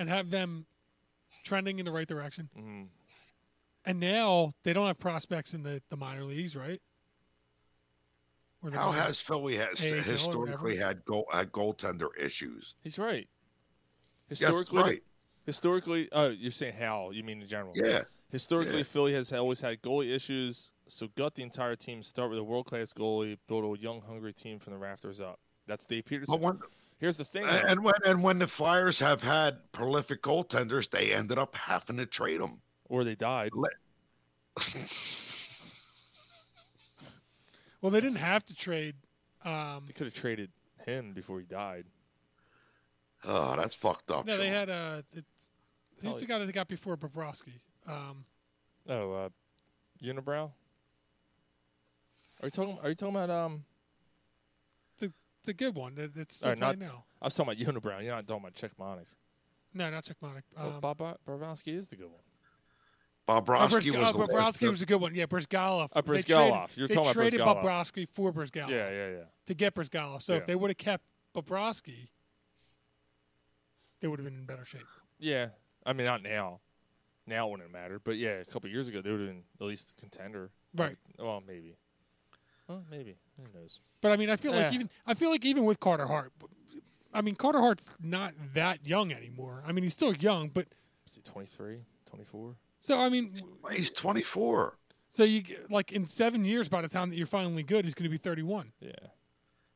[SPEAKER 7] and have them trending in the right direction?
[SPEAKER 6] Mhm.
[SPEAKER 7] And now they don't have prospects in the, the minor leagues, right? Or the [laughs]
[SPEAKER 4] How
[SPEAKER 7] minor-
[SPEAKER 4] has Philly has
[SPEAKER 7] AHL or
[SPEAKER 4] historically
[SPEAKER 7] whatever.
[SPEAKER 4] had goal had goaltender issues?
[SPEAKER 6] He's right.
[SPEAKER 4] Yes,
[SPEAKER 6] Historically,
[SPEAKER 4] right.
[SPEAKER 6] historically, oh, you're saying how? You mean in general?
[SPEAKER 4] Yeah.
[SPEAKER 6] Historically,
[SPEAKER 4] Yeah.
[SPEAKER 6] Philly has always had goalie issues. So gut the entire team, start with a world class goalie, build a young, hungry team from the rafters up. That's Dave
[SPEAKER 4] But
[SPEAKER 6] Peterson.
[SPEAKER 4] when-
[SPEAKER 6] Here's the thing. though.
[SPEAKER 4] And when and when the Flyers have had prolific goaltenders, they ended up having to trade them.
[SPEAKER 6] or they died.
[SPEAKER 7] Well, they didn't have to trade. Um,
[SPEAKER 6] They could have traded him before he died.
[SPEAKER 4] Oh, that's fucked up.
[SPEAKER 7] no, they
[SPEAKER 4] Sean.
[SPEAKER 7] had uh, it's, who's
[SPEAKER 6] Probably-
[SPEAKER 7] the guy that they got before Bobrovsky? Um,
[SPEAKER 6] Oh, uh, Unibrow. Are you talking? Are you talking about um?
[SPEAKER 7] the the good one that, that's still
[SPEAKER 6] or not,
[SPEAKER 7] playing now.
[SPEAKER 6] I was talking about Unibrow. You're not talking about Checkmonic.
[SPEAKER 7] No, not Czechmonic.
[SPEAKER 6] well,
[SPEAKER 7] Um,
[SPEAKER 6] Bob Bobrovsky is the good one.
[SPEAKER 4] Bobrovsky
[SPEAKER 7] Bobrovsky-
[SPEAKER 4] was
[SPEAKER 7] oh,
[SPEAKER 4] the last
[SPEAKER 7] Bobrovsky
[SPEAKER 4] good-
[SPEAKER 7] was a good one. Yeah, Brizgalov.
[SPEAKER 6] Uh,
[SPEAKER 7] They traded-
[SPEAKER 6] Brizgalov. You're
[SPEAKER 7] they
[SPEAKER 6] talking about
[SPEAKER 7] traded
[SPEAKER 6] Brizgalov.
[SPEAKER 7] Bobrovsky for Brizgalov
[SPEAKER 6] Yeah, yeah, yeah.
[SPEAKER 7] to get Brizgalov. So
[SPEAKER 6] Yeah.
[SPEAKER 7] if they would have kept Bobrovsky, they would have been in better shape.
[SPEAKER 6] Yeah, I mean not now. Now it wouldn't matter, but yeah, a couple years ago they would have been at least a contender.
[SPEAKER 7] Right.
[SPEAKER 6] Well, maybe. Well, maybe. Who knows?
[SPEAKER 7] But I mean, I feel like
[SPEAKER 6] Yeah.
[SPEAKER 7] even I feel like even with Carter Hart, I mean Carter Hart's not that young anymore. I mean he's still young, but
[SPEAKER 6] Is he 23, 24?
[SPEAKER 7] so I mean,
[SPEAKER 4] He's 24.
[SPEAKER 7] so you get- like in seven years by the time that you're finally good, he's going to be 31.
[SPEAKER 6] Yeah.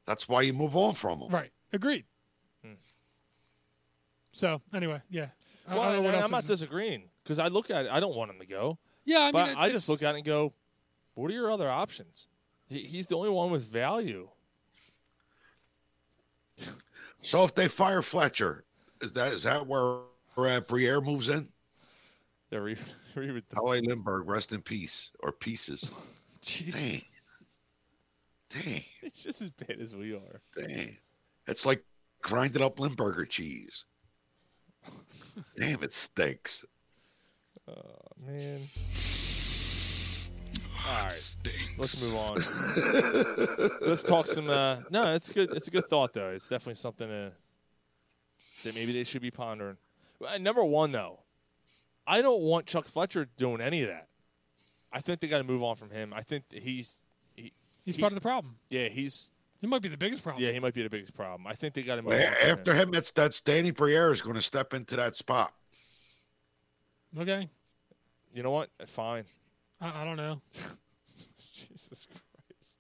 [SPEAKER 4] That's why you move on from him.
[SPEAKER 7] Right. Agreed.
[SPEAKER 6] Hmm.
[SPEAKER 7] So anyway, yeah. I
[SPEAKER 6] Well,
[SPEAKER 7] don't know
[SPEAKER 6] and,
[SPEAKER 7] what
[SPEAKER 6] and
[SPEAKER 7] else
[SPEAKER 6] I'm not
[SPEAKER 7] is-
[SPEAKER 6] disagreeing because I look at it. I don't want him to go.
[SPEAKER 7] Yeah, I mean,
[SPEAKER 6] but
[SPEAKER 7] it-
[SPEAKER 6] I just
[SPEAKER 7] it's-
[SPEAKER 6] look at it and go, "What are your other options?" He, he's the only one with value.
[SPEAKER 4] So if they fire Fletcher, is that is that where uh, Briere moves in?
[SPEAKER 6] Yeah, [laughs] re-
[SPEAKER 4] L.A. Lindbergh, rest in peace, or pieces.
[SPEAKER 6] Jesus.
[SPEAKER 4] Dang. Dang.
[SPEAKER 6] It's just as bad as we are.
[SPEAKER 4] Dang. It's like grinded up Limburger cheese. Damn, it stinks.
[SPEAKER 6] Oh man. All right, let's move on. let's talk some. Uh, no, it's good. It's a good thought though. It's definitely something to, that maybe they should be pondering. Uh, Number one though, I don't want Chuck Fletcher doing any of that. I think they got to move on from him. I think that he's he,
[SPEAKER 7] He's
[SPEAKER 6] he-
[SPEAKER 7] part of the problem.
[SPEAKER 6] Yeah, he's
[SPEAKER 7] He might be the biggest problem.
[SPEAKER 6] yeah he might be the biggest problem. I think they got to move
[SPEAKER 4] Well,
[SPEAKER 6] on.
[SPEAKER 4] a-
[SPEAKER 6] from him.
[SPEAKER 4] after him, that's that's Danny Briere is going to step into that spot.
[SPEAKER 7] Okay.
[SPEAKER 6] You know what? Fine.
[SPEAKER 7] I, I don't know.
[SPEAKER 6] [laughs] Jesus Christ.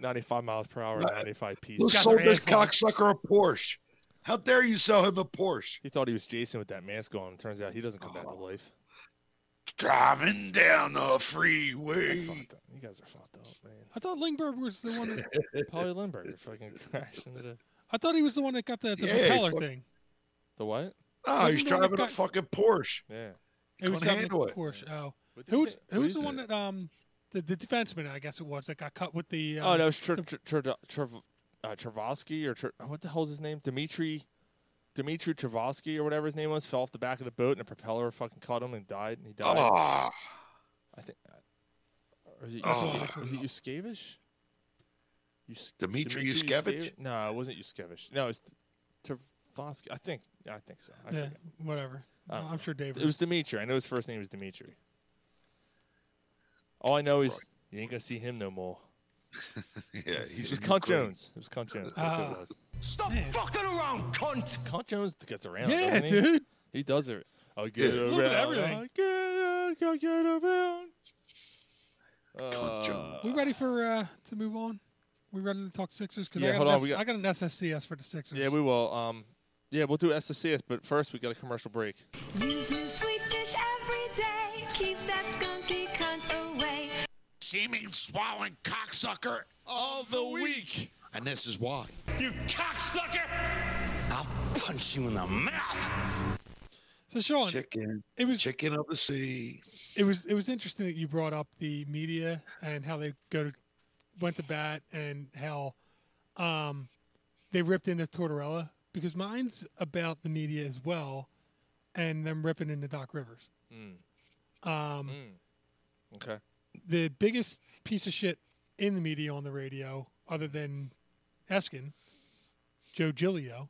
[SPEAKER 6] Ninety-five miles per hour, ninety-five pieces.
[SPEAKER 4] Who sold this cocksucker a Porsche? How dare you sell him a Porsche?
[SPEAKER 6] He thought he was Jason with that mask on. Turns out he doesn't come back to life.
[SPEAKER 4] Driving down the freeway.
[SPEAKER 6] That's fucked up. You guys are fucked up, man.
[SPEAKER 7] I thought Lingberg was the
[SPEAKER 4] [laughs]
[SPEAKER 7] one. That,
[SPEAKER 6] Polly Lindbergh fucking [laughs] crashed into the
[SPEAKER 7] I thought he was the one that got the, the
[SPEAKER 6] Yeah, he
[SPEAKER 7] propeller
[SPEAKER 6] fuck-
[SPEAKER 7] thing.
[SPEAKER 6] the what?
[SPEAKER 4] Oh, he's
[SPEAKER 7] Remember when
[SPEAKER 4] driving
[SPEAKER 7] it
[SPEAKER 4] a
[SPEAKER 7] got-
[SPEAKER 4] fucking Porsche.
[SPEAKER 6] Yeah.
[SPEAKER 7] It was
[SPEAKER 4] Couldn't
[SPEAKER 7] Dominic
[SPEAKER 4] handle it.
[SPEAKER 7] Porsche. Oh,
[SPEAKER 6] What do you
[SPEAKER 7] who's
[SPEAKER 6] think- what do
[SPEAKER 7] who's
[SPEAKER 6] you
[SPEAKER 7] the one that um the, the defenseman I guess it was that got cut with the uh,
[SPEAKER 6] Oh, that was Tr- Tr- Tr- Tr- uh, Travosky or Tr- what the hell's his name? Dimitri, Dimitri Travosky or whatever his name was fell off the back of the boat and a propeller fucking caught him and died. And he died.
[SPEAKER 4] Ah.
[SPEAKER 6] I think. uh, Or is it,
[SPEAKER 4] Ah.
[SPEAKER 6] Yuske- is it Yuskevich? Yus-
[SPEAKER 4] Dimitri Yuskevich?
[SPEAKER 6] Yuske- No, it wasn't Yuskevich. No, it's Travosky. I think. I think so. I
[SPEAKER 7] yeah,
[SPEAKER 6] forget.
[SPEAKER 7] whatever.
[SPEAKER 6] I don't
[SPEAKER 7] No,
[SPEAKER 6] know.
[SPEAKER 7] I'm sure David.
[SPEAKER 6] It was Dimitri. I know his first name was Dimitri. All I know is you ain't gonna see him no more.
[SPEAKER 4] yeah,
[SPEAKER 6] it was,
[SPEAKER 4] he's
[SPEAKER 6] it was
[SPEAKER 4] in
[SPEAKER 6] Cunt
[SPEAKER 4] Ukraine.
[SPEAKER 6] Jones. It was Cunt Jones. That's who
[SPEAKER 4] Ah.
[SPEAKER 6] it was.
[SPEAKER 9] Stop fucking around, cunt!
[SPEAKER 6] Cunt Jones gets around.
[SPEAKER 9] Yeah,
[SPEAKER 6] doesn't he?
[SPEAKER 9] dude.
[SPEAKER 6] He does it. I get
[SPEAKER 9] Yeah.
[SPEAKER 6] around.
[SPEAKER 9] Look at everything.
[SPEAKER 6] I get, I get around. Uh,
[SPEAKER 7] we ready for uh to move on? We ready to talk Sixers? Because
[SPEAKER 6] Yeah,
[SPEAKER 7] I, got
[SPEAKER 6] hold
[SPEAKER 7] an
[SPEAKER 6] on,
[SPEAKER 7] S-
[SPEAKER 6] we got-
[SPEAKER 7] I got an SSCS for the Sixers.
[SPEAKER 6] yeah, we will. Um, yeah, we'll do SSCS, but first we got a commercial break.
[SPEAKER 15] Use some sweet dish every day. Keep that skunky cunt away.
[SPEAKER 12] Seeming swallowing cocksucker of the week. And this is why.
[SPEAKER 9] You cocksucker!
[SPEAKER 12] I'll punch you in the mouth.
[SPEAKER 7] So Sean,
[SPEAKER 4] Chicken.
[SPEAKER 7] It was
[SPEAKER 4] chicken of the sea.
[SPEAKER 7] it was it was interesting that you brought up the media and how they go to went to bat and how um they ripped into Tortorella because mine's about the media as well, and them ripping into Doc Rivers. Um,
[SPEAKER 6] Okay.
[SPEAKER 7] the biggest piece of shit in the media on the radio, other than Eskin, Joe Gilio.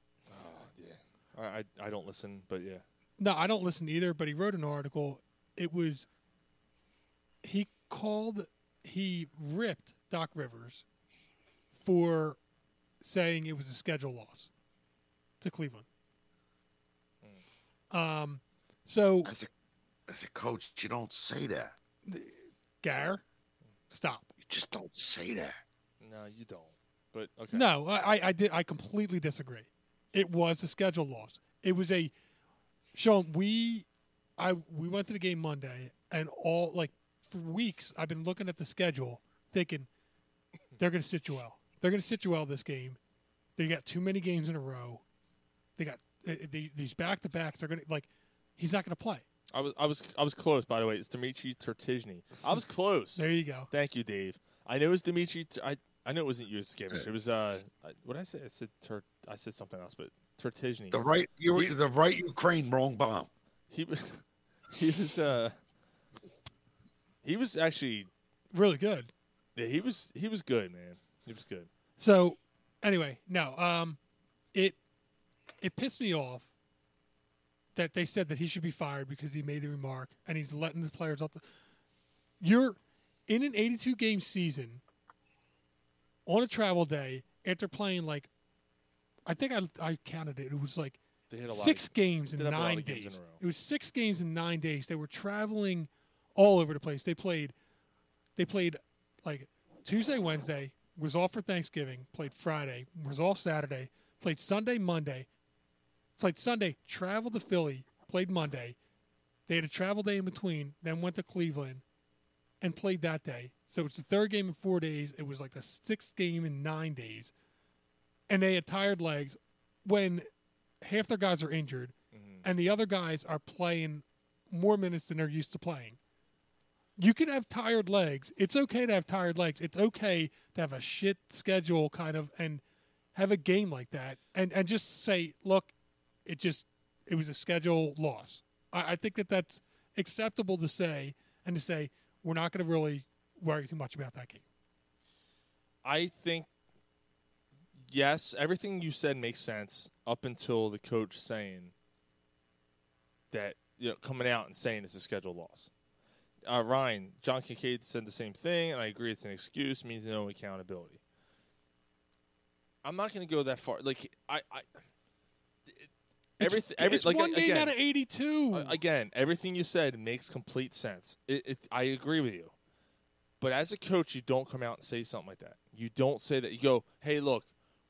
[SPEAKER 6] I, I I don't listen, but yeah.
[SPEAKER 7] No, I don't listen either, but he wrote an article. It was he called he ripped Doc Rivers for saying it was a schedule loss to Cleveland. Um so
[SPEAKER 4] As a, as a coach, you don't say that.
[SPEAKER 7] Gar, stop.
[SPEAKER 4] You just don't say that.
[SPEAKER 6] No, you don't. But okay.
[SPEAKER 7] No, I, I- I did. I completely disagree. It was a schedule loss. It was a Sean. We, I we went to the game Monday, and all like for weeks I've been looking at the schedule, thinking they're going to sit you out. They're going to sit you out this game. They got too many games in a row. They got uh, they, these back to backs. They're going to like he's not going to play.
[SPEAKER 6] I was I was I was close. By the way, it's Dimitri Tertizny. I was close.
[SPEAKER 7] There you go.
[SPEAKER 6] Thank you, Dave. I know it's Dimitri. T- I I know it wasn't you, Skimmish. It was uh, what I say. I said Ter- I said something else, but Tertizny.
[SPEAKER 4] The right, you were the right Ukraine, wrong bomb.
[SPEAKER 6] He was [laughs] he was uh he was actually
[SPEAKER 7] Really good.
[SPEAKER 6] yeah, he was he was good, man. He was good.
[SPEAKER 7] So, anyway, no, um, it it pissed me off that they said that he should be fired because he made the remark and he's letting the players off. The, you're in an 82 game season on a travel day after playing like I think I I counted it. It was like
[SPEAKER 6] They had a lot
[SPEAKER 7] six
[SPEAKER 6] of-
[SPEAKER 7] games in
[SPEAKER 6] did have a lot
[SPEAKER 7] nine
[SPEAKER 6] of games
[SPEAKER 7] days.
[SPEAKER 6] in a row.
[SPEAKER 7] It was six games in nine days. They were traveling all over the place. They played, they played like Tuesday, Wednesday, was off for Thanksgiving, played Friday, was off Saturday, played Sunday, Monday, played Sunday, traveled to Philly, played Monday. They had a travel day in between, then went to Cleveland and played that day. So it's the third game in four days. It was like the sixth game in nine days. And they had tired legs when half their guys are injured
[SPEAKER 6] Mm-hmm.
[SPEAKER 7] and the other guys are playing more minutes than they're used to playing. You can have tired legs. It's okay to have tired legs. It's okay to have a shit schedule kind of and have a game like that and, and just say, look, it just it was a schedule loss. I, I think that that's acceptable to say and to say we're not going to really worry too much about that game.
[SPEAKER 6] I think yes, everything you said makes sense up until the coach saying that you know, coming out and saying it's a schedule loss. Uh, Ryan, John Kincaid said the same thing, and I agree it's an excuse, means no accountability. I'm not going to go that far. Like I, I everything, every,
[SPEAKER 7] it's
[SPEAKER 6] like,
[SPEAKER 7] one game
[SPEAKER 6] again,
[SPEAKER 7] out of 82.
[SPEAKER 6] uh, again, everything you said makes complete sense. It, it, I agree with you. But as a coach, you don't come out and say something like that. You don't say that. You go, hey, look,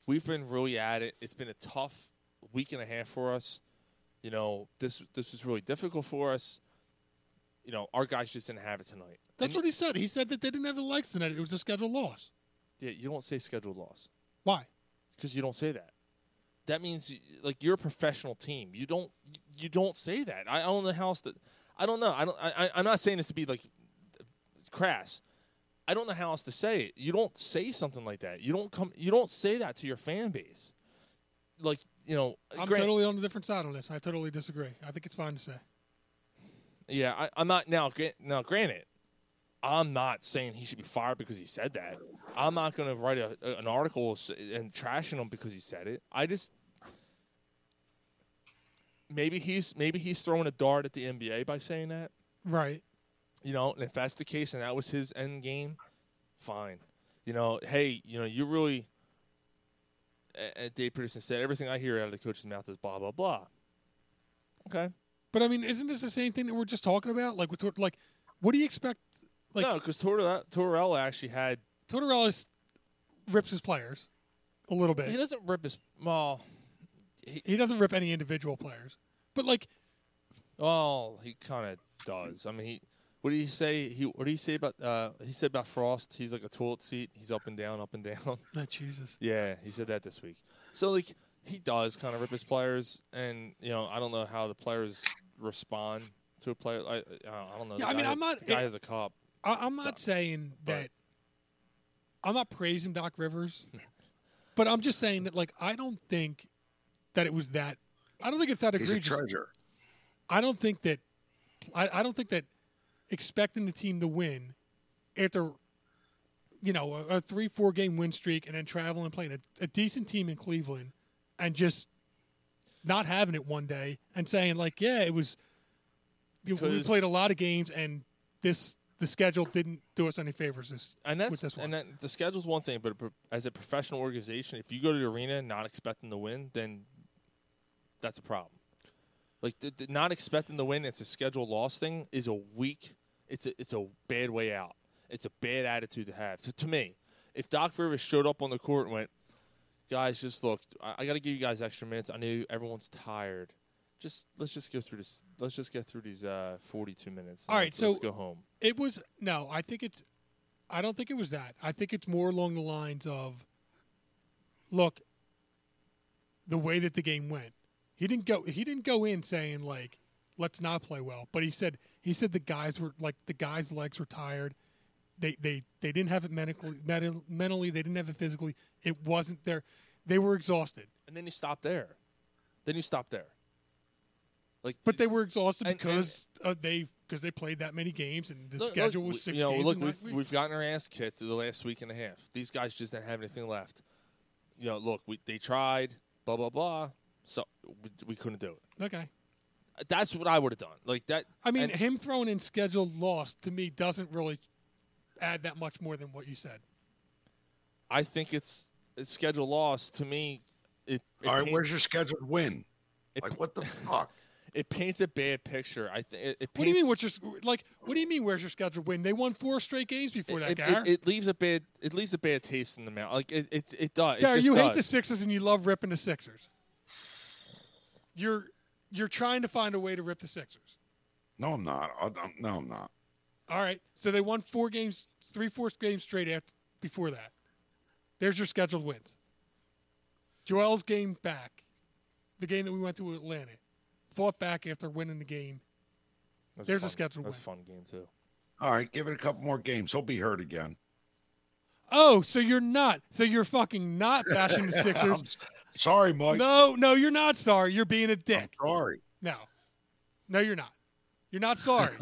[SPEAKER 6] we've been really at it. It's been a tough week and a half for us. You know, this this was really difficult for us. You know, our guys just didn't have it tonight.
[SPEAKER 7] That's what he said. He said that they didn't have the legs tonight. It was a schedule loss.
[SPEAKER 6] Yeah, you don't say scheduled loss.
[SPEAKER 7] Why?
[SPEAKER 6] Because you don't say that. That means you- like you're a professional team. You don't you don't say that. I I don't know how else to. I don't know. I don't. I, I- I'm not saying this to be like crass. I don't know how else to say it. You don't say something like that. You don't come. You don't say that to your fan base. Like you know.
[SPEAKER 7] I'm
[SPEAKER 6] grant-
[SPEAKER 7] totally on a different side on this. I totally disagree. I think it's fine to say.
[SPEAKER 6] Yeah, I, I'm not now. gra- Now, granted, I'm not saying he should be fired because he said that. I'm not going to write a, a- an article s- and trashing him because he said it. I just maybe he's maybe he's throwing a dart at the NBA by saying that.
[SPEAKER 7] Right.
[SPEAKER 6] You know, and if that's the case, and that was his end game, fine. You know, hey, you know, you really. a- a- Dave Peterson said, "Everything I hear out of the coach's mouth is blah blah blah." Okay.
[SPEAKER 7] But I mean, isn't this the same thing that we're just talking about? Like, with, like, what do you expect? Like,
[SPEAKER 6] no, because Tortorella, Tortorella actually had
[SPEAKER 7] Tortorella's rips his players a little bit.
[SPEAKER 6] He doesn't rip his well. He,
[SPEAKER 7] doesn't rip any individual players, but like,
[SPEAKER 6] well, he kind of does. I mean, he. What did he say? He what did he say about? Uh, he said about Frost. He's like a toilet seat. He's up and down, up and down. [laughs]
[SPEAKER 7] Oh, Jesus.
[SPEAKER 6] Yeah, he said that this week. So like, he does kind of rip his players, and you know, I don't know how the players respond to a player. I, I don't know.
[SPEAKER 7] Yeah,
[SPEAKER 6] The
[SPEAKER 7] I mean,
[SPEAKER 6] guy-
[SPEAKER 7] I'm not-
[SPEAKER 6] The guy
[SPEAKER 7] it-
[SPEAKER 6] is a cop.
[SPEAKER 7] I, I'm not saying that. I'm not praising Doc [laughs] Rivers, but I'm just saying that like I don't think that it was that. I don't think it's that
[SPEAKER 4] He's a
[SPEAKER 7] egregious.
[SPEAKER 4] treasure.
[SPEAKER 7] I don't think that I, I don't think that expecting the team to win after you know a, a three four game win streak and then traveling and playing a, a decent team in Cleveland and just not having it one day and saying like yeah it was you- we
[SPEAKER 6] Because-
[SPEAKER 7] played a lot of games and this the schedule didn't do us any favors this
[SPEAKER 6] And that's
[SPEAKER 7] with this one
[SPEAKER 6] and that, the schedule's one thing, but a pro- as a professional organization, if you go to the arena not expecting to win, then that's a problem. Like the, the not expecting to win, it's a schedule loss thing. Is a weak. It's a it's a bad way out. It's a bad attitude to have. To, to me, if Doc Rivers showed up on the court and went, guys, just look, I, I got to give you guys extra minutes. I know everyone's tired. Just let's just go through this. Let's just get through these uh, forty-two minutes. and
[SPEAKER 7] All right,
[SPEAKER 6] let's-
[SPEAKER 7] so
[SPEAKER 6] let's go home.
[SPEAKER 7] It was no, I think it's I don't think it was that. I think it's more along the lines of look, the way that the game went. He didn't go he didn't go in saying like let's not play well, but he said he said the guys were like the guys legs were tired. They they they didn't have it medically medi- mentally, they didn't have it physically. It wasn't there. They were exhausted.
[SPEAKER 6] And then you stop there. Then you stop there. Like
[SPEAKER 7] But they were exhausted because uh, they because they played that many games and the
[SPEAKER 6] Look- look,
[SPEAKER 7] schedule
[SPEAKER 6] we-
[SPEAKER 7] was 6
[SPEAKER 6] you know,
[SPEAKER 7] games.
[SPEAKER 6] Look,
[SPEAKER 7] in nine
[SPEAKER 6] we've,
[SPEAKER 7] weeks.
[SPEAKER 6] we've gotten our ass kicked through the last week and a half. These guys just didn't have anything left. You know, look, we, they tried, blah blah blah. So we, we couldn't do it.
[SPEAKER 7] okay.
[SPEAKER 6] That's what I would have done. Like that.
[SPEAKER 7] I mean,
[SPEAKER 6] and-
[SPEAKER 7] him throwing in scheduled loss to me doesn't really add that much more than what you said.
[SPEAKER 6] I think it's, it's schedule loss to me. It, it
[SPEAKER 4] All right,
[SPEAKER 6] pain-
[SPEAKER 4] where's your scheduled win? Like what the fuck?
[SPEAKER 6] it paints a bad picture. I think it, it
[SPEAKER 7] What do you mean?
[SPEAKER 6] paints-
[SPEAKER 7] What's your s- like? What do you mean? Where's your scheduled win? They won four straight games before that,
[SPEAKER 6] it,
[SPEAKER 7] Gar.
[SPEAKER 6] it, it leaves a bad it leaves a bad taste in the mouth. Like it it, it does.
[SPEAKER 7] Gar,
[SPEAKER 6] it just
[SPEAKER 7] you hate
[SPEAKER 6] does.
[SPEAKER 7] the Sixers and you love ripping the Sixers. You're you're trying to find a way to rip the Sixers.
[SPEAKER 4] No, I'm not. I, I'm, no, I'm not.
[SPEAKER 7] All right, so they won four games, three, four games straight after before that. There's your scheduled wins. Joel's game back, the game that we went to Atlanta, fought back after winning the game.
[SPEAKER 6] That's
[SPEAKER 7] There's
[SPEAKER 6] fun.
[SPEAKER 7] a scheduled win.
[SPEAKER 6] That's a fun game too.
[SPEAKER 4] All right, give it a couple more games. He'll be hurt again.
[SPEAKER 7] Oh, so you're not. So you're fucking not bashing the Sixers.
[SPEAKER 4] I'm sorry, Mike.
[SPEAKER 7] No, no, you're not sorry. You're being a dick.
[SPEAKER 4] sorry.
[SPEAKER 7] No. No, you're not. You're not sorry.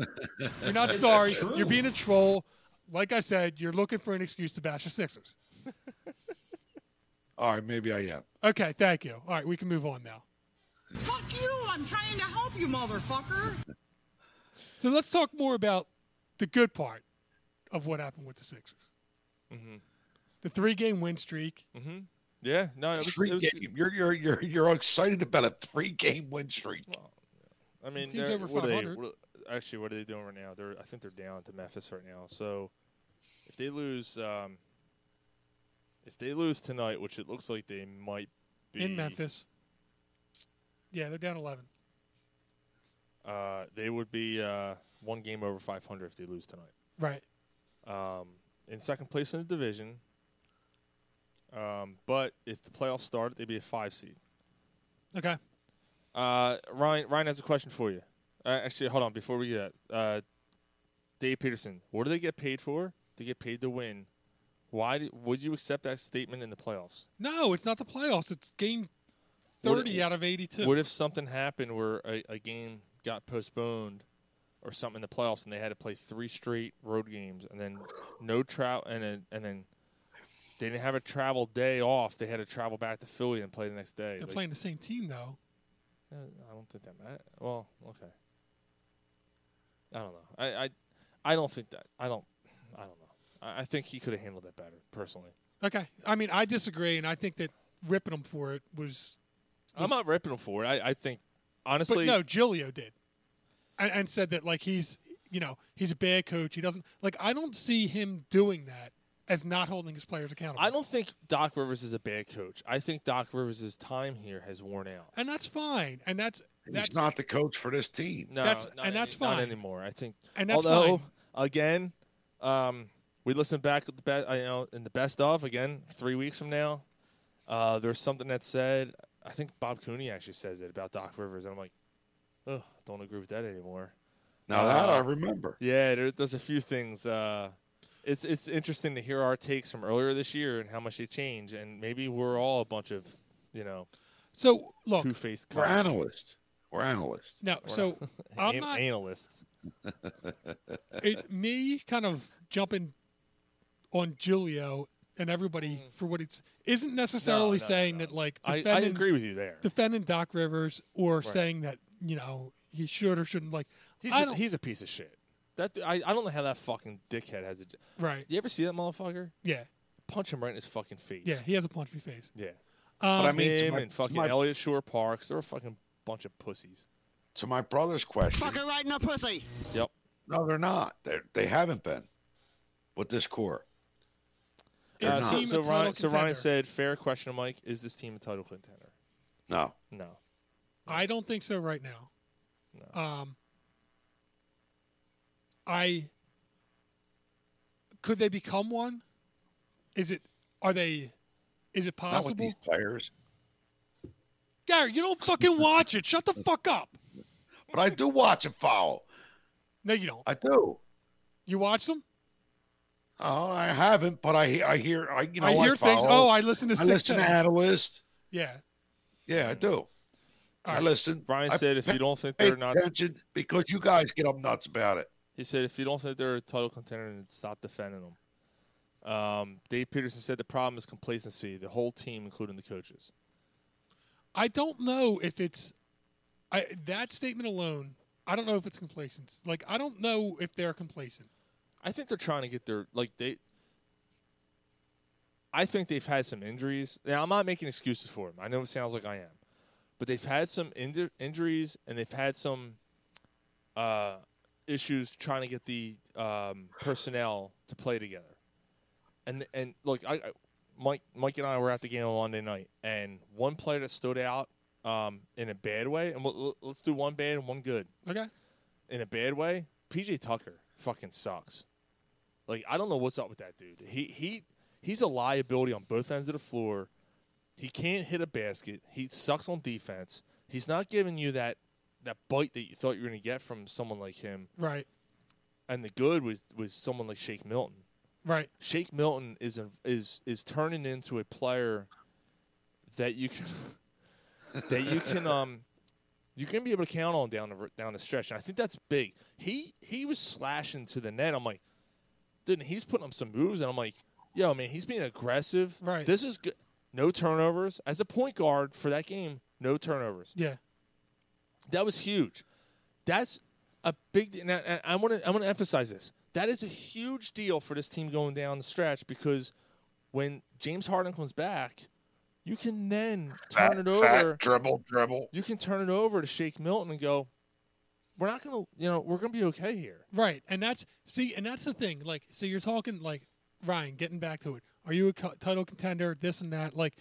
[SPEAKER 7] you're not sorry. You're being a troll. Like I said, you're looking for an excuse to bash the Sixers.
[SPEAKER 4] All right, maybe I am.
[SPEAKER 7] Okay, thank you. All right, we can move on now.
[SPEAKER 16] Fuck you! I'm trying to help you, motherfucker.
[SPEAKER 7] So let's talk more about the good part of what happened with the Sixers.
[SPEAKER 6] Mm-hmm.
[SPEAKER 7] The three game win streak.
[SPEAKER 6] Mm-hmm. Yeah, no, it was,
[SPEAKER 4] three
[SPEAKER 6] it was-
[SPEAKER 4] game. You're you're you're you're excited about a three game win streak.
[SPEAKER 6] I mean,
[SPEAKER 7] Team's
[SPEAKER 6] they're-
[SPEAKER 7] over
[SPEAKER 6] what are they?
[SPEAKER 7] 500.
[SPEAKER 6] What, are- actually, what are they doing right now? They're I think they're down to Memphis right now. So if they lose, um, if they lose tonight, which it looks like they might be
[SPEAKER 7] In Memphis. Yeah, they're down 11.
[SPEAKER 6] uh, they would be uh, one game over 500 if they lose tonight.
[SPEAKER 7] Right.
[SPEAKER 6] um, in second place in the division. Um, but if the playoffs started, they'd be a five seed.
[SPEAKER 7] Okay.
[SPEAKER 6] Uh, Ryan, Ryan has a question for you. Uh, actually, hold on before we get that. Uh, Dave Peterson, what do they get paid for? They get paid to win. Why did, would you accept that statement in the playoffs?
[SPEAKER 7] No, it's not the playoffs. It's game 30 out of 82.
[SPEAKER 6] What if something happened where a, a game got postponed or something in the playoffs and they had to play three straight road games and then no travel and then, and then they didn't have a travel day off. They had to travel back to Philly and play the next day.
[SPEAKER 7] they're
[SPEAKER 6] Like,
[SPEAKER 7] playing the same team, though?
[SPEAKER 6] uh, I don't think that matters. Well, okay. I don't know. I, I I don't think that. I don't. I don't know. I, I think he could have handled that better personally.
[SPEAKER 7] Okay. I mean, I disagree, and I think that ripping them for it was.
[SPEAKER 6] I'm
[SPEAKER 7] was-
[SPEAKER 6] not ripping him for it. I, I think honestly.
[SPEAKER 7] But no, Gilio did, and, and said that like he's you know he's a bad coach. He doesn't like I don't see him doing that as not holding his players accountable,
[SPEAKER 6] I don't think Doc Rivers is a bad coach. I think Doc Rivers' time here has worn out.
[SPEAKER 7] and that's fine. And that's that's
[SPEAKER 4] He's not the coach for this team.
[SPEAKER 6] No,
[SPEAKER 7] That's-
[SPEAKER 6] not
[SPEAKER 7] and that's
[SPEAKER 6] any- not
[SPEAKER 7] fine.
[SPEAKER 6] anymore. I think.
[SPEAKER 7] And that's
[SPEAKER 6] although,
[SPEAKER 7] fine.
[SPEAKER 6] again, um, we listen back at the best, you know, in the best of again three weeks from now. Uh, there's something that said. I think Bob Cooney actually says it about Doc Rivers, and I'm like, oh, don't agree with that anymore.
[SPEAKER 4] Now that
[SPEAKER 7] Uh,
[SPEAKER 4] I remember.
[SPEAKER 6] Yeah, there, there's a few things. Uh, it's it's interesting to hear our takes from earlier this year and how much they change, and maybe we're all a bunch of, you know,
[SPEAKER 7] so look.
[SPEAKER 6] two-faced.
[SPEAKER 4] We're
[SPEAKER 6] cocks.
[SPEAKER 4] analysts. We're analysts.
[SPEAKER 6] [laughs]
[SPEAKER 7] No,
[SPEAKER 6] We're
[SPEAKER 7] so
[SPEAKER 6] not-
[SPEAKER 7] I'm
[SPEAKER 6] An-
[SPEAKER 7] not
[SPEAKER 6] analysts.
[SPEAKER 7] it, me kind of jumping on Gilio and everybody for what it's isn't necessarily
[SPEAKER 6] Mm. no, no,
[SPEAKER 7] saying that like
[SPEAKER 6] I- I
[SPEAKER 7] defending-
[SPEAKER 6] agree with you there.
[SPEAKER 7] defending Doc Rivers or
[SPEAKER 6] Right.
[SPEAKER 7] saying that you know he should or shouldn't like
[SPEAKER 6] He's
[SPEAKER 7] I
[SPEAKER 6] a,
[SPEAKER 7] don't,
[SPEAKER 6] he's a piece of shit. That I, I don't know how that fucking dickhead has a. j-
[SPEAKER 7] Right.
[SPEAKER 6] You ever see that motherfucker?
[SPEAKER 7] yeah
[SPEAKER 6] Punch him right in his fucking face.
[SPEAKER 7] yeah he has a punch me face
[SPEAKER 6] Yeah.
[SPEAKER 7] Um,
[SPEAKER 4] But I mean, to
[SPEAKER 6] him
[SPEAKER 4] my-
[SPEAKER 6] and
[SPEAKER 4] to
[SPEAKER 6] fucking
[SPEAKER 4] my-
[SPEAKER 6] Elliot Shore Parks. They're a fucking bunch of pussies.
[SPEAKER 4] To my brother's question.
[SPEAKER 8] Fucking right in the pussy.
[SPEAKER 6] Yep.
[SPEAKER 4] No, they're not. They they haven't been with this core. They're
[SPEAKER 6] Uh,
[SPEAKER 4] not.
[SPEAKER 6] so, so, Ryan, so Ryan
[SPEAKER 7] contender?
[SPEAKER 6] said, "Fair question, Mike. Is this team a title contender?
[SPEAKER 4] No.
[SPEAKER 6] No.
[SPEAKER 7] I don't think so right now. Um, I could they become one? Is it? Are they? Is it
[SPEAKER 4] Not with
[SPEAKER 7] possible?
[SPEAKER 4] these players.
[SPEAKER 7] Gary, you don't fucking watch it. Shut the fuck up.
[SPEAKER 4] But I do watch and follow.
[SPEAKER 7] No, you don't.
[SPEAKER 4] I do.
[SPEAKER 7] You watch them?
[SPEAKER 4] Oh, I haven't, but I I hear I you know
[SPEAKER 7] I hear things.
[SPEAKER 4] follow.
[SPEAKER 7] Oh, I listen to
[SPEAKER 4] I
[SPEAKER 7] six
[SPEAKER 4] listen to
[SPEAKER 7] Ten.
[SPEAKER 4] analysts.
[SPEAKER 7] Yeah.
[SPEAKER 4] Yeah, I do.
[SPEAKER 7] All
[SPEAKER 4] I
[SPEAKER 7] right.
[SPEAKER 4] listen.
[SPEAKER 6] Ryan
[SPEAKER 4] I
[SPEAKER 6] said, "If you
[SPEAKER 4] pay-
[SPEAKER 6] don't think
[SPEAKER 4] pay
[SPEAKER 6] they're not,
[SPEAKER 4] attention because you guys get up nuts about it.
[SPEAKER 6] He said, if you don't think they're a title contender, then stop defending them. Um, Dave Peterson said the problem is complacency. The whole team, including the coaches.
[SPEAKER 7] I don't know if it's I that statement alone. I don't know if it's complacent. Like I don't know if they're complacent.
[SPEAKER 6] I think they're trying to get their like they. I think they've had some injuries. Now I'm not making excuses for them. I know it sounds like I am, but they've had some inju- injuries and they've had some uh, issues trying to get the um, personnel to play together. And and look, I, I Mike Mike and I were at the game on Monday night, and one player that stood out um, in a bad way, and we'll, let's do one bad and one good.
[SPEAKER 7] Okay.
[SPEAKER 6] In a bad way, PJ Tucker fucking sucks. Like I don't know what's up with that dude. He he he's a liability on both ends of the floor. He can't hit a basket. He sucks on defense. He's not giving you that that bite that you thought you were going to get from someone like him.
[SPEAKER 7] Right.
[SPEAKER 6] And the good was was someone like Shake Milton.
[SPEAKER 7] Right.
[SPEAKER 6] Shake Milton is a, is is turning into a player that you can [laughs] that you can um you can be able to count on down the r- down the stretch. And I think that's big. He he was slashing to the net. I'm like, dude, he's putting up some moves, and I'm like, yo, man, he's being aggressive.
[SPEAKER 7] Right.
[SPEAKER 6] This is good. No turnovers as a point guard for that game. No turnovers.
[SPEAKER 7] Yeah.
[SPEAKER 6] That was huge. That's a big. And I, and I want to. I want to emphasize this. That is a huge deal for this team going down the stretch because when James Harden comes back, you can then turn
[SPEAKER 4] Fat-
[SPEAKER 6] it
[SPEAKER 4] fat,
[SPEAKER 6] over.
[SPEAKER 4] dribble, dribble.
[SPEAKER 6] You can turn it over to Shake Milton and go. We're not gonna. You know, we're gonna be okay here.
[SPEAKER 7] Right, and that's see, and that's the thing. Like, so you're talking like Ryan, getting back to it. Are you a co- title contender? This and that. Like,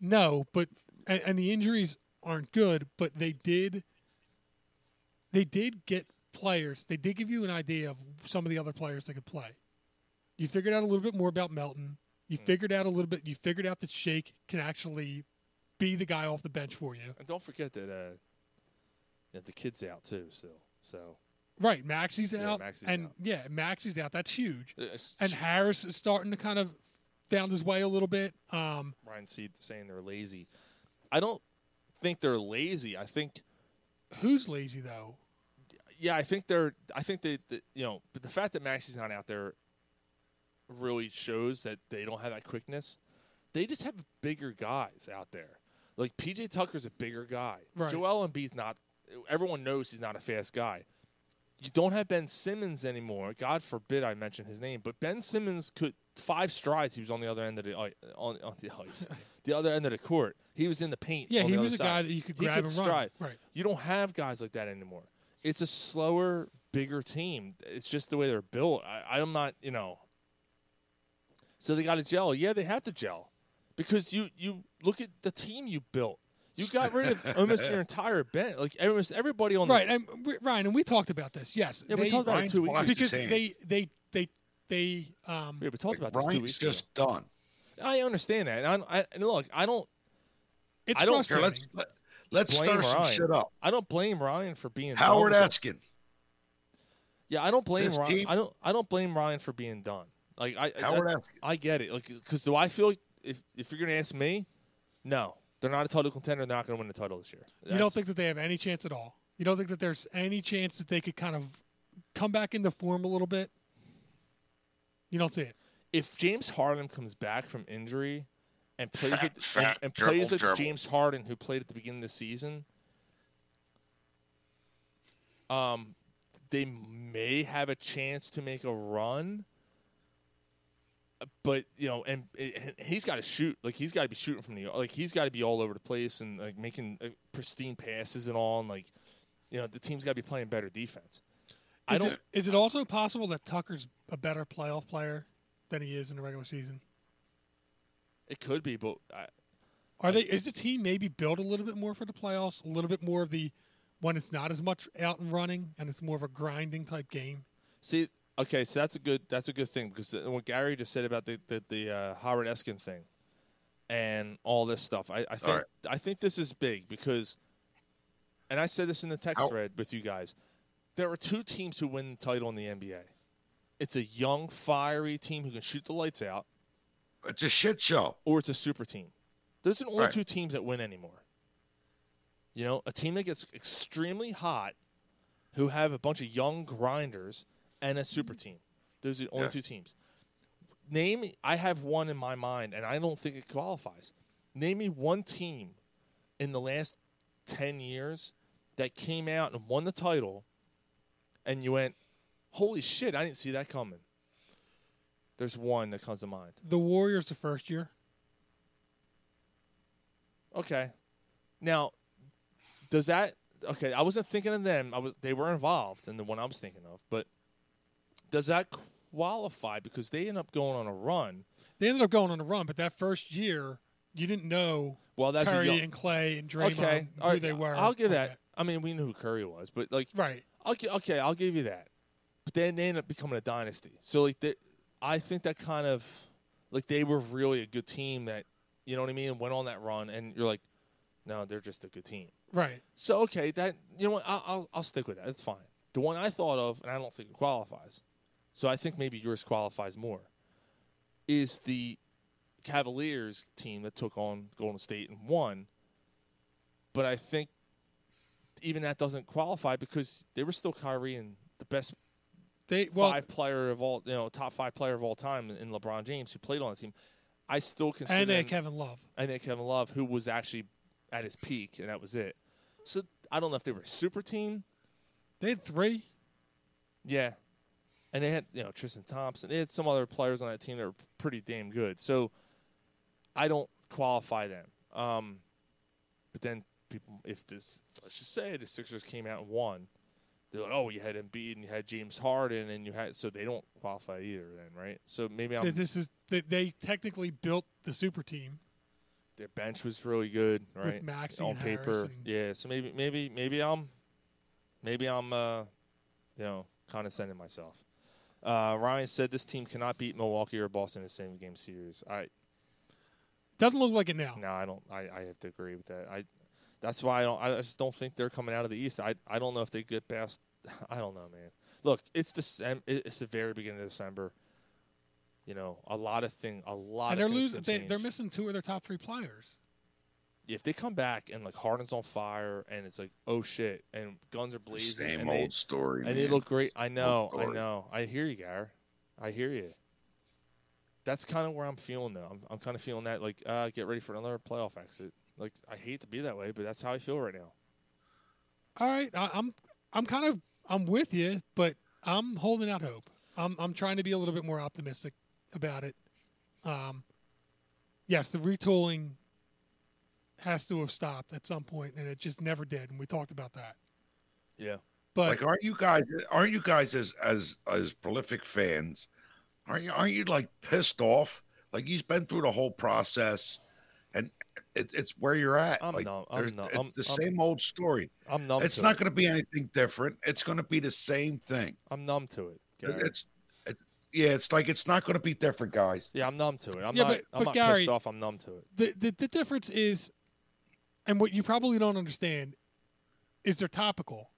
[SPEAKER 7] no, but and, and the injuries aren't good, but they did. They did get players. They did give you an idea of some of the other players that could play. You figured out a little bit more about Melton. You figured out a little bit. You figured out that Shake can actually be the guy off the bench for you.
[SPEAKER 6] And don't forget that uh, that the kid's out too still. So
[SPEAKER 7] Right, Maxie's
[SPEAKER 6] Yeah,
[SPEAKER 7] out,
[SPEAKER 6] Maxey's
[SPEAKER 7] and
[SPEAKER 6] out.
[SPEAKER 7] yeah, Maxie's out. That's huge.
[SPEAKER 6] Uh, it's-
[SPEAKER 7] and Harris is starting to kind of found his way a little bit. Um,
[SPEAKER 6] Ryan Seed saying they're lazy. I don't think they're lazy. I think
[SPEAKER 7] who's lazy though?
[SPEAKER 6] yeah, I think they're. I think they, that you know, but the fact that Maxie's not out there really shows that they don't have that quickness. They just have bigger guys out there. Like PJ Tucker's a bigger guy.
[SPEAKER 7] Right.
[SPEAKER 6] Joel Embiid's not. Everyone knows he's not a fast guy. You don't have Ben Simmons anymore. God forbid I mention his name, but Ben Simmons could five strides. He was on the other end of the i- on, on the [laughs] ice, the other end of the court. He was in the paint.
[SPEAKER 7] Yeah,
[SPEAKER 6] on
[SPEAKER 7] he
[SPEAKER 6] the
[SPEAKER 7] was
[SPEAKER 6] other
[SPEAKER 7] a guy
[SPEAKER 6] side.
[SPEAKER 7] that you could
[SPEAKER 6] He
[SPEAKER 7] grab and run.
[SPEAKER 6] stride.
[SPEAKER 7] Right.
[SPEAKER 6] You don't have guys like that anymore. It's a slower, bigger team. It's just the way they're built. I, I'm not, you know. So they got to gel. Yeah, they have to gel, because you you look at the team you built. You got rid of almost your entire bench, like almost everybody on the
[SPEAKER 7] Right, and we, Ryan, and we talked about this. Yes,
[SPEAKER 6] Yeah, we talked about it two weeks ago.
[SPEAKER 7] because
[SPEAKER 6] Ryan
[SPEAKER 7] they they they they um.
[SPEAKER 6] Yeah, we talked about this two weeks ago.
[SPEAKER 4] done.
[SPEAKER 6] I understand that. And I, I and look, I don't.
[SPEAKER 7] It's
[SPEAKER 6] I don't
[SPEAKER 7] frustrating. Here, let's-
[SPEAKER 4] let- let's
[SPEAKER 6] blame
[SPEAKER 4] stir some
[SPEAKER 6] Ryan.
[SPEAKER 4] shit up.
[SPEAKER 6] I don't blame Ryan for being
[SPEAKER 4] Howard
[SPEAKER 6] dumb with it.
[SPEAKER 4] Eskin.
[SPEAKER 6] Yeah, I don't blame
[SPEAKER 4] This
[SPEAKER 6] Ryan.
[SPEAKER 4] team-
[SPEAKER 6] I don't. I don't blame Ryan for being done. Like I, I,
[SPEAKER 4] Howard
[SPEAKER 6] I,
[SPEAKER 4] Eskin.
[SPEAKER 6] get it. Like, because do I feel if if you're gonna ask me, no, they're not a title contender. They're not gonna win the title this year.
[SPEAKER 7] you don't think that they have any chance at all. You don't think that there's any chance that they could kind of come back into form a little bit. You don't see it.
[SPEAKER 6] if James Harden comes back from injury and plays
[SPEAKER 4] Fat,
[SPEAKER 6] it
[SPEAKER 4] fat,
[SPEAKER 6] and, and
[SPEAKER 4] dribble,
[SPEAKER 6] plays like
[SPEAKER 4] dribble.
[SPEAKER 6] James Harden who played at the beginning of the season, um, they may have a chance to make a run. But you know, and, and he's got to shoot. Like he's got to be shooting from the like he's got to be all over the place and like making uh, pristine passes and all. And like, you know, the team's got to be playing better defense. I
[SPEAKER 7] Is
[SPEAKER 6] don't.
[SPEAKER 7] It, is it also possible that Tucker's a better playoff player than he is in the regular season?
[SPEAKER 6] It could be, but I,
[SPEAKER 7] Are they? Is the team maybe built a little bit more for the playoffs? A little bit more of the when it's not as much out and running and it's more of a grinding type game.
[SPEAKER 6] See, okay, so that's a good that's a good thing because uh, what Gary just said about the the, the uh, Howard Eskin thing and all this stuff, I, I think
[SPEAKER 4] right.
[SPEAKER 6] I think this is big because, and I said this in the text
[SPEAKER 4] How-
[SPEAKER 6] thread with you guys, there are two teams who win the title in the NBA. It's a young, fiery team who can shoot the lights out,
[SPEAKER 4] It's a shit show.
[SPEAKER 6] or it's a super team. Those are the only
[SPEAKER 4] Right.
[SPEAKER 6] two teams that win anymore. You know, a team that gets extremely hot, who have a bunch of young grinders, and a super team. Those are the only
[SPEAKER 4] Yes.
[SPEAKER 6] two teams. Name I have one in my mind, and I don't think it qualifies. Name me one team in the last ten years that came out and won the title, and you went, "Holy shit! I didn't see that coming." There's one that comes to mind.
[SPEAKER 7] The Warriors the first year.
[SPEAKER 6] Okay. Now Does that okay? I wasn't thinking of them. I was they were involved in the one I was thinking of, but does that qualify because they end up going on a run?
[SPEAKER 7] They ended up going on a run, but that first year, you didn't know
[SPEAKER 6] Well, that's a
[SPEAKER 7] Curry
[SPEAKER 6] young-
[SPEAKER 7] and Clay and Draymond
[SPEAKER 6] okay.
[SPEAKER 7] who
[SPEAKER 6] all right,
[SPEAKER 7] they were.
[SPEAKER 6] I'll give that. I mean, we knew who Curry was, but like,
[SPEAKER 7] right?
[SPEAKER 6] Okay, okay, I'll give you that. But then they ended up becoming a dynasty. So like, they, I think that kind of like they were really a good team that you know what I mean went on that run, and you're like, no, they're just a good team.
[SPEAKER 7] Right.
[SPEAKER 6] So okay, that you know what I'll I'll, I'll stick with that. It's fine. The one I thought of, and I don't think it qualifies. So I think maybe yours qualifies more. Is the Cavaliers team that took on Golden State and won? But I think even that doesn't qualify because they were still Kyrie and the best
[SPEAKER 7] they, well-
[SPEAKER 6] five player of all you know top five player of all time in LeBron James who played on the team. I still consider
[SPEAKER 7] And they had
[SPEAKER 6] them-
[SPEAKER 7] Kevin Love.
[SPEAKER 6] and then Kevin Love, who was actually at his peak, and that was it. So I don't know if they were a super team.
[SPEAKER 7] They had three.
[SPEAKER 6] Yeah, and they had you know Tristan Thompson. They had some other players on that team that were pretty damn good. So I don't qualify them. Um, but then people, if this, let's just say the Sixers came out and won, they're like, oh, you had Embiid and you had James Harden, and you had so they don't qualify either. Then right? So maybe I'm.
[SPEAKER 7] That this is they, they technically built the super team.
[SPEAKER 6] their bench was really good, right?
[SPEAKER 7] Maxey
[SPEAKER 6] on
[SPEAKER 7] and
[SPEAKER 6] paper,
[SPEAKER 7] Harris and-
[SPEAKER 6] yeah. So maybe, maybe, maybe I'm, maybe I'm, uh, you know, condescending myself. Uh, Ryan said this team cannot beat Milwaukee or Boston in the same game series. I
[SPEAKER 7] doesn't look like it now.
[SPEAKER 6] No, I don't. I, I have to agree with that. I that's why I don't. I just don't think they're coming out of the East. I I don't know if they get past. [laughs] I don't know, man. Look, it's the it's the very beginning of December. You know, a lot of thing, a lot.
[SPEAKER 7] And
[SPEAKER 6] of
[SPEAKER 7] they're
[SPEAKER 6] things
[SPEAKER 7] losing.
[SPEAKER 6] can
[SPEAKER 7] They,
[SPEAKER 6] change
[SPEAKER 7] they're missing two of their top three players.
[SPEAKER 6] if they come back and like Harden's on fire and it's like oh shit and guns are blazing,
[SPEAKER 4] Same
[SPEAKER 6] and they,
[SPEAKER 4] old story,
[SPEAKER 6] and they
[SPEAKER 4] man.
[SPEAKER 6] look great. I
[SPEAKER 4] Old
[SPEAKER 6] know, I
[SPEAKER 4] story.
[SPEAKER 6] know, I hear you, Gar. I hear you. That's kind of where I'm feeling though. I'm, I'm kind of feeling that like uh, get ready for another playoff exit. Like I hate to be that way, but that's how I feel right now.
[SPEAKER 7] All right, I, I'm I'm kind of I'm with you, but I'm holding out hope. I'm I'm trying to be a little bit more optimistic about it. Um, yes, the retooling has to have stopped at some point, and it just never did. And we talked about that.
[SPEAKER 6] Yeah.
[SPEAKER 7] But-
[SPEAKER 4] like, uh, aren't you guys? Aren't you guys as as as prolific fans? Aren't you? Aren't you like pissed off? Like you've been through the whole process, and it, it's where you're at.
[SPEAKER 6] I'm
[SPEAKER 4] like
[SPEAKER 6] numb. I'm
[SPEAKER 4] there's-
[SPEAKER 6] numb.
[SPEAKER 4] it's
[SPEAKER 6] I'm-
[SPEAKER 4] the
[SPEAKER 6] I'm-
[SPEAKER 4] same old story.
[SPEAKER 6] I'm numb
[SPEAKER 4] It's
[SPEAKER 6] to
[SPEAKER 4] not
[SPEAKER 6] it.
[SPEAKER 4] going to be anything different. It's going to be the same thing.
[SPEAKER 6] I'm numb to it. Gary.
[SPEAKER 4] It's, it's yeah. It's like it's not going to be different, guys.
[SPEAKER 6] Yeah, I'm numb to it. I'm
[SPEAKER 7] Yeah,
[SPEAKER 6] not.
[SPEAKER 7] but-
[SPEAKER 6] I'm
[SPEAKER 7] but
[SPEAKER 6] not
[SPEAKER 7] Gary-
[SPEAKER 6] pissed off. I'm numb to it.
[SPEAKER 7] the, the the difference is, and what you probably don't understand, is they're topical.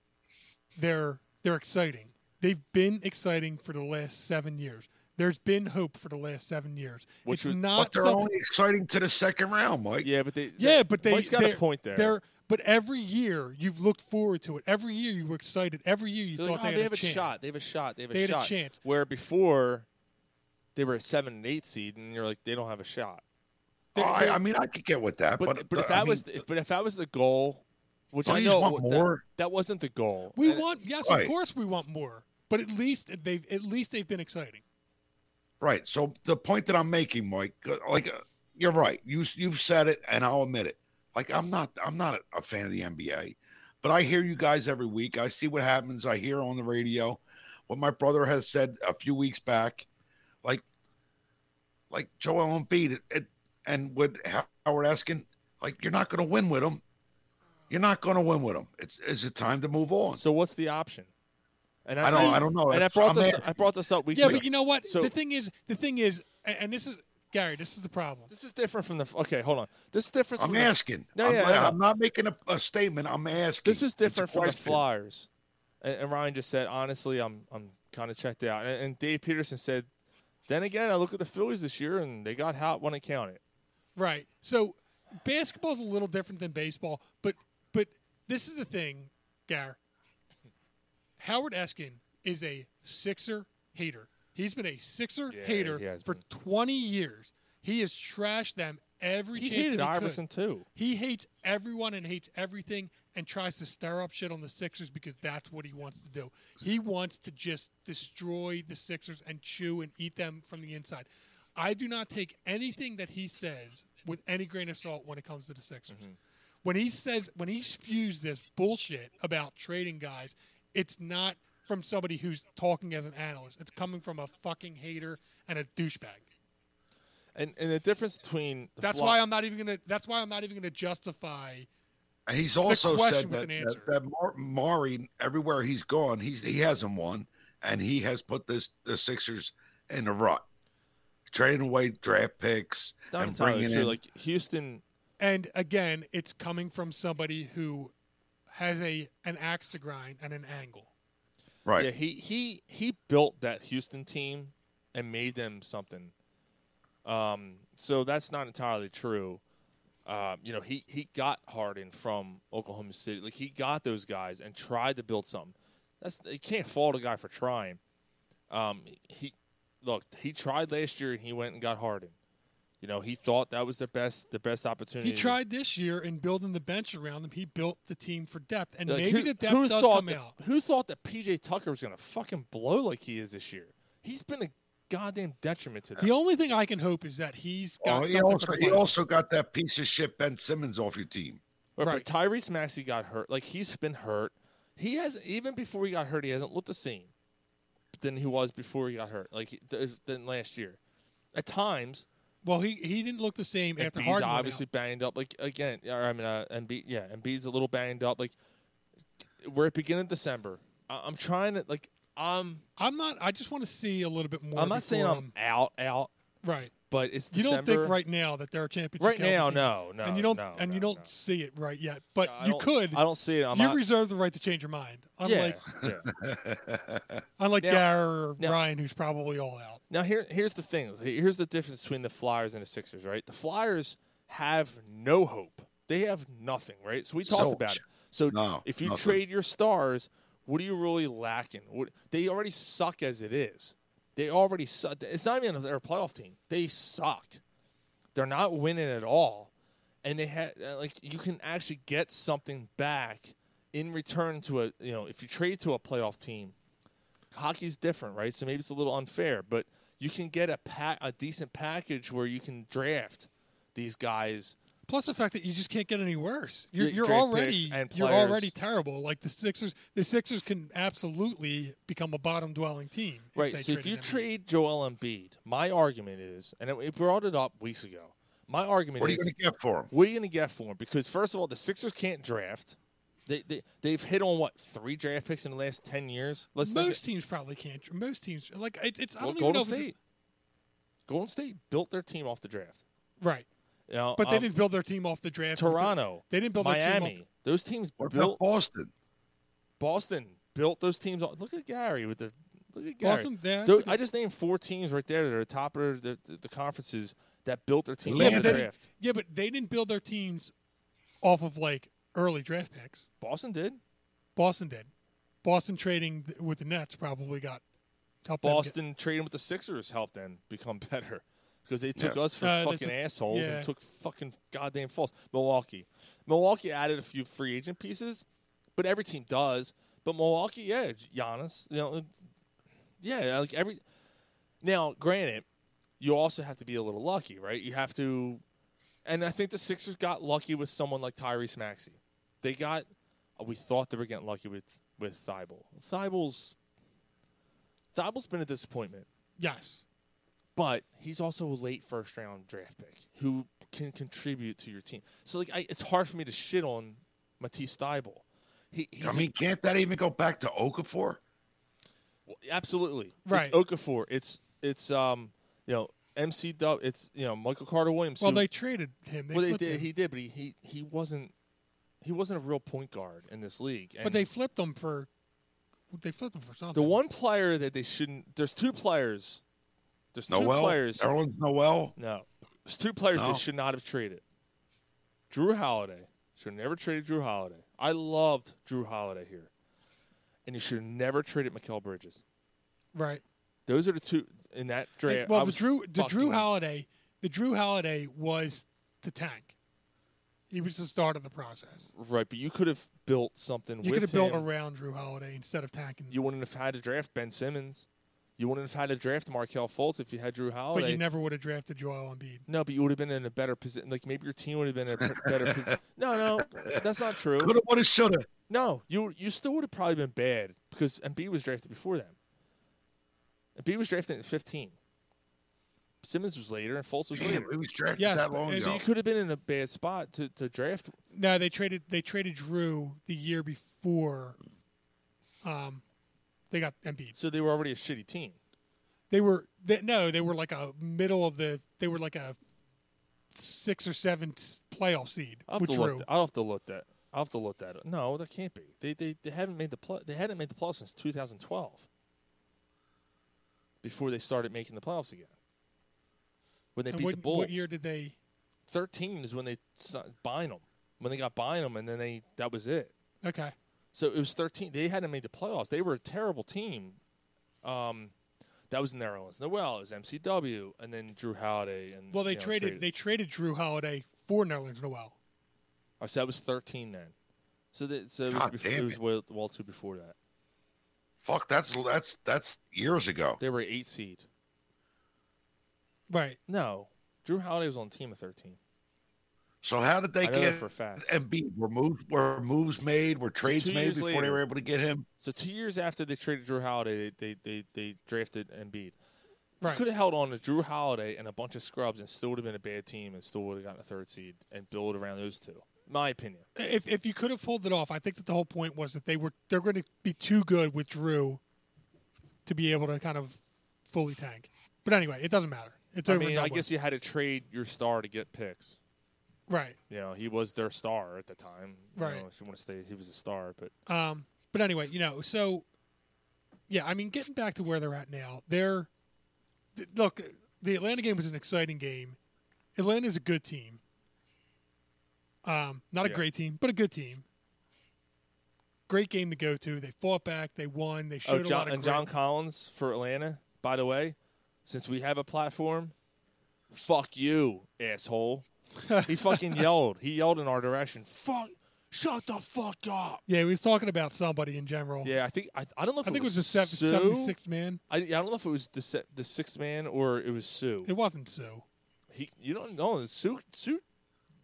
[SPEAKER 7] They're they're exciting. They've been exciting for the last seven years. There's been hope for the last seven years. it's not
[SPEAKER 4] But they're
[SPEAKER 7] something.
[SPEAKER 4] only exciting to the second round, Mike.
[SPEAKER 6] Yeah, but they.
[SPEAKER 7] yeah, but they
[SPEAKER 6] Mike's got
[SPEAKER 7] they're-
[SPEAKER 6] a point there.
[SPEAKER 7] They're but every year you've looked forward to it. Every year you were excited. Every year you
[SPEAKER 6] They're
[SPEAKER 7] thought
[SPEAKER 6] like,
[SPEAKER 7] they,
[SPEAKER 6] "Oh,
[SPEAKER 7] had
[SPEAKER 6] have a,
[SPEAKER 7] chance.
[SPEAKER 6] shot. They have a shot. They have a
[SPEAKER 7] They had a
[SPEAKER 6] shot.
[SPEAKER 7] chance.
[SPEAKER 6] Where before they were a seven and eight seed, and you're like, they don't have a shot.
[SPEAKER 4] Oh, I, I mean, I could get with that, but uh,
[SPEAKER 6] But, if that
[SPEAKER 4] I mean,
[SPEAKER 6] was, if, but if that was the goal, which
[SPEAKER 4] Don't
[SPEAKER 6] I
[SPEAKER 4] you just
[SPEAKER 6] know
[SPEAKER 4] want
[SPEAKER 6] wa- that-
[SPEAKER 4] more?
[SPEAKER 6] That, wasn't the goal.
[SPEAKER 7] We
[SPEAKER 6] And-
[SPEAKER 7] want yes, of course we want more. But at least they've at least they've been exciting.
[SPEAKER 4] Right. So the point that I'm making, Mike, uh, like uh, you're right. You you've said it, and I'll admit it. Like I'm not I'm not a, a fan of the NBA, but I hear you guys every week. I see what happens. I hear on the radio what my brother has said a few weeks back. Like like Joel Embiid it, it, and with Ho- Howard asking, like you're not going to win with him. You're not going to win with him. It's is it time to move on?
[SPEAKER 6] So what's the option? And
[SPEAKER 4] I
[SPEAKER 6] said-
[SPEAKER 4] don't I don't know.
[SPEAKER 6] And I
[SPEAKER 4] That's-
[SPEAKER 6] brought
[SPEAKER 4] I'm
[SPEAKER 6] this.
[SPEAKER 4] asking.
[SPEAKER 6] I brought this up weeks
[SPEAKER 7] yeah,
[SPEAKER 6] ago.
[SPEAKER 7] but you know what?
[SPEAKER 6] So
[SPEAKER 7] the thing is, the thing is, a- and this is Gary. This is the problem.
[SPEAKER 6] this is different from the. Okay, hold on. This is different.
[SPEAKER 4] I'm
[SPEAKER 6] from the-
[SPEAKER 4] asking.
[SPEAKER 6] No,
[SPEAKER 4] I'm,
[SPEAKER 6] yeah,
[SPEAKER 4] not,
[SPEAKER 6] no, no.
[SPEAKER 4] I'm not making a, a statement. I'm asking.
[SPEAKER 6] This is different
[SPEAKER 4] It's a
[SPEAKER 6] from the
[SPEAKER 4] question.
[SPEAKER 6] Flyers. And, and Ryan just said, honestly, I'm I'm kind of checked out. And, and Dave Peterson said, then again, I look at the Phillies this year, and they got hot when it counted.
[SPEAKER 7] Right. So basketball's a little different than baseball, but but this is the thing, Gar. Howard Eskin is a Sixer hater. He's been a Sixer
[SPEAKER 6] Yeah,
[SPEAKER 7] hater
[SPEAKER 6] he has
[SPEAKER 7] for 20 years. He has trashed them every
[SPEAKER 6] He
[SPEAKER 7] chance
[SPEAKER 6] hated
[SPEAKER 7] that he
[SPEAKER 6] Iverson,
[SPEAKER 7] could.
[SPEAKER 6] too.
[SPEAKER 7] He hates everyone and hates everything and tries to stir up shit on the Sixers because that's what he wants to do. He wants to just destroy the Sixers and chew and eat them from the inside.
[SPEAKER 6] Mm-hmm.
[SPEAKER 7] I do not take anything that he says with any grain of salt when it comes to the Sixers. when he says when he spews this bullshit about trading guys, it's not from somebody who's talking as an analyst. It's coming from a fucking hater and a douchebag.
[SPEAKER 6] And and the difference between the
[SPEAKER 7] That's
[SPEAKER 6] Fly-
[SPEAKER 7] why I'm not even gonna. That's why I'm not even gonna justify.
[SPEAKER 4] He's
[SPEAKER 7] the
[SPEAKER 4] also
[SPEAKER 7] question
[SPEAKER 4] said
[SPEAKER 7] with
[SPEAKER 4] that
[SPEAKER 7] an
[SPEAKER 4] that,
[SPEAKER 7] answer.
[SPEAKER 4] that Mar- Maury, everywhere he's gone, he's he hasn't won, and he has put this the Sixers in a rut, trading away draft picks
[SPEAKER 6] not
[SPEAKER 4] and
[SPEAKER 6] entirely
[SPEAKER 4] bringing
[SPEAKER 6] true.
[SPEAKER 4] in
[SPEAKER 6] Like Houston,
[SPEAKER 7] And again, it's coming from somebody who has a an axe to grind and an angle.
[SPEAKER 4] Right.
[SPEAKER 6] Yeah, he he he built that Houston team and made them something. Um, so that's not entirely true. Uh, you know, he he got Harden from Oklahoma City. Like he got those guys and tried to build something. That's you can't fault a guy for trying. Um, he look, he tried last year and he went and got Harden. You know, he thought that was the best the best opportunity.
[SPEAKER 7] He tried this year in building the bench around him. He built the team for depth, and
[SPEAKER 6] Like,
[SPEAKER 7] maybe
[SPEAKER 6] who-
[SPEAKER 7] the depth
[SPEAKER 6] who
[SPEAKER 7] does
[SPEAKER 6] thought
[SPEAKER 7] come
[SPEAKER 6] that-
[SPEAKER 7] out.
[SPEAKER 6] Who thought that PJ Tucker was going to fucking blow like he is this year? He's been a goddamn detriment to them.
[SPEAKER 7] The only thing I can hope is that he's got
[SPEAKER 4] Well, Oh, he
[SPEAKER 7] something
[SPEAKER 4] also
[SPEAKER 7] for the
[SPEAKER 4] he
[SPEAKER 7] playoffs.
[SPEAKER 4] also got that piece of shit Ben Simmons off your team.
[SPEAKER 6] But- But Tyrese Maxey got hurt. Like he's been hurt. He has even before he got hurt, he hasn't looked the same than he was before he got hurt. Like he- th- than last year. At times,
[SPEAKER 7] Well, he he didn't look the same after
[SPEAKER 6] Embiid's
[SPEAKER 7] Harden. went
[SPEAKER 6] obviously banged up. Like again, or, I mean, uh, Embiid, yeah, Embiid's a little banged up. Like we're at beginning of December. I- I'm trying to like I'm.
[SPEAKER 7] I'm not. I just want to see a little bit more.
[SPEAKER 6] I'm not saying
[SPEAKER 7] before
[SPEAKER 6] I'm out out,
[SPEAKER 7] I'm right.
[SPEAKER 6] but it's
[SPEAKER 7] You don't
[SPEAKER 6] December.
[SPEAKER 7] think right now that they're a championship
[SPEAKER 6] Right now,
[SPEAKER 7] caliber team.
[SPEAKER 6] no, no,
[SPEAKER 7] and you don't
[SPEAKER 6] no,
[SPEAKER 7] and you don't see it right yet. But
[SPEAKER 6] I
[SPEAKER 7] you
[SPEAKER 6] don't-
[SPEAKER 7] could.
[SPEAKER 6] I don't see it. I'm
[SPEAKER 7] you
[SPEAKER 6] not-
[SPEAKER 7] reserve the right to change your mind. Unlike
[SPEAKER 6] yeah. yeah.
[SPEAKER 7] unlike
[SPEAKER 6] Now-
[SPEAKER 7] Garrett or
[SPEAKER 6] now-
[SPEAKER 7] Ryan, who's probably all out.
[SPEAKER 6] Now here here's the thing. Here's the difference between the Flyers and the Sixers, right? The Flyers have no hope. They have nothing, right? So we talked
[SPEAKER 4] Zilch.
[SPEAKER 6] about it. So
[SPEAKER 4] No,
[SPEAKER 6] if you
[SPEAKER 4] nothing.
[SPEAKER 6] trade your stars, what are you really lacking? What, they already suck as it is. They already suck. It's not even their playoff team. They suck. They're not winning at all, and they had like you can actually get something back in return to a you know if you trade to a playoff team hockey's different, right? So maybe it's a little unfair, but you can get a pa- a decent package where you can draft these guys.
[SPEAKER 7] Plus the fact that you just can't get any worse. You're,
[SPEAKER 6] Yeah,
[SPEAKER 7] you're
[SPEAKER 6] draft
[SPEAKER 7] already
[SPEAKER 6] picks and
[SPEAKER 7] you're
[SPEAKER 6] players.
[SPEAKER 7] already terrible. Like the Sixers, the Sixers can absolutely become a bottom dwelling team. if
[SPEAKER 6] Right.
[SPEAKER 7] they
[SPEAKER 6] So if
[SPEAKER 7] traded
[SPEAKER 6] you
[SPEAKER 7] them.
[SPEAKER 6] trade Joel Embiid, my argument is, and we brought it up weeks ago. My argument
[SPEAKER 4] What are
[SPEAKER 6] is,
[SPEAKER 4] you going to get for him?
[SPEAKER 6] what are you going to get for him? Because first of all, the Sixers can't draft. They they they've hit on what three draft picks in the last ten years. Let's not
[SPEAKER 7] most teams probably can't. tr- Most teams like it's. it's I
[SPEAKER 6] Well,
[SPEAKER 7] don't even know
[SPEAKER 6] Golden
[SPEAKER 7] if it's-
[SPEAKER 6] State. Golden State built their team off the draft.
[SPEAKER 7] right,
[SPEAKER 6] You know,
[SPEAKER 7] but they
[SPEAKER 6] um,
[SPEAKER 7] didn't build their team off the draft.
[SPEAKER 6] Toronto.
[SPEAKER 7] They didn't build
[SPEAKER 6] Miami.
[SPEAKER 7] their team off.
[SPEAKER 6] Those teams
[SPEAKER 4] What about
[SPEAKER 6] built
[SPEAKER 4] Boston?
[SPEAKER 6] Boston built those teams. off- Look at Gary with the look at Gary.
[SPEAKER 7] Boston, yeah, that's
[SPEAKER 6] Tho-
[SPEAKER 7] a good-
[SPEAKER 6] I just named four teams right there that are top of the, the, the conferences that built their team
[SPEAKER 7] Yeah,
[SPEAKER 6] off
[SPEAKER 7] but
[SPEAKER 6] the
[SPEAKER 7] they didn't,
[SPEAKER 6] draft.
[SPEAKER 7] yeah, but they didn't build their teams off of like early draft picks.
[SPEAKER 6] Boston did.
[SPEAKER 7] Boston did. Boston trading th- with the Nets probably got helped. them get-
[SPEAKER 6] Boston trading with the Sixers helped them become [laughs] better because they took
[SPEAKER 4] Yes.
[SPEAKER 6] us for
[SPEAKER 7] Uh, they
[SPEAKER 6] fucking
[SPEAKER 7] took-
[SPEAKER 6] assholes
[SPEAKER 7] yeah.
[SPEAKER 6] and took fucking goddamn false. Milwaukee. Milwaukee added a few free agent pieces, but every team does. But Milwaukee, yeah, Giannis, you know, yeah, like every. Now, granted, you also have to be a little lucky, right? You have to, and I think the Sixers got lucky with someone like Tyrese Maxey. They got, we thought they were getting lucky with with Thibault. Thibault's Thibault's been a disappointment,
[SPEAKER 7] yes,
[SPEAKER 6] but he's also a late first round draft pick who can contribute to your team. So like, I, it's hard for me to shit on Matisse Thibault. He, he's
[SPEAKER 4] I mean, can't that even go back to Okafor?
[SPEAKER 6] absolutely
[SPEAKER 7] Right.
[SPEAKER 6] It's Okafor. It's it's um you know MC Dub. It's you know Michael Carter Williams.
[SPEAKER 7] well,
[SPEAKER 6] who-
[SPEAKER 7] they traded him. They
[SPEAKER 6] well, they
[SPEAKER 7] flipped
[SPEAKER 6] did.
[SPEAKER 7] him.
[SPEAKER 6] He did, but he, he he wasn't he wasn't a real point guard in this league.
[SPEAKER 7] but
[SPEAKER 6] And
[SPEAKER 7] they flipped him for they flipped him for something.
[SPEAKER 6] the one player that they shouldn't. There's two players. There's two
[SPEAKER 4] Noel?
[SPEAKER 6] players.
[SPEAKER 4] Nerlens Noel?
[SPEAKER 6] No, there's two players
[SPEAKER 4] No.
[SPEAKER 6] they should not have traded. Drew Holiday should have never traded Drew Holiday. I loved Drew Holiday here, and you should have never traded Mikel Bridges.
[SPEAKER 7] right.
[SPEAKER 6] Those are the two in that draft.
[SPEAKER 7] well,
[SPEAKER 6] I
[SPEAKER 7] the
[SPEAKER 6] was
[SPEAKER 7] Drew the Drew
[SPEAKER 6] fucking-
[SPEAKER 7] Holiday the Drew Holiday was to tank. He was the start of the process.
[SPEAKER 6] Right, but you could have built something
[SPEAKER 7] You
[SPEAKER 6] with
[SPEAKER 7] could have built
[SPEAKER 6] him.
[SPEAKER 7] around Drew Holiday instead of tanking.
[SPEAKER 6] You wouldn't have had to draft Ben Simmons. You wouldn't have had to draft Markel Fultz if you had Drew Holiday.
[SPEAKER 7] But you never would have drafted Joel Embiid.
[SPEAKER 6] No, but you would have been in a better position. Like maybe your team would have
[SPEAKER 7] [laughs]
[SPEAKER 6] been in a p- better. posi- No, no, that's not true.
[SPEAKER 4] Coulda, woulda, shoulda.
[SPEAKER 6] No, you you still would have probably been bad because Embiid was drafted before them. Embiid was drafted at 15. Simmons was later, and Fultz was later. He
[SPEAKER 4] was drafted
[SPEAKER 7] Yes, that but- long
[SPEAKER 6] So
[SPEAKER 7] ago.
[SPEAKER 6] you could have been in a bad spot to, to draft.
[SPEAKER 7] No, they traded they traded Drew the year before. Um, they got Embiid.
[SPEAKER 6] So they were already a shitty team.
[SPEAKER 7] They were they, no, they were like a middle of the. They were like a six or seven s- playoff seed
[SPEAKER 6] I'll have,
[SPEAKER 7] with
[SPEAKER 6] to
[SPEAKER 7] Drew.
[SPEAKER 6] look, I'll have to look that. I'll have to look that up. No, that can't be. They they, they haven't made the play. They hadn't made the playoffs since 2012. Before they started making the playoffs again. When they
[SPEAKER 7] And
[SPEAKER 6] beat
[SPEAKER 7] what,
[SPEAKER 6] the Bulls.
[SPEAKER 7] what year did they?
[SPEAKER 6] 13 is when they started buying them. When they got buying them, and then they that was it.
[SPEAKER 7] Okay,
[SPEAKER 6] So it was 13. They hadn't made the playoffs. They were a terrible team. Um, that was Nerlens Noel, it was MCW, and then Drew Holiday. And
[SPEAKER 7] well they
[SPEAKER 6] you know,
[SPEAKER 7] traded, they traded Drew Holiday for Nerlens Noel.
[SPEAKER 6] Oh, so that was 13 then. So that so it was,
[SPEAKER 4] God
[SPEAKER 6] before,
[SPEAKER 4] damn
[SPEAKER 6] it was well, well two before that.
[SPEAKER 4] Fuck, that's that's that's years ago.
[SPEAKER 6] They were eight seed.
[SPEAKER 7] Right.
[SPEAKER 6] No, Drew Holiday was on the team of 13.
[SPEAKER 4] So how did they
[SPEAKER 6] I know
[SPEAKER 4] get
[SPEAKER 6] that for a fact.
[SPEAKER 4] Embiid? Were moves were moves made? Were trades
[SPEAKER 6] two
[SPEAKER 4] made
[SPEAKER 6] years
[SPEAKER 4] before they
[SPEAKER 6] later.
[SPEAKER 4] were able to get
[SPEAKER 6] [laughs]
[SPEAKER 4] him?
[SPEAKER 6] So two years after they traded Drew Holiday, they they they, they drafted Embiid.
[SPEAKER 7] Right.
[SPEAKER 6] You could have held on to Drew Holiday and a bunch of scrubs, and still would have been a bad team, and still would have gotten a third seed and build around those two. My opinion.
[SPEAKER 7] If if you could have pulled it off, I think that the whole point was that they were they're going to be too good with Drew to be able to kind of fully tank. But anyway, it doesn't matter. It's
[SPEAKER 6] I
[SPEAKER 7] over. and
[SPEAKER 6] mean,
[SPEAKER 7] done
[SPEAKER 6] I
[SPEAKER 7] with.
[SPEAKER 6] guess you had to trade your star to get picks.
[SPEAKER 7] Right.
[SPEAKER 6] You know, he was their star at the time. You
[SPEAKER 7] Right.
[SPEAKER 6] know, if you want to stay, he was a star, but
[SPEAKER 7] Um, but anyway, you know, so yeah, I mean, getting back to where they're at now, they're th- look. The Atlanta game was an exciting game. Atlanta's a good team. Um, not a
[SPEAKER 17] Yeah.
[SPEAKER 7] great team, but a good team. Great game to go to. They fought back. They won. They showed
[SPEAKER 6] Oh,
[SPEAKER 7] a lot
[SPEAKER 6] John,
[SPEAKER 7] of
[SPEAKER 6] and John
[SPEAKER 7] grit.
[SPEAKER 6] Collins for Atlanta, by the way, since we have a platform, fuck you, [laughs] asshole. he fucking yelled. He yelled in our direction. Fuck, shut the fuck up.
[SPEAKER 7] Yeah, he was talking about somebody in general.
[SPEAKER 6] Yeah, I think I, I don't know if
[SPEAKER 7] I
[SPEAKER 6] it
[SPEAKER 7] think it was
[SPEAKER 6] was
[SPEAKER 7] the seven-
[SPEAKER 6] Sue.
[SPEAKER 7] 76 man.
[SPEAKER 6] I, I don't know if it was the, se- the sixth man or it was Sue.
[SPEAKER 7] It wasn't
[SPEAKER 6] Oh!
[SPEAKER 7] Sue.
[SPEAKER 6] He, you don't know Sue. Sue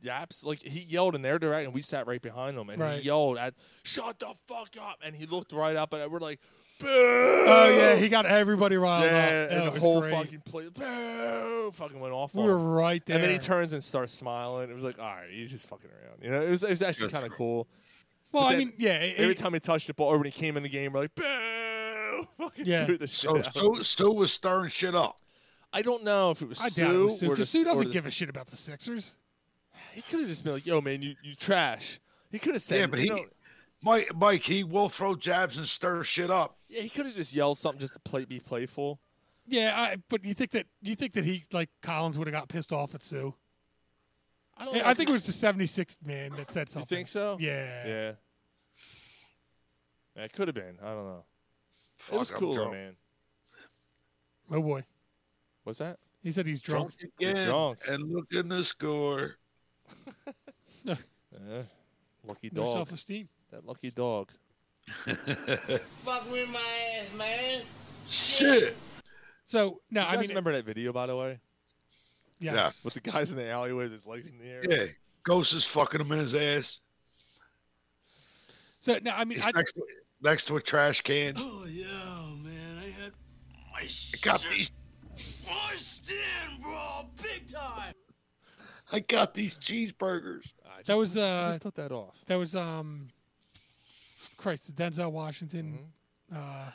[SPEAKER 6] yaps like he yelled in their direction. We sat right behind him, and
[SPEAKER 7] Right.
[SPEAKER 6] he yelled at "Shut the fuck up!" And he looked right up, and we're like, "Boo!"
[SPEAKER 7] Oh yeah, he got everybody riled
[SPEAKER 6] Yeah,
[SPEAKER 7] up.
[SPEAKER 6] and
[SPEAKER 7] Oh,
[SPEAKER 6] the
[SPEAKER 7] it was
[SPEAKER 6] whole
[SPEAKER 7] great.
[SPEAKER 6] fucking play, boo, fucking went off.
[SPEAKER 7] We
[SPEAKER 6] on
[SPEAKER 7] were
[SPEAKER 6] him.
[SPEAKER 7] right
[SPEAKER 6] And then he
[SPEAKER 7] there.
[SPEAKER 6] turns and starts smiling. It was like, all right, you're just fucking around. You know, it was, it was actually kind of cool.
[SPEAKER 7] Well,
[SPEAKER 6] But
[SPEAKER 7] I
[SPEAKER 6] then
[SPEAKER 7] mean, yeah, it-
[SPEAKER 6] every
[SPEAKER 7] it-
[SPEAKER 6] time he touched the ball or when he came in the game, we're like, boo, [laughs] fucking
[SPEAKER 7] Yeah.
[SPEAKER 6] threw the shit
[SPEAKER 4] So
[SPEAKER 6] out.
[SPEAKER 4] so so was stirring shit up.
[SPEAKER 6] I don't know if it was
[SPEAKER 7] I
[SPEAKER 6] Sue
[SPEAKER 7] doubt it was Sue
[SPEAKER 6] or the,
[SPEAKER 7] because Sue
[SPEAKER 6] or
[SPEAKER 7] doesn't
[SPEAKER 6] the-
[SPEAKER 7] give a shit about the Sixers.
[SPEAKER 6] He could have just been like, yo, man, you, you trash. He could have said,
[SPEAKER 4] yeah, but
[SPEAKER 6] you
[SPEAKER 4] he,
[SPEAKER 6] know-
[SPEAKER 4] Mike, Mike, he will throw jabs and stir shit up.
[SPEAKER 6] yeah, he could have just yelled something just to play, be playful.
[SPEAKER 7] Yeah, I, but you think that you think that he like Collins would have got pissed off at Sue? I
[SPEAKER 6] don't
[SPEAKER 7] I,
[SPEAKER 6] know if
[SPEAKER 7] think
[SPEAKER 6] he-
[SPEAKER 7] it was the 76th man that said something.
[SPEAKER 6] You think so?
[SPEAKER 7] Yeah.
[SPEAKER 6] Yeah. Yeah, It could have been. I don't know.
[SPEAKER 4] Fuck,
[SPEAKER 6] it was
[SPEAKER 4] I'm
[SPEAKER 6] cool, though,
[SPEAKER 4] drunk.
[SPEAKER 6] man.
[SPEAKER 7] Oh boy,
[SPEAKER 6] What's that?
[SPEAKER 7] he said he's drunk.
[SPEAKER 4] again.
[SPEAKER 6] drunk.
[SPEAKER 4] And look in the score.
[SPEAKER 7] [laughs]
[SPEAKER 6] Yeah. Lucky
[SPEAKER 7] No
[SPEAKER 6] dog.
[SPEAKER 7] self-esteem.
[SPEAKER 6] That lucky dog.
[SPEAKER 5] Fuck with my my
[SPEAKER 4] Shit.
[SPEAKER 7] So no,
[SPEAKER 6] you
[SPEAKER 7] I
[SPEAKER 6] guys
[SPEAKER 7] mean,
[SPEAKER 6] remember that video by the way?
[SPEAKER 7] Yes. Yeah.
[SPEAKER 6] With the guys in the alleyway, with his legs in the air.
[SPEAKER 4] Yeah, Ghost is fucking him in his ass.
[SPEAKER 7] So no, I mean,
[SPEAKER 4] I, next, to, next to a trash can.
[SPEAKER 9] Oh yeah, man, I had my shit
[SPEAKER 4] got these-
[SPEAKER 9] pushed in, bro, big time.
[SPEAKER 4] I got these cheeseburgers.
[SPEAKER 7] that was uh,
[SPEAKER 6] just took that off.
[SPEAKER 7] That was um, Christ, Denzel Washington,
[SPEAKER 6] Mm-hmm.
[SPEAKER 7] uh,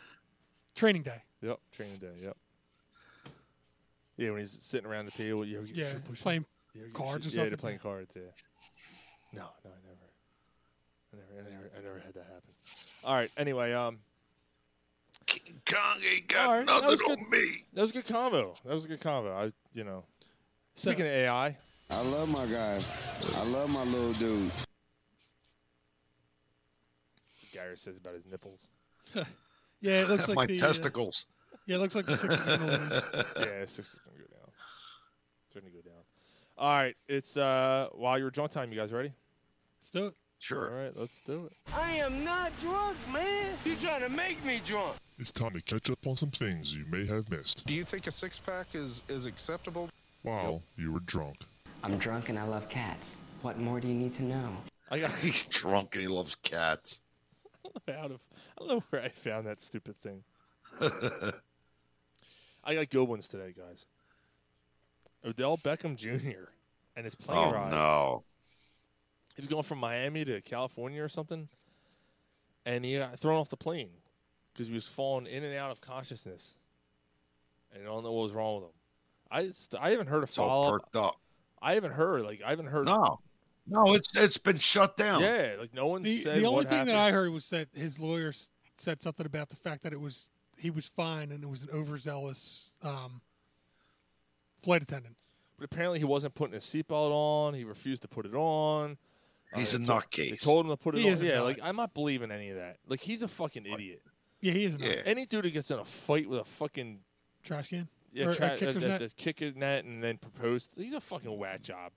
[SPEAKER 7] training day.
[SPEAKER 6] Yep, training day. Yep. Yeah, when he's sitting around the table, you you
[SPEAKER 7] Yeah,
[SPEAKER 6] should push
[SPEAKER 7] playing
[SPEAKER 6] him. you
[SPEAKER 7] cards
[SPEAKER 6] should-
[SPEAKER 7] or
[SPEAKER 6] yeah,
[SPEAKER 7] something?
[SPEAKER 6] they're playing cards. Yeah. No, no, I never, I never, I never, I never had that happen. All right. Anyway, um,
[SPEAKER 4] King Kong ain't got nothing
[SPEAKER 6] that was
[SPEAKER 4] on
[SPEAKER 6] good.
[SPEAKER 4] me.
[SPEAKER 6] That was a good combo. That was a good combo. I, you know, speaking of AI,
[SPEAKER 18] I love my guys. I love my little dudes.
[SPEAKER 6] Gary says about his nipples.
[SPEAKER 7] Yeah, it
[SPEAKER 6] [laughs]
[SPEAKER 7] looks like
[SPEAKER 4] my
[SPEAKER 7] the, uh,
[SPEAKER 4] testicles.
[SPEAKER 7] yeah, it looks like the Sixers are gonna lose.
[SPEAKER 4] [laughs]
[SPEAKER 6] yeah, six is gonna go down. It's gonna go down. All right, it's uh while you're drunk time. You guys ready?
[SPEAKER 7] Let's do it.
[SPEAKER 4] Sure.
[SPEAKER 6] All right, let's do it.
[SPEAKER 5] I am not drunk, man. You trying to make me drunk?
[SPEAKER 17] It's time to catch up on some things you may have missed.
[SPEAKER 19] Do you think a six pack is, is acceptable?
[SPEAKER 17] Wow, you were drunk.
[SPEAKER 20] I'm drunk and I love cats. What more do you need to know?
[SPEAKER 4] I
[SPEAKER 6] [laughs]
[SPEAKER 4] got [laughs] he's drunk and he loves cats.
[SPEAKER 6] Out of I don't know where I found that
[SPEAKER 4] [laughs]
[SPEAKER 6] stupid thing. I got good ones today, guys. Odell Beckham Jr. and his plane
[SPEAKER 4] oh
[SPEAKER 6] ride.
[SPEAKER 4] no.
[SPEAKER 6] He was going from Miami to California or something, and he got thrown off the plane because he was falling in and out of consciousness, and I don't know what was wrong with him. I st- I haven't heard a
[SPEAKER 4] all
[SPEAKER 6] follow
[SPEAKER 4] perked up.
[SPEAKER 6] I haven't heard like I haven't heard
[SPEAKER 4] No. No, it's it's been shut down.
[SPEAKER 6] Yeah, like no one
[SPEAKER 7] The,
[SPEAKER 6] said
[SPEAKER 7] the
[SPEAKER 6] what
[SPEAKER 7] only thing
[SPEAKER 6] happened.
[SPEAKER 7] that I heard was that his lawyer s- said something about the fact that it was he was fine and it was an overzealous um, flight attendant.
[SPEAKER 6] But apparently he wasn't putting his seatbelt on. He refused to put it on.
[SPEAKER 4] He's
[SPEAKER 6] they
[SPEAKER 4] a
[SPEAKER 6] told- They
[SPEAKER 4] nutcase.
[SPEAKER 6] told him to put it
[SPEAKER 7] He
[SPEAKER 6] on.
[SPEAKER 7] is a
[SPEAKER 6] yeah,
[SPEAKER 7] nut.
[SPEAKER 6] like I'm not believing any of that. Like he's a fucking idiot.
[SPEAKER 7] Yeah, he is a
[SPEAKER 4] Yeah.
[SPEAKER 6] Any dude who gets in a fight with a fucking
[SPEAKER 7] trash can.
[SPEAKER 6] yeah,
[SPEAKER 7] Or a
[SPEAKER 6] tra-
[SPEAKER 7] kicker's
[SPEAKER 6] uh,
[SPEAKER 7] net?
[SPEAKER 6] the- the kicker net and then proposed. He's a fucking whack job.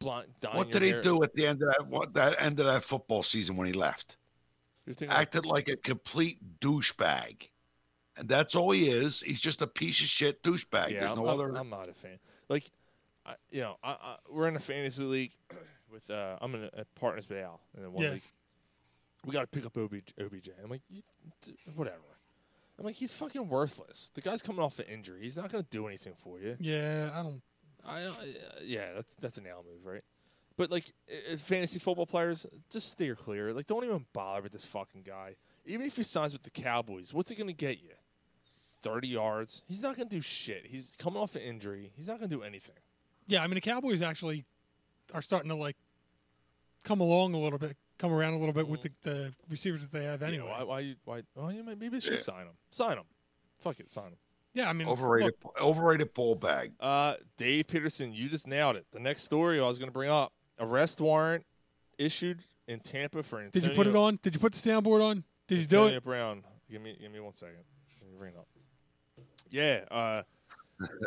[SPEAKER 6] Blunt, dyeing
[SPEAKER 4] What
[SPEAKER 6] your
[SPEAKER 4] did he
[SPEAKER 6] hair.
[SPEAKER 4] do at the end of that what, that end of that football season when he left?
[SPEAKER 6] You're thinking like-
[SPEAKER 4] Acted like a complete douchebag. And that's all he is. He's just a piece of shit douchebag.
[SPEAKER 6] Yeah,
[SPEAKER 4] There's
[SPEAKER 6] I'm,
[SPEAKER 4] no
[SPEAKER 6] I'm-
[SPEAKER 4] other
[SPEAKER 6] I'm not a fan. Like, I, you know, I, I, we're in a fantasy league [clears throat] with uh, I'm in a, a partners with Al, and then one
[SPEAKER 7] Yeah.
[SPEAKER 6] league we got to pick up OBJ. OBJ. I'm like, you, d- whatever. I'm like, he's fucking worthless. The guy's coming off the injury. He's not gonna do anything for you.
[SPEAKER 7] Yeah, I don't.
[SPEAKER 6] I, uh, yeah, that's that's an Al move, right? But like, i- i- fantasy football players, just steer clear. Like, don't even bother with this fucking guy. Even if he signs with the Cowboys, what's he gonna get you? Thirty yards. He's not gonna do shit. He's coming off an injury. He's not gonna do anything.
[SPEAKER 7] Yeah, I mean the Cowboys actually are starting to like come along a little bit, come around a little bit with the, the receivers that they have
[SPEAKER 6] Yeah,
[SPEAKER 7] anyway.
[SPEAKER 6] why? Why? you- Why? Well, you might- maybe they should
[SPEAKER 7] Yeah.
[SPEAKER 6] sign him. Sign him. Fuck it, sign him.
[SPEAKER 7] Yeah, I mean
[SPEAKER 4] overrated
[SPEAKER 7] look,
[SPEAKER 4] overrated ball bag.
[SPEAKER 6] Uh, Dave Peterson, you just nailed it. The next story I was going to bring up: arrest warrant issued in Tampa for Antonio.
[SPEAKER 7] did you put it on? Did you put the soundboard on? Did you do
[SPEAKER 6] Antonio
[SPEAKER 7] it?
[SPEAKER 6] Brown. Give me, give me one second. Let me bring it up. Yeah.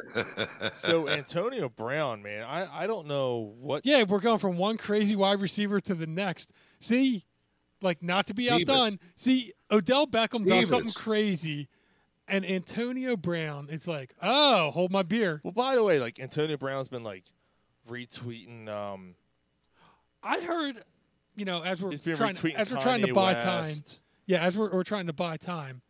[SPEAKER 6] Uh, so Antonio Brown, man, I, I don't know what.
[SPEAKER 7] Yeah, we're going from one crazy wide receiver to the next. See, like not to be
[SPEAKER 6] Davis.
[SPEAKER 7] outdone. See, Odell Beckham
[SPEAKER 6] Davis.
[SPEAKER 7] does something crazy, and Antonio Brown is like, oh, hold my beer.
[SPEAKER 6] Well, by the way, like Antonio Brown's been like retweeting. Um,
[SPEAKER 7] I heard, you know, as we're
[SPEAKER 6] He's been
[SPEAKER 7] trying,
[SPEAKER 6] retweeting
[SPEAKER 7] as we're trying to
[SPEAKER 6] Kanye
[SPEAKER 7] buy
[SPEAKER 6] West.
[SPEAKER 7] time. Yeah, as we're, we're trying to buy time.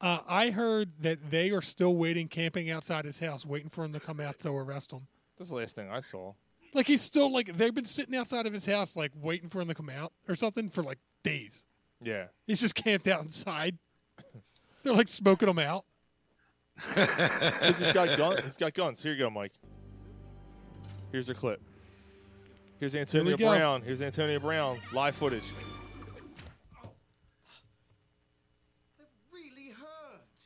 [SPEAKER 7] Uh, I heard that they are still waiting, camping outside his house, waiting for him to come out to arrest him.
[SPEAKER 6] that's the last thing I saw.
[SPEAKER 7] Like he's still like they've been sitting outside of his house, like waiting for him to come out or something for like days.
[SPEAKER 6] Yeah.
[SPEAKER 7] He's just camped out inside. They're like smoking him out.
[SPEAKER 6] 'Cause he's got guns. He's got guns. Here you go, Mike. Here's the clip. Here's Antonio
[SPEAKER 7] go.
[SPEAKER 6] Brown. Here's Antonio Brown. Live footage.
[SPEAKER 21] really hurt.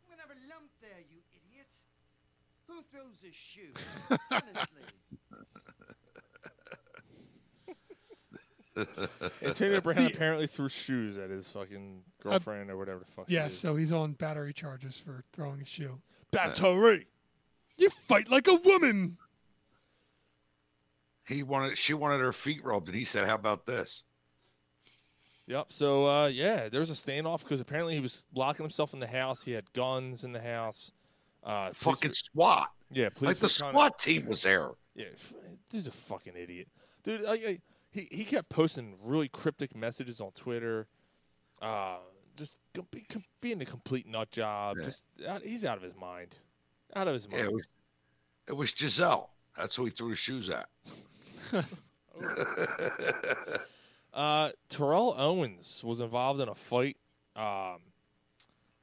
[SPEAKER 21] I'm gonna have a lump there, you idiot. Who throws a shoe? Honestly.
[SPEAKER 6] Antonio Brown apparently threw shoes at his fucking girlfriend or whatever the fuck.
[SPEAKER 7] Yeah, so he's on battery charges for throwing a shoe.
[SPEAKER 6] Battery.
[SPEAKER 7] You fight like a woman.
[SPEAKER 4] He wanted she wanted her feet rubbed and he said, How about this?
[SPEAKER 6] Yep. So uh, yeah, there was a standoff because apparently he was locking himself in the house. He had guns in the house. Uh, police
[SPEAKER 4] Fucking
[SPEAKER 6] were-
[SPEAKER 4] SWAT.
[SPEAKER 6] Yeah, police
[SPEAKER 4] Like the
[SPEAKER 6] were kinda-
[SPEAKER 4] SWAT team was there.
[SPEAKER 6] Yeah, f- dude's a fucking idiot, dude. Like, I, he he kept posting really cryptic messages on Twitter, uh, just com- be, com- being a complete nut job.
[SPEAKER 4] Yeah.
[SPEAKER 6] Just out, he's out of his mind, out of his mind.
[SPEAKER 4] Yeah, it was it was Giselle. That's who he threw his shoes at.
[SPEAKER 6] Uh, Terrell Owens was involved in a fight. Um,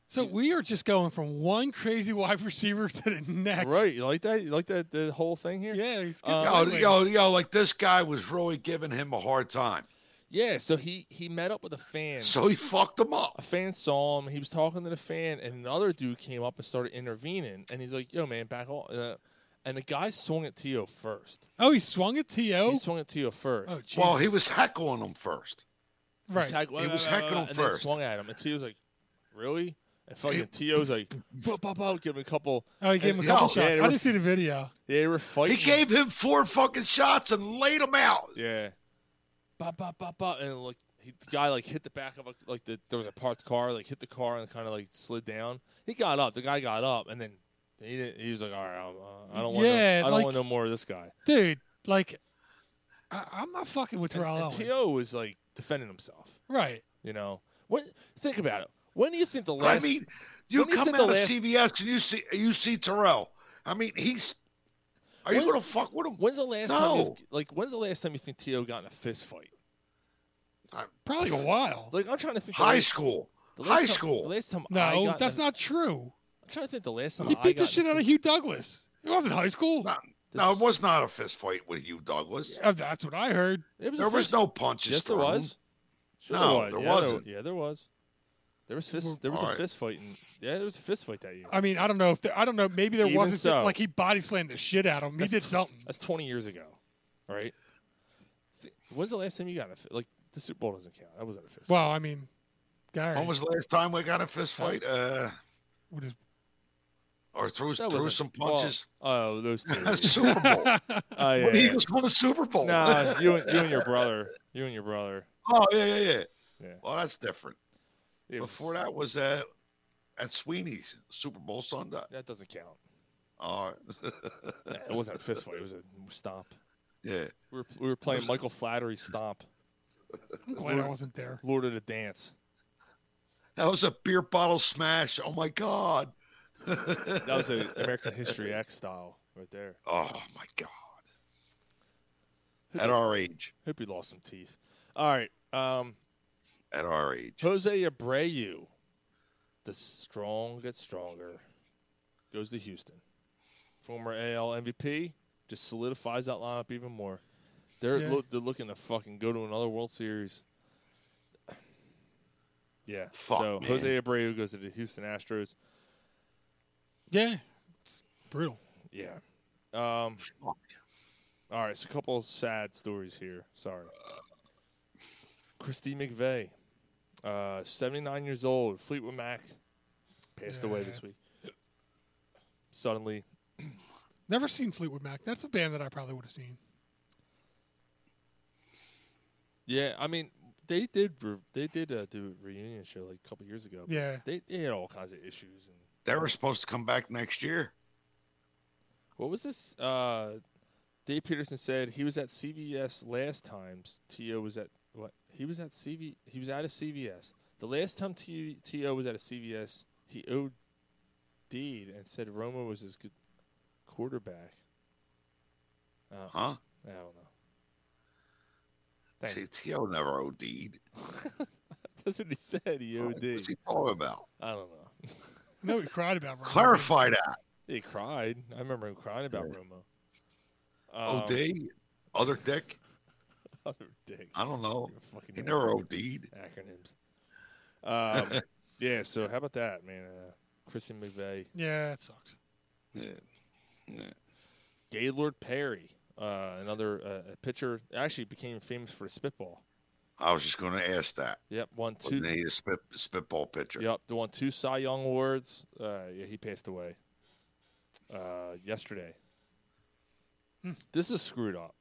[SPEAKER 7] So we are just going from one crazy wide receiver to the next.
[SPEAKER 6] right, Uh, you like that? You like that the whole thing here?
[SPEAKER 7] Yeah, it's good
[SPEAKER 6] Oh,
[SPEAKER 4] yo, yo, yo, like this guy was really giving him a hard time.
[SPEAKER 6] Yeah, so he he met up with a fan.
[SPEAKER 4] So he fucked him up.
[SPEAKER 6] A fan saw him. He was talking to the fan, and another dude came up and started intervening. And he's like, "Yo, man, back off!" Uh, and the guy swung at Tio first.
[SPEAKER 7] Oh, he swung at T.O.?
[SPEAKER 6] He swung at Tio first.
[SPEAKER 7] Oh,
[SPEAKER 4] Well, he was heckling him first.
[SPEAKER 6] He was heck-
[SPEAKER 4] He was heckling him
[SPEAKER 6] and then
[SPEAKER 4] first.
[SPEAKER 6] swung at him, and Tio's like, "Really?" And fucking Tio's like, "Pop, pop, pop!" Give him a couple.
[SPEAKER 7] Oh, he gave him
[SPEAKER 6] and-
[SPEAKER 7] a couple
[SPEAKER 6] Yeah,
[SPEAKER 7] shots.
[SPEAKER 6] they
[SPEAKER 7] I
[SPEAKER 6] were-
[SPEAKER 7] didn't see the video.
[SPEAKER 6] They were
[SPEAKER 4] He
[SPEAKER 6] fighting.
[SPEAKER 4] gave him four fucking shots and laid him out.
[SPEAKER 6] Yeah. ba ba ba ba, and like he, the guy like hit the back of a, like the there was a parked car, like hit the car and kind of like slid down. He got up. The guy got up, and then he didn't, he was like, all right, I'm, uh, I don't want
[SPEAKER 7] Yeah,
[SPEAKER 6] no, I don't
[SPEAKER 7] like-
[SPEAKER 6] want no more of this guy.
[SPEAKER 7] dude. Like, I, I'm not fucking with Terrell
[SPEAKER 6] And, and
[SPEAKER 7] Owens.
[SPEAKER 6] To was like defending himself.
[SPEAKER 7] Right.
[SPEAKER 6] You know, when think about it. When do you think the
[SPEAKER 4] I
[SPEAKER 6] last?
[SPEAKER 4] mean, you
[SPEAKER 6] when do
[SPEAKER 4] come
[SPEAKER 6] think
[SPEAKER 4] out
[SPEAKER 6] the
[SPEAKER 4] of
[SPEAKER 6] last-
[SPEAKER 4] CBS and you see you see Terrell. I mean, he's. Are you
[SPEAKER 6] When's-
[SPEAKER 4] going to fuck with him?
[SPEAKER 6] When's the last time?
[SPEAKER 4] No.
[SPEAKER 6] you've- Like, when's the last time you think To got in a fist fight?
[SPEAKER 7] Probably a while.
[SPEAKER 6] Like, I'm trying to think. the
[SPEAKER 4] High
[SPEAKER 6] last-
[SPEAKER 4] school.
[SPEAKER 6] the last
[SPEAKER 4] High
[SPEAKER 6] time-
[SPEAKER 4] school.
[SPEAKER 6] The last time. I
[SPEAKER 7] No,
[SPEAKER 6] got
[SPEAKER 7] that's
[SPEAKER 6] in a-
[SPEAKER 7] not true.
[SPEAKER 6] I'm trying to think. The last time
[SPEAKER 7] He
[SPEAKER 6] I got
[SPEAKER 7] beat the
[SPEAKER 6] in a
[SPEAKER 7] shit out of Hugh Douglas. It wasn't high school.
[SPEAKER 4] No, it was not a fist fight with Hugh Douglas.
[SPEAKER 7] Uh, That's what I heard.
[SPEAKER 6] It was a
[SPEAKER 4] there was
[SPEAKER 6] fist-
[SPEAKER 4] no punches.
[SPEAKER 6] Yes, there
[SPEAKER 4] thrown.
[SPEAKER 6] was. Sure
[SPEAKER 4] No,
[SPEAKER 6] was.
[SPEAKER 4] there
[SPEAKER 6] yeah,
[SPEAKER 4] wasn't.
[SPEAKER 6] yeah, there was. There was fist. There was a
[SPEAKER 4] Alright.
[SPEAKER 6] fist fight. In, yeah, there was a fist fight that year.
[SPEAKER 7] I mean, I don't know if there, I don't know. Maybe there
[SPEAKER 6] Even
[SPEAKER 7] wasn't
[SPEAKER 6] so.
[SPEAKER 7] like he body slammed the shit out of him. He
[SPEAKER 6] That's
[SPEAKER 7] did
[SPEAKER 6] tw-
[SPEAKER 7] something.
[SPEAKER 6] That's 20 years ago, right? Th- When's the last time you got in a fist? Like the Super Bowl doesn't count. That wasn't a fist.
[SPEAKER 7] Well, I mean, Gary,
[SPEAKER 4] When was the last time we got in a fist fight? Uh,
[SPEAKER 7] What is-
[SPEAKER 4] or threw
[SPEAKER 6] That
[SPEAKER 4] threw
[SPEAKER 6] wasn't-
[SPEAKER 4] some
[SPEAKER 6] well, [laughs]
[SPEAKER 4] punches.
[SPEAKER 6] oh, those
[SPEAKER 4] [laughs]
[SPEAKER 6] two.
[SPEAKER 4] Super Bowl.
[SPEAKER 6] Oh, yeah,
[SPEAKER 4] When the
[SPEAKER 6] yeah.
[SPEAKER 4] Eagles won the Super Bowl.
[SPEAKER 6] Nah, you and you and your brother. You and your brother.
[SPEAKER 4] [laughs] Oh yeah, yeah, yeah.
[SPEAKER 6] Yeah.
[SPEAKER 4] Well, that's different.
[SPEAKER 6] It
[SPEAKER 4] Before
[SPEAKER 6] was-
[SPEAKER 4] that was uh, at Sweeney's Super Bowl Sunday.
[SPEAKER 6] That doesn't count.
[SPEAKER 4] All right. [laughs]
[SPEAKER 6] It wasn't a fist fight. It was a stomp.
[SPEAKER 4] yeah.
[SPEAKER 6] We were, we were playing Michael Flattery's stomp.
[SPEAKER 7] I'm glad I wasn't there.
[SPEAKER 6] Lord of the Dance.
[SPEAKER 4] That was a beer bottle smash. Oh my god.
[SPEAKER 6] That was an American History X style right there.
[SPEAKER 4] Oh my god. At
[SPEAKER 6] [laughs]
[SPEAKER 4] our age.
[SPEAKER 6] Hope you lost some teeth. All right. Um,
[SPEAKER 4] At our age.
[SPEAKER 6] Jose Abreu, the strong gets stronger, goes to Houston. Former AL MVP just solidifies that lineup even more. They're
[SPEAKER 7] Yeah.
[SPEAKER 6] look, they're looking to fucking go to another World Series. Yeah.
[SPEAKER 4] Fuck,
[SPEAKER 6] so
[SPEAKER 4] man.
[SPEAKER 6] Jose Abreu goes to the Houston Astros.
[SPEAKER 7] yeah, it's brutal.
[SPEAKER 6] Yeah. Um, all right. So a couple of sad stories here. Sorry. Christine McVeigh, uh, 79 years old, Fleetwood Mac, passed away
[SPEAKER 7] Yeah.
[SPEAKER 6] this week. Suddenly,
[SPEAKER 7] Never seen Fleetwood Mac. That's a band that I probably would have seen.
[SPEAKER 6] yeah. I mean, they did re- they did uh, do a reunion show like a couple years ago. but
[SPEAKER 7] Yeah.
[SPEAKER 6] They, they had all kinds of issues. And
[SPEAKER 4] They were supposed to come back next year.
[SPEAKER 6] what was this? Uh, Dave Peterson said he was at CVS last times. T.O. was at what? He was at CV. He was at a CVS. The last time T- T.O. was at a CVS, he OD'd and said Roma was his good quarterback. Uh,
[SPEAKER 4] Huh?
[SPEAKER 6] I don't know.
[SPEAKER 4] See, T.O. never OD'd.
[SPEAKER 6] [laughs] That's what he said. He
[SPEAKER 4] What's
[SPEAKER 6] OD'd.
[SPEAKER 4] he talking about?
[SPEAKER 6] I don't know.
[SPEAKER 7] I know he cried about Roma.
[SPEAKER 4] Clarify that.
[SPEAKER 6] He cried. I remember him crying about Romo. Um,
[SPEAKER 4] OD? Other dick?
[SPEAKER 6] [laughs] Other dick.
[SPEAKER 4] I don't know.
[SPEAKER 6] You're a fucking
[SPEAKER 4] He never
[SPEAKER 6] idiot.
[SPEAKER 4] OD'd.
[SPEAKER 6] Acronyms. Um, yeah, so how about that, man? Uh, Christian McVeigh,
[SPEAKER 7] Yeah, it sucks.
[SPEAKER 4] Yeah. Yeah.
[SPEAKER 6] Gaylord Perry, uh, another uh, a pitcher, actually became famous for spitball.
[SPEAKER 4] I was just going to ask that.
[SPEAKER 6] Yep, won two.
[SPEAKER 4] Wasn't he a spit, spitball pitcher?
[SPEAKER 6] Yep, they won two Cy Young awards. Uh, yeah, he passed away uh, yesterday. This is screwed up.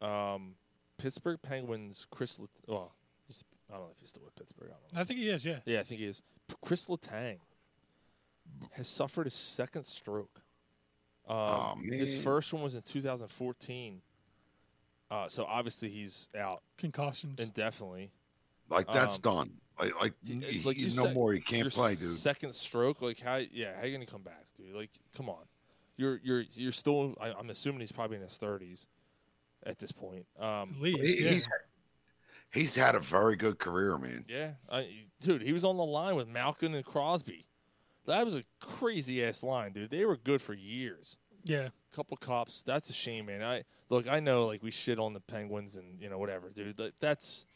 [SPEAKER 6] Um, Pittsburgh Penguins Chris, Lat- well, he's, I don't know if he's still with Pittsburgh. I don't know.
[SPEAKER 7] I think he is. Yeah.
[SPEAKER 6] Yeah, I think he is. P- Chris Letang has suffered a second stroke. Um,
[SPEAKER 4] Aw,
[SPEAKER 6] his
[SPEAKER 4] man.
[SPEAKER 6] first one was in 2014. Uh, so obviously he's out
[SPEAKER 7] Concussions.
[SPEAKER 6] indefinitely.
[SPEAKER 4] Like, that's
[SPEAKER 6] Um,
[SPEAKER 4] done. Like, like,
[SPEAKER 6] Y-
[SPEAKER 4] you,
[SPEAKER 6] like
[SPEAKER 4] you
[SPEAKER 6] your
[SPEAKER 4] no
[SPEAKER 6] sec-
[SPEAKER 4] more. You can't
[SPEAKER 6] your
[SPEAKER 4] play, dude.
[SPEAKER 6] Second stroke, like how? Yeah, how you gonna come back, dude? Like, come on. You're you're you're still. I, I'm assuming he's probably in his 30s at this point. Um,
[SPEAKER 7] At least.
[SPEAKER 4] He-
[SPEAKER 7] yeah.
[SPEAKER 4] he's, he's had a very good career, man.
[SPEAKER 6] Yeah, I, dude, he was on the line with Malkin and Crosby. That was a crazy ass line, dude. They were good for years.
[SPEAKER 7] yeah.
[SPEAKER 6] Couple cops. That's a shame, man. I look. I know, like we shit on the Penguins and you know whatever, dude. Like, that's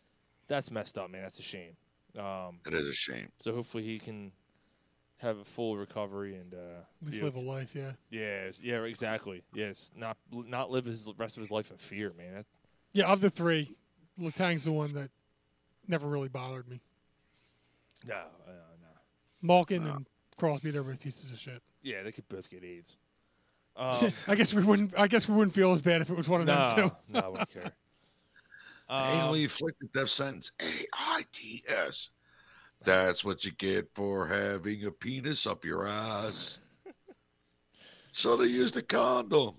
[SPEAKER 6] that's messed up, man. That's a shame. Um,
[SPEAKER 4] It is a shame.
[SPEAKER 6] so hopefully he can have a full recovery and uh,
[SPEAKER 7] At least
[SPEAKER 6] be
[SPEAKER 7] live a
[SPEAKER 6] okay.
[SPEAKER 7] life. Yeah.
[SPEAKER 6] Yes, yeah, exactly. Yes, not not live his rest of his life in fear, man. That,
[SPEAKER 7] Yeah. Of the three, Latang's the one that never really bothered me.
[SPEAKER 6] no, uh, no.
[SPEAKER 7] Malkin and Crosby, they're both pieces of shit.
[SPEAKER 6] Yeah, they could both get [laughs] AIDS. Um,
[SPEAKER 7] [laughs] I guess we wouldn't. I guess we wouldn't feel as bad if it was one of
[SPEAKER 6] no,
[SPEAKER 7] them too.
[SPEAKER 6] no, I wouldn't care.
[SPEAKER 4] Anally afflicted death sentence. A I T S. That's what you get for having a penis up your ass. so they used a condom.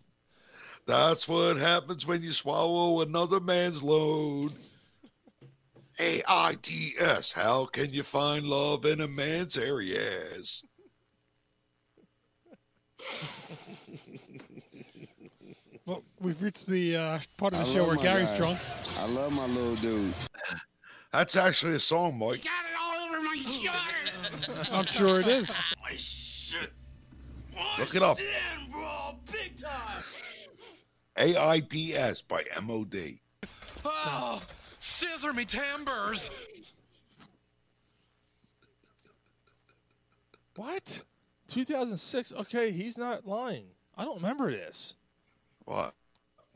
[SPEAKER 4] That's what happens when you swallow another man's load. A I T S. How can you find love in a man's hairy ass?
[SPEAKER 7] Well, we've reached the uh, part of the
[SPEAKER 18] I
[SPEAKER 7] show
[SPEAKER 18] love
[SPEAKER 7] where
[SPEAKER 18] my
[SPEAKER 7] Gary's
[SPEAKER 18] guys. [laughs]
[SPEAKER 7] drunk.
[SPEAKER 18] I love my little dudes.
[SPEAKER 4] That's actually a song, Mike.
[SPEAKER 9] Got it all over my shirt.
[SPEAKER 7] I'm sure it is.
[SPEAKER 9] My shit.
[SPEAKER 4] Look it up.
[SPEAKER 9] Damn, bro, big time.
[SPEAKER 4] A I D S by M O D.
[SPEAKER 9] Oh, scissor me timbers.
[SPEAKER 6] [laughs] What? 2006. Okay, he's not lying. I don't remember this.
[SPEAKER 4] What?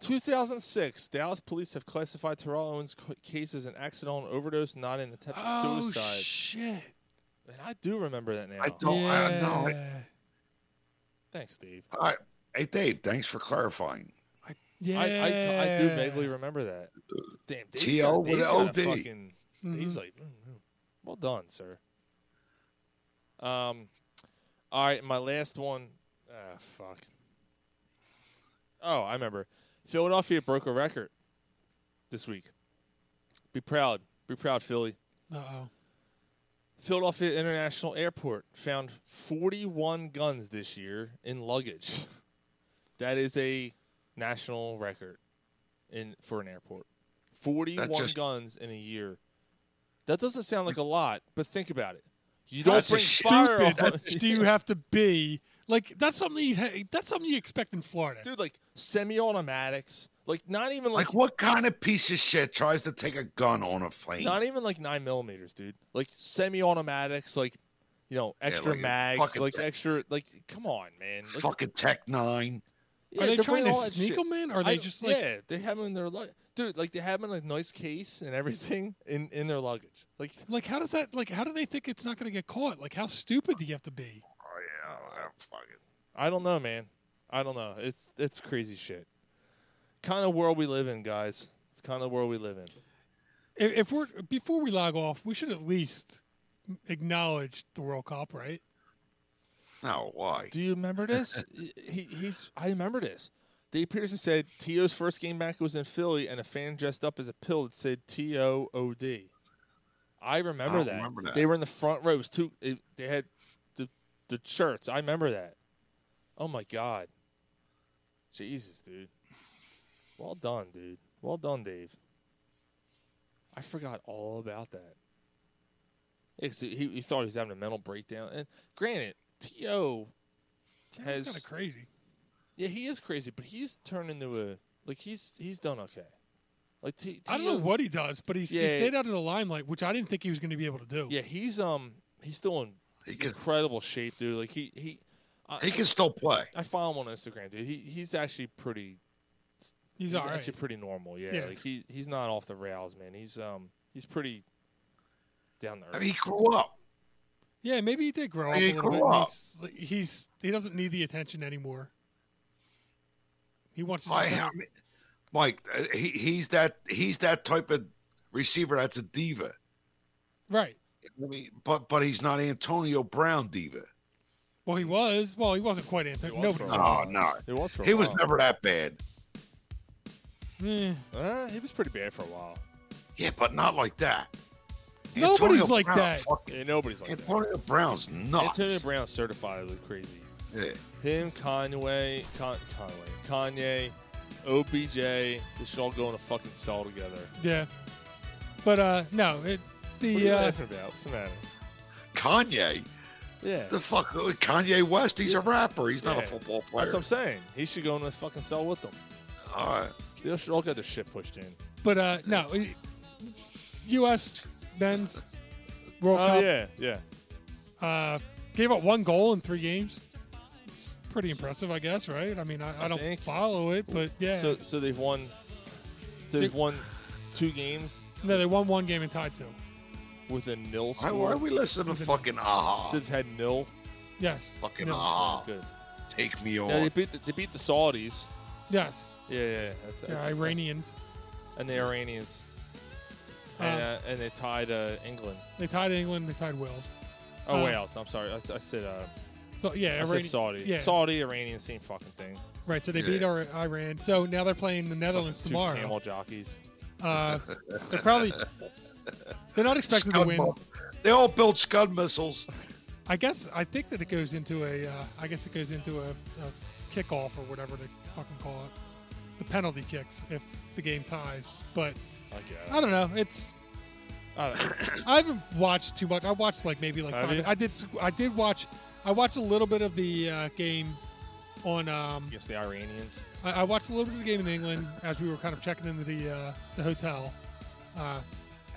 [SPEAKER 6] 2006. Dallas police have classified Terrell Owens' c- case as an accidental overdose, not an attempted
[SPEAKER 7] Oh
[SPEAKER 6] suicide.
[SPEAKER 7] shit!
[SPEAKER 6] And I do remember that now.
[SPEAKER 4] I don't. I, no, I,
[SPEAKER 7] Yeah.
[SPEAKER 6] Thanks, Dave.
[SPEAKER 4] I, hey, Dave, thanks for clarifying.
[SPEAKER 7] Yeah.
[SPEAKER 6] I, I, I do vaguely remember that. Damn, Dave's
[SPEAKER 4] T.O.
[SPEAKER 6] got-
[SPEAKER 4] with
[SPEAKER 6] Dave's
[SPEAKER 4] an
[SPEAKER 6] got a
[SPEAKER 4] O.D..
[SPEAKER 6] fucking- Dave's
[SPEAKER 7] Mhm.
[SPEAKER 6] like, mm, mm. well done, sir. Um, all right, my last one. Ah, fuck. Oh, I remember. Philadelphia broke a record this week. Be proud. Be proud, Philly.
[SPEAKER 7] Uh oh.
[SPEAKER 6] Philadelphia International Airport found 41 guns this year in luggage. [laughs] That is a national record in for an airport. 41
[SPEAKER 4] just-
[SPEAKER 6] guns in a year. That doesn't sound like a lot, but think about it. You don't
[SPEAKER 7] That's
[SPEAKER 6] bring
[SPEAKER 7] stupid.
[SPEAKER 6] firearms.
[SPEAKER 7] Do you have to be like that's something you ha- that's something you expect in Florida?
[SPEAKER 6] Dude, like semi-automatics, like not even like,
[SPEAKER 4] Like, what kind of piece of shit tries to take a gun on a plane?
[SPEAKER 6] not even like 9 millimeters, dude. Like semi-automatics, like you know, extra
[SPEAKER 4] like a
[SPEAKER 6] mags,
[SPEAKER 4] fucking-
[SPEAKER 6] like extra like come on, man. Like,
[SPEAKER 4] Fucking Tech Nine.
[SPEAKER 7] Are they
[SPEAKER 6] they're
[SPEAKER 7] trying
[SPEAKER 6] bringing
[SPEAKER 7] to
[SPEAKER 6] all that
[SPEAKER 7] sneak
[SPEAKER 6] shit.
[SPEAKER 7] 'em in, or are they
[SPEAKER 6] I-
[SPEAKER 7] just, like-
[SPEAKER 6] yeah, they have them in their lug, dude. Like they have them in a nice case and everything [laughs] in in their luggage. Like
[SPEAKER 7] Like how does that like how do they think it's not going to get caught? Like how stupid do you have to be?
[SPEAKER 4] Oh yeah, I'm fucking.
[SPEAKER 6] I don't know, man. I don't know. It's it's crazy shit. Kind of world we live in, guys. It's kind of the world we live in.
[SPEAKER 7] If, if we're before we log off, we should at least acknowledge the World Cup, right?
[SPEAKER 4] No, why?
[SPEAKER 6] Do you remember
[SPEAKER 4] [laughs]
[SPEAKER 6] this? he, he's. I remember this. Dave Peterson said T.O.'s first game back was in Philly, and a fan dressed up as a pill that said T.O.O.D. I remember,
[SPEAKER 4] I
[SPEAKER 6] that.
[SPEAKER 4] remember that.
[SPEAKER 6] They were in the front row. It was two. It, they had the the shirts. I remember that. Oh my god. Jesus, dude. Well done, dude. Well done, Dave. I forgot all about that. Yeah, 'cause he, he thought he was having a mental breakdown. And granted, T.O.
[SPEAKER 7] It's
[SPEAKER 6] has
[SPEAKER 7] kind of crazy.
[SPEAKER 6] yeah, he is crazy, but he's turned into a like he's he's done okay. Like T-
[SPEAKER 7] I don't know
[SPEAKER 6] T.O.
[SPEAKER 7] what he does, but he's,
[SPEAKER 6] Yeah.
[SPEAKER 7] he stayed out of the limelight, which I didn't think he was going to be able to do.
[SPEAKER 6] Yeah, he's um he's still in
[SPEAKER 4] He can-
[SPEAKER 6] incredible shape, dude. Like he he I,
[SPEAKER 4] He can still play.
[SPEAKER 6] I follow him on Instagram, dude. He he's actually pretty.
[SPEAKER 7] He's all right.
[SPEAKER 6] actually pretty normal. Yeah,
[SPEAKER 7] Yeah.
[SPEAKER 6] like he he's not off the rails, man. He's um he's pretty down the earth.
[SPEAKER 4] I mean, he grew up.
[SPEAKER 7] Yeah, maybe he did grow up
[SPEAKER 4] He
[SPEAKER 7] a little bit.
[SPEAKER 4] grew
[SPEAKER 7] and
[SPEAKER 4] up.
[SPEAKER 7] He's, like, he's he doesn't need the attention anymore. He wants to. Just
[SPEAKER 4] I,
[SPEAKER 7] kinda-
[SPEAKER 4] I mean, Mike, uh, he, he's that he's that type of receiver that's a diva.
[SPEAKER 7] right.
[SPEAKER 4] I mean, but but he's not Antonio Brown diva.
[SPEAKER 7] Well, he was. Well, he wasn't quite anti.
[SPEAKER 6] was
[SPEAKER 7] Nobody.
[SPEAKER 6] for a
[SPEAKER 7] was.
[SPEAKER 4] Oh no,
[SPEAKER 6] It was for a
[SPEAKER 4] he was
[SPEAKER 6] while.
[SPEAKER 4] never that bad.
[SPEAKER 7] Eh.
[SPEAKER 6] Uh, he was pretty bad for a while.
[SPEAKER 4] Yeah, but not like that.
[SPEAKER 7] Nobody's
[SPEAKER 4] Antonio
[SPEAKER 7] like
[SPEAKER 4] Brown,
[SPEAKER 7] that.
[SPEAKER 4] fucking-
[SPEAKER 6] Yeah, nobody's like that.
[SPEAKER 4] Antonio Brown's nuts.
[SPEAKER 6] Antonio Brown certifiably crazy.
[SPEAKER 4] Yeah.
[SPEAKER 6] Him, Kanye, Con- Conway, Kanye, OBJ, they should all go in a fucking cell together.
[SPEAKER 7] Yeah. But uh, no,
[SPEAKER 6] What are
[SPEAKER 7] it the
[SPEAKER 6] you
[SPEAKER 7] uh,
[SPEAKER 6] laughing about? What's the matter?
[SPEAKER 4] Kanye,
[SPEAKER 6] Yeah.
[SPEAKER 4] the fuck, uh, Kanye West. He's a rapper. He's not
[SPEAKER 6] Yeah.
[SPEAKER 4] a football player.
[SPEAKER 6] That's what I'm saying. He should go in a fucking cell with them.
[SPEAKER 4] All right.
[SPEAKER 6] They should all get their shit pushed in.
[SPEAKER 7] but uh, no, it- U.S. men's World
[SPEAKER 6] oh,
[SPEAKER 7] Cup
[SPEAKER 6] yeah, yeah.
[SPEAKER 7] uh, gave up one goal in three games. It's pretty impressive, I guess, right? I mean, I, I don't
[SPEAKER 6] think.
[SPEAKER 7] follow it, but yeah.
[SPEAKER 6] So, so they've won. So they've
[SPEAKER 7] They-
[SPEAKER 6] won two games
[SPEAKER 7] no, they won one game and tied two.
[SPEAKER 6] with a nil
[SPEAKER 4] Why,
[SPEAKER 6] score.
[SPEAKER 4] why are we listening to fucking aha?
[SPEAKER 6] So they've had nil.
[SPEAKER 7] Yes.
[SPEAKER 4] fucking
[SPEAKER 7] No.
[SPEAKER 4] aha.
[SPEAKER 6] Good.
[SPEAKER 4] Take me
[SPEAKER 6] Yeah, they
[SPEAKER 4] on.
[SPEAKER 6] beat the, they beat the Saudis.
[SPEAKER 7] Yes.
[SPEAKER 6] Yeah, yeah. That's,
[SPEAKER 7] Yeah,
[SPEAKER 6] that's
[SPEAKER 7] Iranians.
[SPEAKER 6] And the Iranians. and,
[SPEAKER 7] Um,
[SPEAKER 6] uh, and they tied uh, England.
[SPEAKER 7] They tied England. They tied Wales.
[SPEAKER 6] Oh,
[SPEAKER 7] Uh,
[SPEAKER 6] Wales. I'm sorry. I, I said. Uh,
[SPEAKER 7] So, yeah,
[SPEAKER 6] I
[SPEAKER 7] Iranian-
[SPEAKER 6] said Saudi.
[SPEAKER 7] yeah.
[SPEAKER 6] Saudi, Iranian, same fucking thing.
[SPEAKER 7] Right. So they beat our, Iran. So now they're playing the Netherlands
[SPEAKER 6] Two
[SPEAKER 7] tomorrow.
[SPEAKER 6] camel jockeys.
[SPEAKER 7] Uh,
[SPEAKER 6] [laughs]
[SPEAKER 7] they're probably they're not expected to
[SPEAKER 4] Scud
[SPEAKER 7] win.
[SPEAKER 4] ball. They all built Scud
[SPEAKER 6] [laughs]
[SPEAKER 4] missiles.
[SPEAKER 7] I guess I think that it goes into a. Uh, I guess it goes into a, a kickoff or whatever they fucking call it, the penalty kicks if the game ties. But
[SPEAKER 6] I guess.
[SPEAKER 7] I don't know. It's
[SPEAKER 6] I, don't
[SPEAKER 7] [coughs] I haven't watched too much. I watched like maybe like
[SPEAKER 6] Have you?
[SPEAKER 7] five, I did. s- I did watch. I watched a little bit of the uh, game on. Um,
[SPEAKER 6] Against the Iranians.
[SPEAKER 7] I, I watched a little bit of the game in England as we were kind of checking into the uh, the hotel, uh,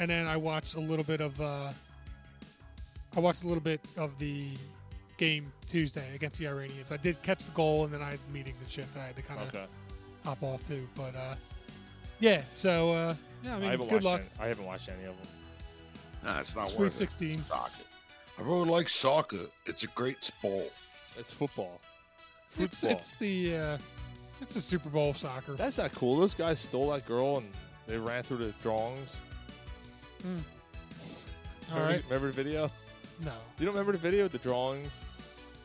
[SPEAKER 7] and then I watched a little bit of uh, I watched a little bit of the game Tuesday against the Iranians. I did catch the goal, and then I had meetings and shit that I had to kind of
[SPEAKER 6] Okay.
[SPEAKER 7] hop off to. But uh, yeah, so uh, yeah, I mean,
[SPEAKER 6] haven't
[SPEAKER 7] good
[SPEAKER 6] watched
[SPEAKER 7] luck.
[SPEAKER 6] Any, I haven't watched any of them.
[SPEAKER 4] Nah, it's not
[SPEAKER 7] Sweet
[SPEAKER 4] worth it.
[SPEAKER 7] 16.
[SPEAKER 4] Soccer. I really like soccer. It's a great sport.
[SPEAKER 6] It's football.
[SPEAKER 7] It's, it's the uh, it's the Super Bowl of soccer.
[SPEAKER 6] That's not cool. Those guys stole that girl and they ran through the drawings.
[SPEAKER 7] Mm. All
[SPEAKER 6] remember,
[SPEAKER 7] right.
[SPEAKER 6] remember the video?
[SPEAKER 7] No,
[SPEAKER 6] You don't remember the video with the drawings?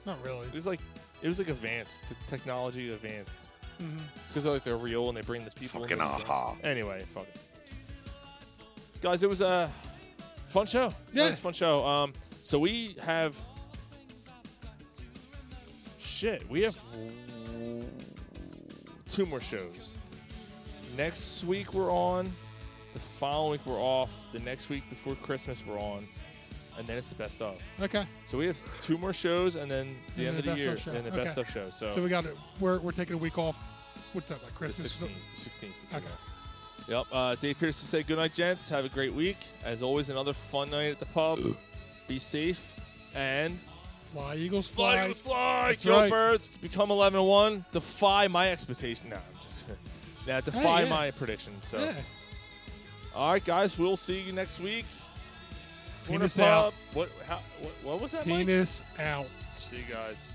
[SPEAKER 7] not really.
[SPEAKER 6] It was like it was like advanced. The technology advanced.
[SPEAKER 7] Mhm.
[SPEAKER 6] Because they're like they're real and they bring the people. in
[SPEAKER 4] Fucking
[SPEAKER 6] there.
[SPEAKER 4] aha.
[SPEAKER 6] Anyway, fuck it. Guys, it was a fun show. Yeah, it was a fun show. Um, so we have shit. We have two more shows. Next week we're on. The following week we're off. The next week before Christmas we're on, and then it's the best of.
[SPEAKER 7] Okay.
[SPEAKER 6] So we have two more shows, and then the
[SPEAKER 7] And
[SPEAKER 6] end of the
[SPEAKER 7] best
[SPEAKER 6] year,
[SPEAKER 7] of show.
[SPEAKER 6] and the
[SPEAKER 7] Okay.
[SPEAKER 6] best of show. So,
[SPEAKER 7] we got it. We're, we're taking a week off. What's that like?
[SPEAKER 6] the
[SPEAKER 7] Christmas.
[SPEAKER 6] 16th. The 16th.
[SPEAKER 7] Okay.
[SPEAKER 6] Yep. Uh, Dave Pierce to say good night, gents. Have a great week. As always, another fun night at the pub. Be safe and
[SPEAKER 7] Fly Eagles fly.
[SPEAKER 6] fly, Eagles, fly.
[SPEAKER 7] That's
[SPEAKER 6] Kill
[SPEAKER 7] right.
[SPEAKER 6] birds. Become 11 1. Defy my expectation. No, I'm just kidding. Nah, defy
[SPEAKER 7] yeah.
[SPEAKER 6] my prediction. So,
[SPEAKER 7] Yeah.
[SPEAKER 6] all right, guys, we'll see you next week. Corner
[SPEAKER 7] Penis
[SPEAKER 6] pub.
[SPEAKER 7] out.
[SPEAKER 6] What, how, what? What was that? Mike?
[SPEAKER 7] Penis out.
[SPEAKER 6] See you guys.